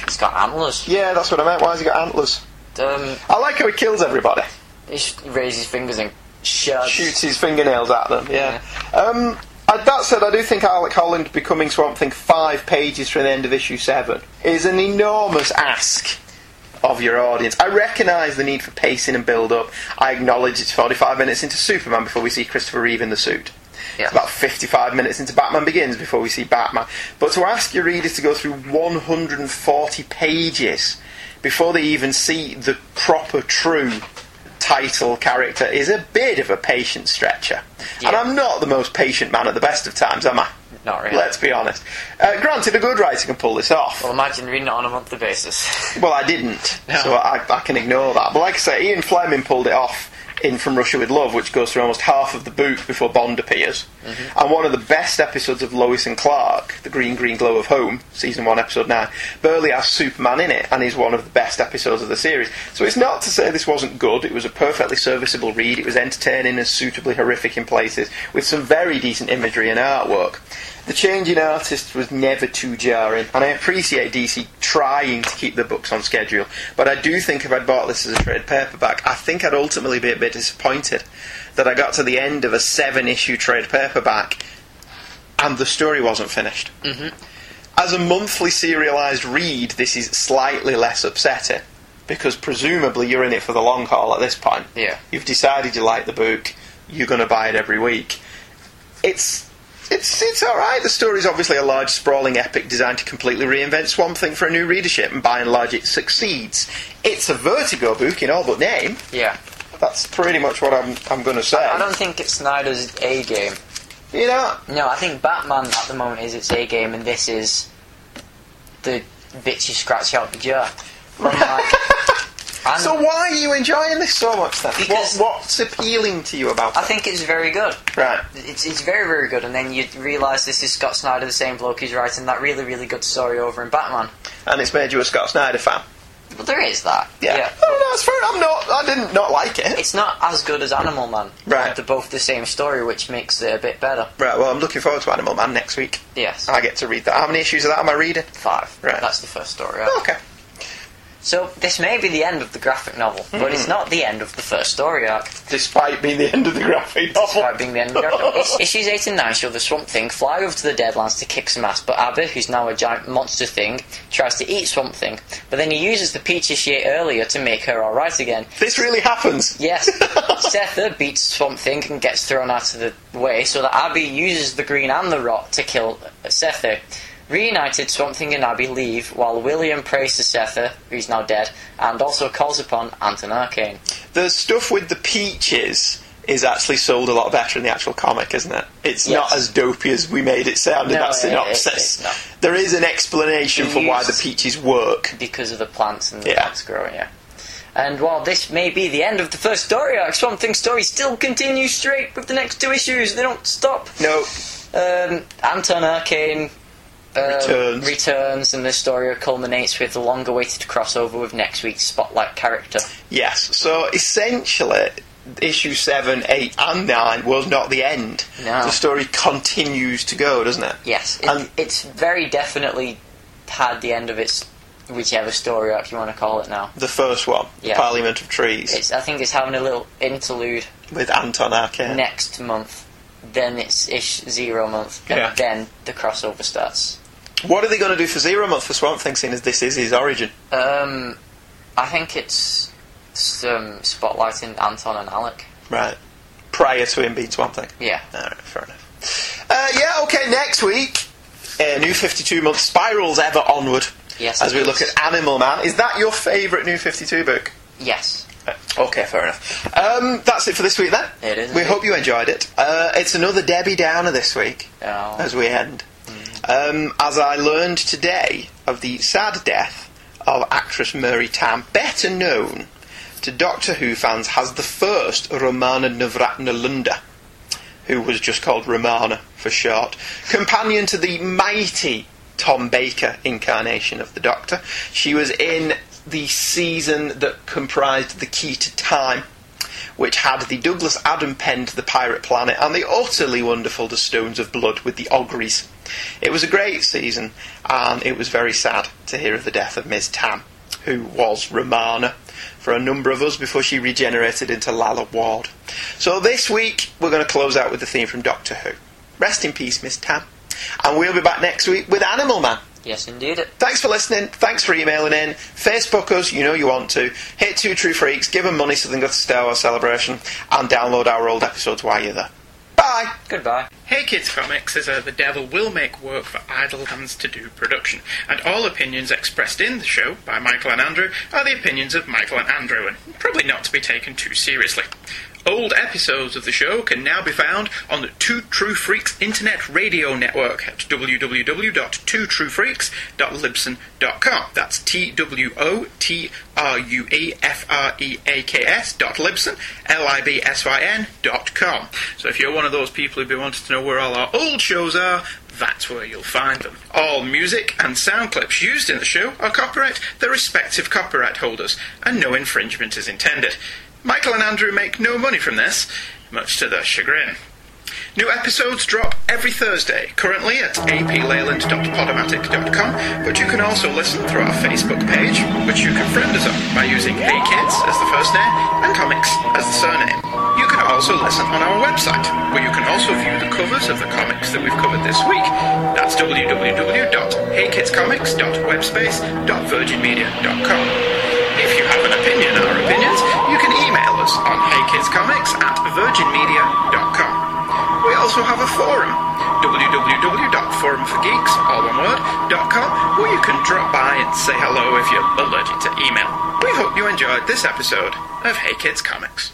S4: He's got antlers.
S5: Yeah, that's what I meant. Why has he got antlers?
S4: Um,
S5: I like how he kills everybody.
S4: he sh- raises his fingers and shoves.
S5: Shoots his fingernails at them. Yeah. Um, I, that said, I do think Alec Holland becoming Swamp Thing five pages from the end of issue seven is an enormous ask of your audience. I recognise the need for pacing and build up. I acknowledge it's 45 minutes into Superman before we see Christopher Reeve in the suit.
S4: Yeah.
S5: It's about 55 minutes into Batman Begins before we see Batman. But to ask your readers to go through 140 pages before they even see the proper true title character is a bit of a patient stretcher. And
S4: Yeah.
S5: I'm not the most patient man at the best of times, am I?
S4: Not really.
S5: Let's be honest. Uh, granted, a good writer can pull this off.
S4: Well, imagine reading it on a monthly basis.
S5: Well, I didn't, so I, I can ignore that. But like I say, Ian Fleming pulled it off in From Russia with Love, which goes through almost half of the book before Bond appears. And one of the best episodes of Lois and Clark, The Green Green Glow of Home, season one, episode nine, Burley has Superman in it and is one of the best episodes of the series. So it's not to say this wasn't good, it was a perfectly serviceable read, it was entertaining and suitably horrific in places, with some very decent imagery and artwork. The change in artist was never too jarring, and I appreciate DC trying to keep the books on schedule, but I do think if I'd bought this as a trade paperback, I think I'd ultimately be a bit disappointed that I got to the end of a seven issue trade paperback and the story wasn't finished. Mm-hmm. As a monthly serialised read, this is slightly less upsetting, because presumably you're in it for the long haul at this point.
S4: Yeah.
S5: You've decided you like the book, you're going to buy it every week it's it's it's all right. The story's obviously a large, sprawling epic designed to completely reinvent Swamp Thing for a new readership, and by and large, it succeeds. It's a Vertigo book in all but name.
S4: yeah.
S5: That's pretty much what I'm I'm going to say.
S4: I don't think it's Snyder's A game.
S5: you know,
S4: No, I think Batman at the moment is its A game, and this is the bitch you scratch out the jar. From, like- and
S5: so why are you enjoying this so much then? What,
S4: Because-
S5: what's appealing to you about
S4: I
S5: it?
S4: think it's very good.
S5: Right.
S4: It's, it's very, very good, and then you realise this is Scott Snyder, the same bloke who's writing that really, really good story over in Batman.
S5: And it's made you a Scott Snyder fan.
S4: But there is that.
S5: Yeah. No, no, it's fair. I'm not. I didn't not like it.
S4: It's not as good as Animal Man.
S5: Right.
S4: They're both the same story, which makes it a bit better.
S5: Right. Well, I'm looking forward to Animal Man next week.
S4: Yes.
S5: I get to read that. How many issues of that am I reading?
S4: Five.
S5: Right. Oh.
S4: That's the first story. Right?
S5: Okay.
S4: So this may be the end of the graphic novel, but
S5: Hmm.
S4: it's not the end of the first story arc.
S5: Despite being the end of the graphic novel.
S4: Despite being the end of the graphic novel. Is- Issues 8 and 9 show the Swamp Thing fly over to the Deadlands to kick some ass, but Abby, who's now a giant monster thing, tries to eat Swamp Thing, but then he uses the peaches she ate earlier to make her alright again.
S5: This really happens.
S4: Yes, Setha beats Swamp Thing and gets thrown out of the way, so that Abby uses the green and the rot to kill Setha. Reunited, Swamp Thing and Abby leave, while William prays to Setha, who's now dead, and also calls upon Anton Arcane.
S5: The stuff with the peaches is actually sold a lot better in the actual comic, isn't it? It's
S4: Yes.
S5: not as dopey as we made it sound in
S4: No,
S5: that
S4: it- it- it's
S5: synopsis.
S4: not.
S5: There is an explanation
S4: He
S5: for why the
S4: used-
S5: peaches work.
S4: because of the plants and the
S5: Yeah.
S4: plants growing, yeah. And while this may be the end of the first story arc, Swamp Thing story still continues straight with the next two issues. They don't stop.
S5: No,
S4: Um, Anton Arcane uh,
S5: Returns.
S4: returns, and this story culminates with the long-awaited crossover with next week's spotlight character.
S5: yes. So essentially, issue 7, 8, and 9 was not the end.
S4: No.
S5: The story continues to go, doesn't it?
S4: Yes, it,
S5: And-
S4: it's very definitely had the end of its whichever story arc you want to call it now.
S5: The first one,
S4: Yeah.
S5: Parliament of Trees,
S4: It's, I think it's having a little interlude
S5: with Anton Arcane.
S4: next month, then it's ish zero month, and
S5: Yeah.
S4: then the crossover starts.
S5: What are they going to do for Zero Month for Swamp Thing, seeing as this is his origin?
S4: Um, I think it's s- um, spotlighting Anton and Alec.
S5: Right. Prior to him being Swamp Thing.
S4: Yeah.
S5: Alright, fair enough. Uh, yeah, okay, next week, uh, New 52 Month Spirals Ever Onward.
S4: Yes,
S5: as
S4: it
S5: we look
S4: is.
S5: at Animal Man. Is that your favourite New 52 book?
S4: Yes.
S5: Uh, Okay, fair enough. Um, that's it for this week then.
S4: It is
S5: We
S4: indeed.
S5: hope you enjoyed it. Uh, it's another Debbie Downer this week
S4: Oh. Hmm.
S5: as we end. Um, as I learned today of the sad death of actress Mary Tam, better known to Doctor Who fans as the first Romana Navratilova, who was just called Romana for short, companion to the mighty Tom Baker incarnation of the Doctor. She was in the season that comprised The Key to Time which had the Douglas Adam pen to the Pirate Planet and the utterly wonderful The Stones of Blood with the Ogres. It was a great season, and it was very sad to hear of the death of Miss Tam, who was Romana for a number of us before she regenerated into Lala Ward. So this week, we're going to close out with the theme from Doctor Who. Rest in peace, Miss Tam. And we'll be back next week with Animal Man.
S4: Yes, indeed.
S5: Thanks for listening. Thanks for emailing in. Facebook us, you know you want to. Hit two true freaks, give them money so they can go to Star Wars Celebration, and download our old episodes while you're there. Bye.
S4: Goodbye.
S3: Hey Kids Comics is a The Devil Will Make Work for Idle Hands to Do production, and all opinions expressed in the show by Michael and Andrew are the opinions of Michael and Andrew, and probably not to be taken too seriously. Old episodes of the show can now be found on the Two True Freaks Internet Radio Network at www.twotruefreaks.libsen.com. That's T W O T R U E F R E A K S dot Libsyn, L I B S Y N dot com. So if you're one of those people who've been wanting to know where all our old shows are, that's where you'll find them. All music and sound clips used in the show are copyright their respective copyright holders, and no infringement is intended. Michael and Andrew make no money from this, much to their chagrin. New episodes drop every Thursday, currently at aplayland.podomatic.com, but you can also listen through our Facebook page, which you can friend us on by using Hey Kids as the first name and Comics as the surname. You can also listen on our website, where you can also view the covers of the comics that we've covered this week. That's www.heykidscomics.webspace.virginmedia.com. If you have an opinion on our opinions, you can email us on heykidscomics at virginmedia.com. We also have a forum, www.forumforgeeks, all one word, .com, where you can drop by and say hello if you're allergic to email. We hope you enjoyed this episode of Hey Kids Comics.